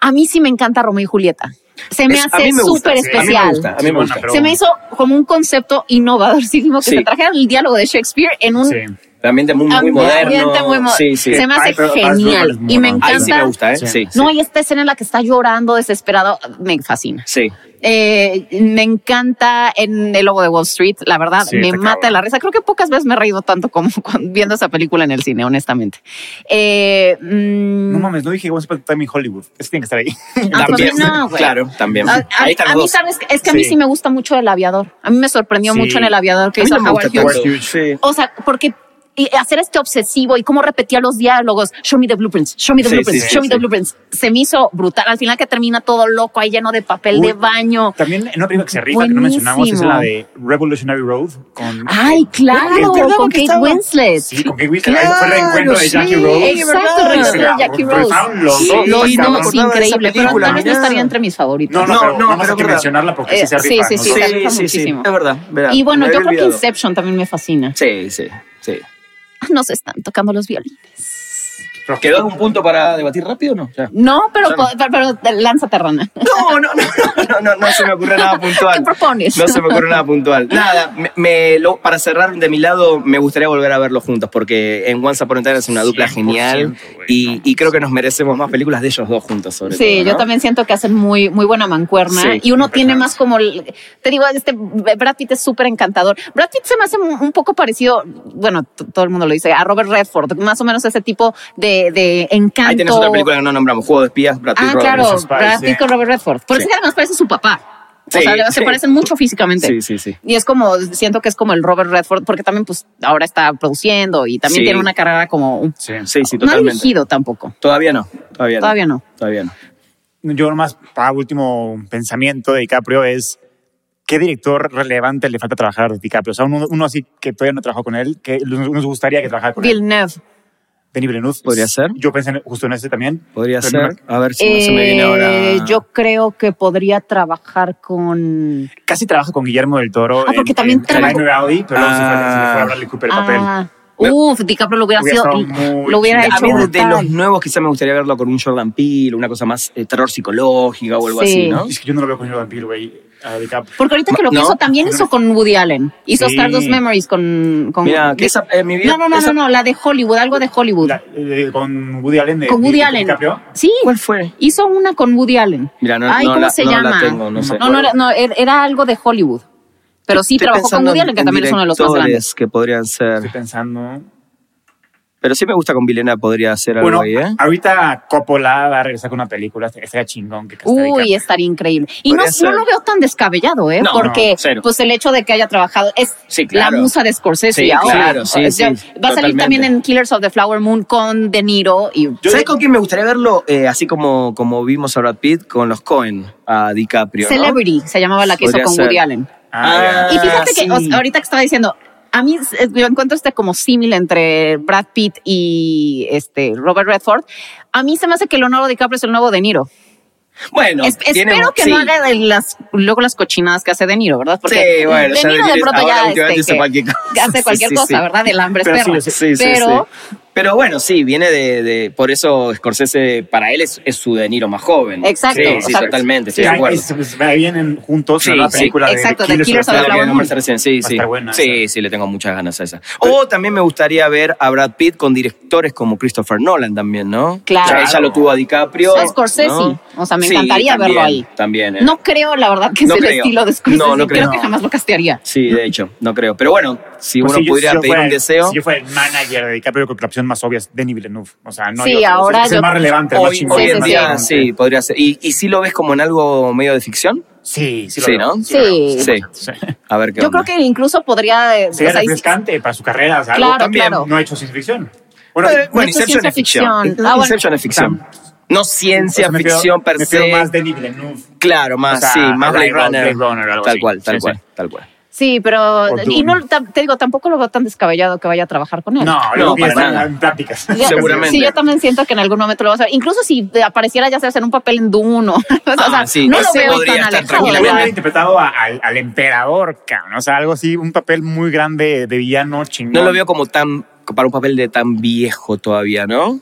Speaker 1: a mí sí me encanta Romeo y Julieta. Se me
Speaker 3: Es- a
Speaker 1: hace
Speaker 3: mí me gusta,
Speaker 1: súper
Speaker 3: sí, A mí me gusta,
Speaker 1: especial.
Speaker 3: a mí me
Speaker 2: Buena,
Speaker 3: gusta.
Speaker 2: pero-
Speaker 1: Se me hizo como un concepto innovadorísimo que
Speaker 3: Sí.
Speaker 1: se trajera el diálogo de Shakespeare en un
Speaker 2: Sí.
Speaker 3: El ambiente muy, muy moderno.
Speaker 1: ambiente muy mo-
Speaker 3: Sí, sí.
Speaker 1: Se me hace
Speaker 2: Ay, pero Ars Luhrmann es
Speaker 1: genial
Speaker 2: muy
Speaker 1: y me
Speaker 2: bueno.
Speaker 1: encanta.
Speaker 3: Ahí sí me gusta, ¿eh? Sí.
Speaker 2: Sí.
Speaker 3: sí.
Speaker 1: No, hay esta escena en la que está llorando desesperado, me fascina.
Speaker 3: Sí.
Speaker 1: Eh, me encanta en El Lobo de Wall Street, la verdad,
Speaker 2: Sí,
Speaker 1: me
Speaker 2: está
Speaker 1: mata
Speaker 2: cabrón.
Speaker 1: la risa. Creo que pocas veces me he reído tanto como cuando- viendo esa película en el cine, honestamente. Eh, mm,
Speaker 2: No mames, no dije Once Upon a Time in Hollywood. Ese tiene que estar ahí.
Speaker 1: Ah, pero
Speaker 3: También.
Speaker 1: a mí no, güey.
Speaker 3: claro, también.
Speaker 1: a, a-
Speaker 3: Ahí están
Speaker 1: a
Speaker 3: los
Speaker 1: mí,
Speaker 3: dos.
Speaker 1: ¿sabes? Es que a mí
Speaker 2: Sí.
Speaker 1: sí me gusta mucho el aviador. A mí me sorprendió
Speaker 2: Sí.
Speaker 1: mucho en el aviador que
Speaker 3: A mí
Speaker 1: hizo
Speaker 3: no me
Speaker 1: Howard
Speaker 3: gusta
Speaker 1: Hughes.
Speaker 3: tanto.
Speaker 2: Hughes.
Speaker 3: Sí.
Speaker 1: O sea, porque y hacer este obsesivo y cómo repetía los diálogos, show me the blueprints, show me the
Speaker 3: Sí,
Speaker 1: blueprints,
Speaker 3: sí, sí,
Speaker 1: show me
Speaker 3: sí.
Speaker 1: the blueprints, se me hizo brutal. Al final que termina todo loco, ahí lleno de papel
Speaker 2: Uy.
Speaker 1: de baño.
Speaker 2: También en una película que se rifa, que no mencionamos, es la de Revolutionary Road. Con,
Speaker 1: Ay, claro,
Speaker 2: Es verdad
Speaker 1: con
Speaker 2: que
Speaker 1: Kate
Speaker 2: estaba-
Speaker 1: Winslet.
Speaker 2: Sí, con Kate Winslet. Ahí fue el reencuentro de
Speaker 3: sí,
Speaker 2: Jackie Rose.
Speaker 1: Exacto, el reencuentro de Jackie
Speaker 2: Rifaron
Speaker 1: Rose.
Speaker 2: los
Speaker 3: Sí,
Speaker 2: dos,
Speaker 1: No, no, es
Speaker 2: cabrón.
Speaker 3: sí, me acordaba de esa
Speaker 1: increíble, pero
Speaker 3: película,
Speaker 1: tal vez no
Speaker 3: mirá.
Speaker 1: estaría entre mis favoritos.
Speaker 2: No, no,
Speaker 3: No,
Speaker 2: pero
Speaker 3: no,
Speaker 2: nada más
Speaker 3: pero
Speaker 2: hay que
Speaker 3: verdad.
Speaker 2: mencionarla porque
Speaker 1: Eh,
Speaker 2: sí se
Speaker 1: sí,
Speaker 2: rifa.
Speaker 1: sí, sí,
Speaker 2: ¿no?
Speaker 1: sí.
Speaker 2: O sea,
Speaker 1: gusta muchísimo.
Speaker 3: Es verdad, verdad.
Speaker 1: Y bueno,
Speaker 3: Me
Speaker 1: yo
Speaker 3: había
Speaker 1: creo que
Speaker 3: olvidado.
Speaker 1: Inception también me fascina.
Speaker 3: Sí, sí, sí.
Speaker 1: Ah, Nos están tocando los violines.
Speaker 2: pero
Speaker 3: ¿Quedó algún punto para debatir rápido o no? Ya.
Speaker 1: No, pero, pero, pero lánzate, Rana.
Speaker 3: No, no, no, no, no, no se me ocurre nada puntual.
Speaker 1: ¿Qué propones?
Speaker 3: No se me ocurre nada puntual. Nada, me, me- lo- para cerrar de mi lado, me gustaría volver a verlos juntos porque en Once Upon a Time es una dupla
Speaker 2: 100%,
Speaker 3: genial
Speaker 2: güey,
Speaker 3: y,
Speaker 2: no.
Speaker 3: y creo que nos merecemos más películas de ellos dos juntos, sobre todo.
Speaker 1: Sí, yo
Speaker 3: ¿no?
Speaker 1: también siento que hacen muy, muy buena mancuerna
Speaker 3: Sí,
Speaker 1: y uno tiene
Speaker 2: impresionante.
Speaker 1: más como, el- te digo, este Brad Pitt es súper encantador. Brad Pitt se me hace un, un poco parecido, bueno, t- todo el mundo lo dice, a Robert Redford, más o menos ese tipo de, de encanto.
Speaker 3: Ahí tenés otra película que no nombramos, Juego de Espías, Brad Pitt,
Speaker 1: Ah,
Speaker 3: Robert
Speaker 1: claro,
Speaker 3: Pattinson.
Speaker 2: Spies,
Speaker 1: Brad Pitt
Speaker 2: sí.
Speaker 1: con Robert Redford. Por eso
Speaker 3: Sí.
Speaker 1: que además parece su papá.
Speaker 3: Sí,
Speaker 1: o sea, se
Speaker 3: sí.
Speaker 1: parecen mucho físicamente.
Speaker 3: Sí, sí, sí.
Speaker 1: Y es como, siento que es como el Robert Redford, porque también pues ahora está produciendo y también
Speaker 3: Sí.
Speaker 1: tiene una carrera como un...
Speaker 2: Sí.
Speaker 3: Sí, sí,
Speaker 1: no ha
Speaker 3: totalmente.
Speaker 1: dirigido tampoco.
Speaker 3: Todavía no, todavía no.
Speaker 1: Todavía no.
Speaker 3: Todavía no.
Speaker 2: yo nomás para último pensamiento de DiCaprio es ¿qué director relevante le falta trabajar a DiCaprio? O sea, uno, uno así que todavía no trabajó con él, que nos nos gustaría que trabajara con él.
Speaker 1: Villeneuve.
Speaker 2: Denis Villeneuve.
Speaker 3: Podría ser.
Speaker 2: Yo pensé en- justo en ese también.
Speaker 3: Podría
Speaker 2: Pero
Speaker 3: ser. A ver si no se me viene
Speaker 4: Eh,
Speaker 3: ahora.
Speaker 4: yo creo que podría trabajar con.
Speaker 2: Casi trabaja con Guillermo del Toro.
Speaker 1: Ah, porque también
Speaker 2: trabaja.
Speaker 1: trabaja-
Speaker 2: Nightmare Alley, pero luego se fue-
Speaker 3: Ah.
Speaker 2: se le fue a Bradley Cooper el papel.
Speaker 4: Ah,
Speaker 1: Uf, DiCaprio lo hubiera,
Speaker 2: Hubiera
Speaker 1: sido.
Speaker 2: estado muy
Speaker 1: Lo hubiera
Speaker 2: chido.
Speaker 3: A
Speaker 1: hecho
Speaker 3: mí de, de
Speaker 1: brutal.
Speaker 3: los nuevos quizá me gustaría verlo con un Jordan Peele, una cosa más eh, terror psicológica o algo
Speaker 4: Sí.
Speaker 3: así, ¿no?
Speaker 2: Es que yo no lo veo con Jordan Peele, güey. A DiCaprio.
Speaker 1: Porque ahorita que lo
Speaker 3: No.
Speaker 1: pienso, también hizo con Woody Allen. Hizo
Speaker 2: Sí.
Speaker 1: Stardust Memories con. con
Speaker 3: Mira,
Speaker 1: de-
Speaker 3: que esa, eh, mi vida,
Speaker 1: no, no, no,
Speaker 3: esa-
Speaker 1: no, no, la de Hollywood, algo de Hollywood.
Speaker 2: La- eh, con Woody Allen. de-
Speaker 1: con Woody
Speaker 2: de
Speaker 1: Allen.
Speaker 2: DiCaprio.
Speaker 1: Sí,
Speaker 3: ¿Cuál fue?
Speaker 1: hizo una con Woody Allen.
Speaker 3: Mira, no,
Speaker 1: Ay,
Speaker 3: no
Speaker 1: ¿cómo
Speaker 3: la,
Speaker 1: se
Speaker 3: no la
Speaker 1: llama?
Speaker 3: tengo, no sé.
Speaker 1: No, no, era, no, era- era algo de Hollywood. Pero sí
Speaker 3: Estoy
Speaker 1: trabajó con
Speaker 3: pensando
Speaker 1: Woody
Speaker 3: en-
Speaker 1: Allen, que
Speaker 3: en
Speaker 1: también es uno de los más
Speaker 3: directores
Speaker 1: grandes.
Speaker 3: que podrían
Speaker 2: Estoy
Speaker 3: ser.
Speaker 2: pensando.
Speaker 3: Pero sí me gusta con Vilena, podría hacer algo
Speaker 2: Bueno,
Speaker 3: ahí, ¿eh?
Speaker 2: ahorita Coppola va a regresar con una película. Estaría chingón que castigue a
Speaker 1: Uy,
Speaker 2: DiCaprio.
Speaker 1: estaría increíble. Y no,
Speaker 3: Podría ser.
Speaker 1: no lo veo tan descabellado, ¿eh?
Speaker 3: No,
Speaker 1: Porque
Speaker 3: no, cero.
Speaker 1: pues el hecho de que haya trabajado es
Speaker 3: Sí, claro.
Speaker 1: la musa de Scorsese.
Speaker 3: Sí,
Speaker 1: ahora.
Speaker 3: claro, sí,
Speaker 1: O sea,
Speaker 3: sí,
Speaker 1: va a salir
Speaker 3: totalmente.
Speaker 1: también en Killers of the Flower Moon con De Niro y
Speaker 3: ¿Sabes con quién me gustaría verlo? Eh, así como, como vimos a Brad Pitt con los Cohen, a DiCaprio. ¿no?
Speaker 1: Celebrity se llamaba la que hizo
Speaker 3: Podría
Speaker 1: con
Speaker 3: ser.
Speaker 1: Woody Allen.
Speaker 2: Ah,
Speaker 3: Ah,
Speaker 1: Y fíjate que
Speaker 3: sí.
Speaker 1: o sea, ahorita que estaba diciendo, a mí eh, yo encuentro este como símil entre Brad Pitt y este Robert Redford. A mí se me hace que Leonardo DiCaprio es el nuevo De Niro.
Speaker 3: Bueno,
Speaker 1: Es-
Speaker 3: tiene-
Speaker 1: espero que
Speaker 3: sí.
Speaker 1: no haga de las, luego las cochinadas que hace De Niro, ¿verdad? Porque
Speaker 3: Sí, bueno,
Speaker 1: De
Speaker 3: ya
Speaker 1: Niro
Speaker 3: De
Speaker 1: de
Speaker 3: Niro
Speaker 1: pronto
Speaker 3: ahora
Speaker 1: ya este,
Speaker 3: últimamente hace
Speaker 1: que
Speaker 3: cualquier cosa.
Speaker 1: hace cualquier
Speaker 3: Sí, sí,
Speaker 1: cosa,
Speaker 3: sí.
Speaker 1: ¿verdad? Del hambre es
Speaker 2: Pero sí,
Speaker 1: perra.
Speaker 2: sí,
Speaker 3: Sí, sí,
Speaker 1: Pero-
Speaker 3: sí. Pero bueno, sí, viene de, de- Por eso Scorsese, para él, es, es su De Niro más joven.
Speaker 1: Exacto,
Speaker 3: Sí,
Speaker 1: o
Speaker 3: sí,
Speaker 1: sea-
Speaker 3: totalmente,
Speaker 2: Sí,
Speaker 3: estoy de
Speaker 2: ahí
Speaker 3: acuerdo.
Speaker 2: es- pues, ahí vienen juntos
Speaker 3: Sí,
Speaker 2: en la
Speaker 3: sí,
Speaker 2: película de
Speaker 1: exacto, de Killers of
Speaker 2: the
Speaker 1: the Flower
Speaker 3: Claro, que
Speaker 1: Moon.
Speaker 2: Moon.
Speaker 3: nombraste recién, sí,
Speaker 2: Va a
Speaker 3: sí.
Speaker 2: estar buena
Speaker 3: sí, sí, le tengo muchas ganas a esa. O también me gustaría ver a Brad Pitt con directores como Christopher Nolan también, ¿no?
Speaker 1: Claro.
Speaker 3: Ya, ella lo tuvo a DiCaprio.
Speaker 1: A Scorsese. O sea, me encantaría
Speaker 3: también,
Speaker 1: verlo ahí.
Speaker 3: También, ¿eh?
Speaker 1: No creo, la verdad, que
Speaker 3: No
Speaker 1: es el
Speaker 3: creo.
Speaker 1: estilo de Scorsese.
Speaker 3: No, no
Speaker 1: creo.
Speaker 3: creo.
Speaker 1: que jamás lo castearía.
Speaker 3: Sí, de hecho, no creo. Pero bueno, si
Speaker 2: Pues
Speaker 3: uno
Speaker 2: si yo-
Speaker 3: pudiera
Speaker 2: si yo
Speaker 3: pedir
Speaker 2: fuera-
Speaker 3: un deseo.
Speaker 2: Si yo fuera el manager de DiCaprio, yo creo que la opción más obvia es Denis Villeneuve. O sea, no.
Speaker 1: Sí,
Speaker 2: hay otra.
Speaker 1: ahora
Speaker 2: es el
Speaker 1: yo-
Speaker 2: más relevante, el más
Speaker 3: Hoy,
Speaker 2: chingón.
Speaker 3: hoy
Speaker 1: sí,
Speaker 3: en
Speaker 1: sí,
Speaker 3: día,
Speaker 2: sí.
Speaker 3: sí, podría ser. ¿Y, y si lo ves como en algo medio de ficción?
Speaker 2: Sí, sí, lo
Speaker 3: Sí,
Speaker 2: veo.
Speaker 3: ¿no?
Speaker 2: lo
Speaker 1: Sí.
Speaker 2: veo.
Speaker 3: Sí.
Speaker 2: Sí.
Speaker 3: A ver qué
Speaker 1: Yo
Speaker 3: onda.
Speaker 1: creo que incluso podría. eh,
Speaker 2: Sería
Speaker 1: o sea, y-
Speaker 2: refrescante para su carrera. O sea,
Speaker 1: Claro,
Speaker 2: algo también
Speaker 1: claro.
Speaker 2: no ha hecho ciencia ficción. Bueno,
Speaker 3: Bueno, bueno,
Speaker 1: esto es
Speaker 3: Inception es
Speaker 1: ciencia
Speaker 3: ficción.
Speaker 1: ficción. Ah, bueno.
Speaker 3: Inception es ficción. No ciencia
Speaker 2: o sea, me
Speaker 3: ficción
Speaker 2: refiero-
Speaker 3: per
Speaker 2: me
Speaker 3: se.
Speaker 2: refiero más Denis Villeneuve.
Speaker 3: Claro, más,
Speaker 2: O sea,
Speaker 3: sí, más Blade
Speaker 2: Blade
Speaker 3: Runner.
Speaker 2: Runner, Blade Runner, algo
Speaker 3: tal
Speaker 2: así.
Speaker 3: cual, tal
Speaker 2: Sí,
Speaker 3: cual,
Speaker 2: sí.
Speaker 3: tal cual.
Speaker 1: Sí, pero.
Speaker 2: O
Speaker 1: Y
Speaker 2: Dune.
Speaker 1: no, tam- te digo, tampoco lo veo tan descabellado que vaya a trabajar con él.
Speaker 2: No,
Speaker 3: No,
Speaker 2: no,
Speaker 3: para
Speaker 2: para
Speaker 3: nada.
Speaker 2: En pláticas.
Speaker 1: Ya,
Speaker 3: Seguramente.
Speaker 1: Sí, yo también siento que en algún momento lo vas a ver. Incluso si apareciera ya sabes en un papel en Dune o, o sea,
Speaker 3: Ah, sí,
Speaker 1: no lo
Speaker 3: ese
Speaker 1: veo
Speaker 3: podría
Speaker 1: tan
Speaker 3: estar
Speaker 1: alejado.
Speaker 2: Lo
Speaker 1: ¿verdad?
Speaker 3: tranquilamente.
Speaker 2: hubiera interpretado a- al, al emperador, cabrón. O sea, algo así, un papel muy grande de villano chingón.
Speaker 3: No lo veo como tan para un papel de tan viejo todavía, ¿no?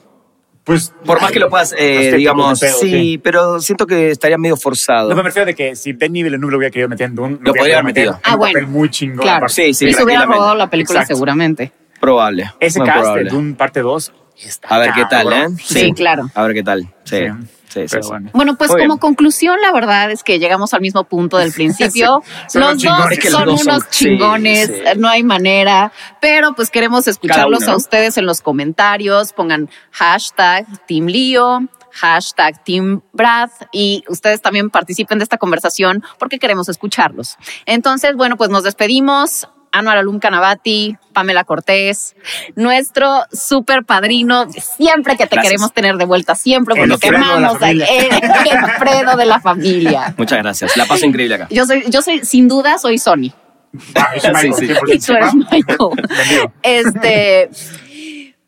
Speaker 2: Pues,
Speaker 3: Por más que lo puedas, eh,
Speaker 2: Estético,
Speaker 3: digamos,
Speaker 2: me pego,
Speaker 3: sí,
Speaker 2: sí.
Speaker 3: pero siento que estaría medio forzado.
Speaker 2: No, me refiero de que si Denis Villeneuve lo hubiera querido meter en Dune,
Speaker 3: Lo
Speaker 2: hubiera
Speaker 3: podría
Speaker 2: querido
Speaker 3: haber metido.
Speaker 2: meter en
Speaker 1: Ah,
Speaker 2: un
Speaker 1: bueno.
Speaker 2: papel muy chingón.
Speaker 1: Claro.
Speaker 2: aparte.
Speaker 3: Sí, sí,
Speaker 1: y se hubiera
Speaker 3: tranquilamente.
Speaker 1: rodado la película
Speaker 2: Exacto.
Speaker 1: seguramente.
Speaker 3: Probable.
Speaker 2: Ese
Speaker 3: muy
Speaker 2: cast
Speaker 3: probable.
Speaker 2: de Dune parte 2 está
Speaker 3: A ver qué tal, ¿eh?
Speaker 2: cabrón.
Speaker 1: Sí, claro.
Speaker 3: A ver qué tal. Sí, sí, sí.
Speaker 2: Pero
Speaker 3: sí.
Speaker 2: bueno.
Speaker 1: Bueno, pues
Speaker 3: Muy
Speaker 1: como
Speaker 3: bien.
Speaker 1: conclusión, la verdad es que llegamos al mismo punto del principio.
Speaker 2: Son
Speaker 1: los
Speaker 2: unos
Speaker 1: dos
Speaker 2: chingones. Es
Speaker 3: que los
Speaker 1: son
Speaker 3: dos son-
Speaker 1: unos
Speaker 3: sí,
Speaker 1: chingones,
Speaker 3: sí.
Speaker 1: no hay manera, pero pues queremos escucharlos
Speaker 3: uno, ¿no?
Speaker 1: a ustedes en los comentarios. Pongan hashtag Team Lío. Hashtag Team Brad y ustedes también participen de esta conversación porque queremos escucharlos. Entonces, bueno, pues nos despedimos. Anuar Alum Canavati, Pamela Cortés, nuestro super padrino, siempre que te
Speaker 3: Gracias.
Speaker 1: queremos tener de vuelta, siempre porque
Speaker 2: El
Speaker 1: te
Speaker 2: Alfredo de la
Speaker 1: amamos,
Speaker 2: familia.
Speaker 1: el Alfredo de la familia.
Speaker 3: Muchas gracias. La paso increíble acá.
Speaker 1: Yo soy, yo soy, sin duda, soy Sony.
Speaker 2: Ah, es Michael,
Speaker 3: Sí, sí.
Speaker 2: 100%,
Speaker 1: Y tú eres
Speaker 2: ¿no?
Speaker 1: Michael. Este.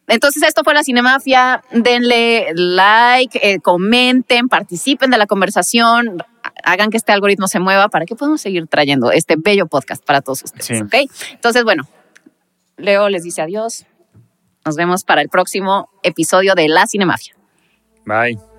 Speaker 1: Entonces, esto fue la Cinemafia. Denle like, eh, comenten, participen de la conversación, hagan que este algoritmo se mueva para que podamos seguir trayendo este bello podcast para todos ustedes.
Speaker 2: Sí.
Speaker 1: ¿ok? Entonces, bueno, Leo les dice adiós. Nos vemos para el próximo episodio de La Cinemafia.
Speaker 2: Bye.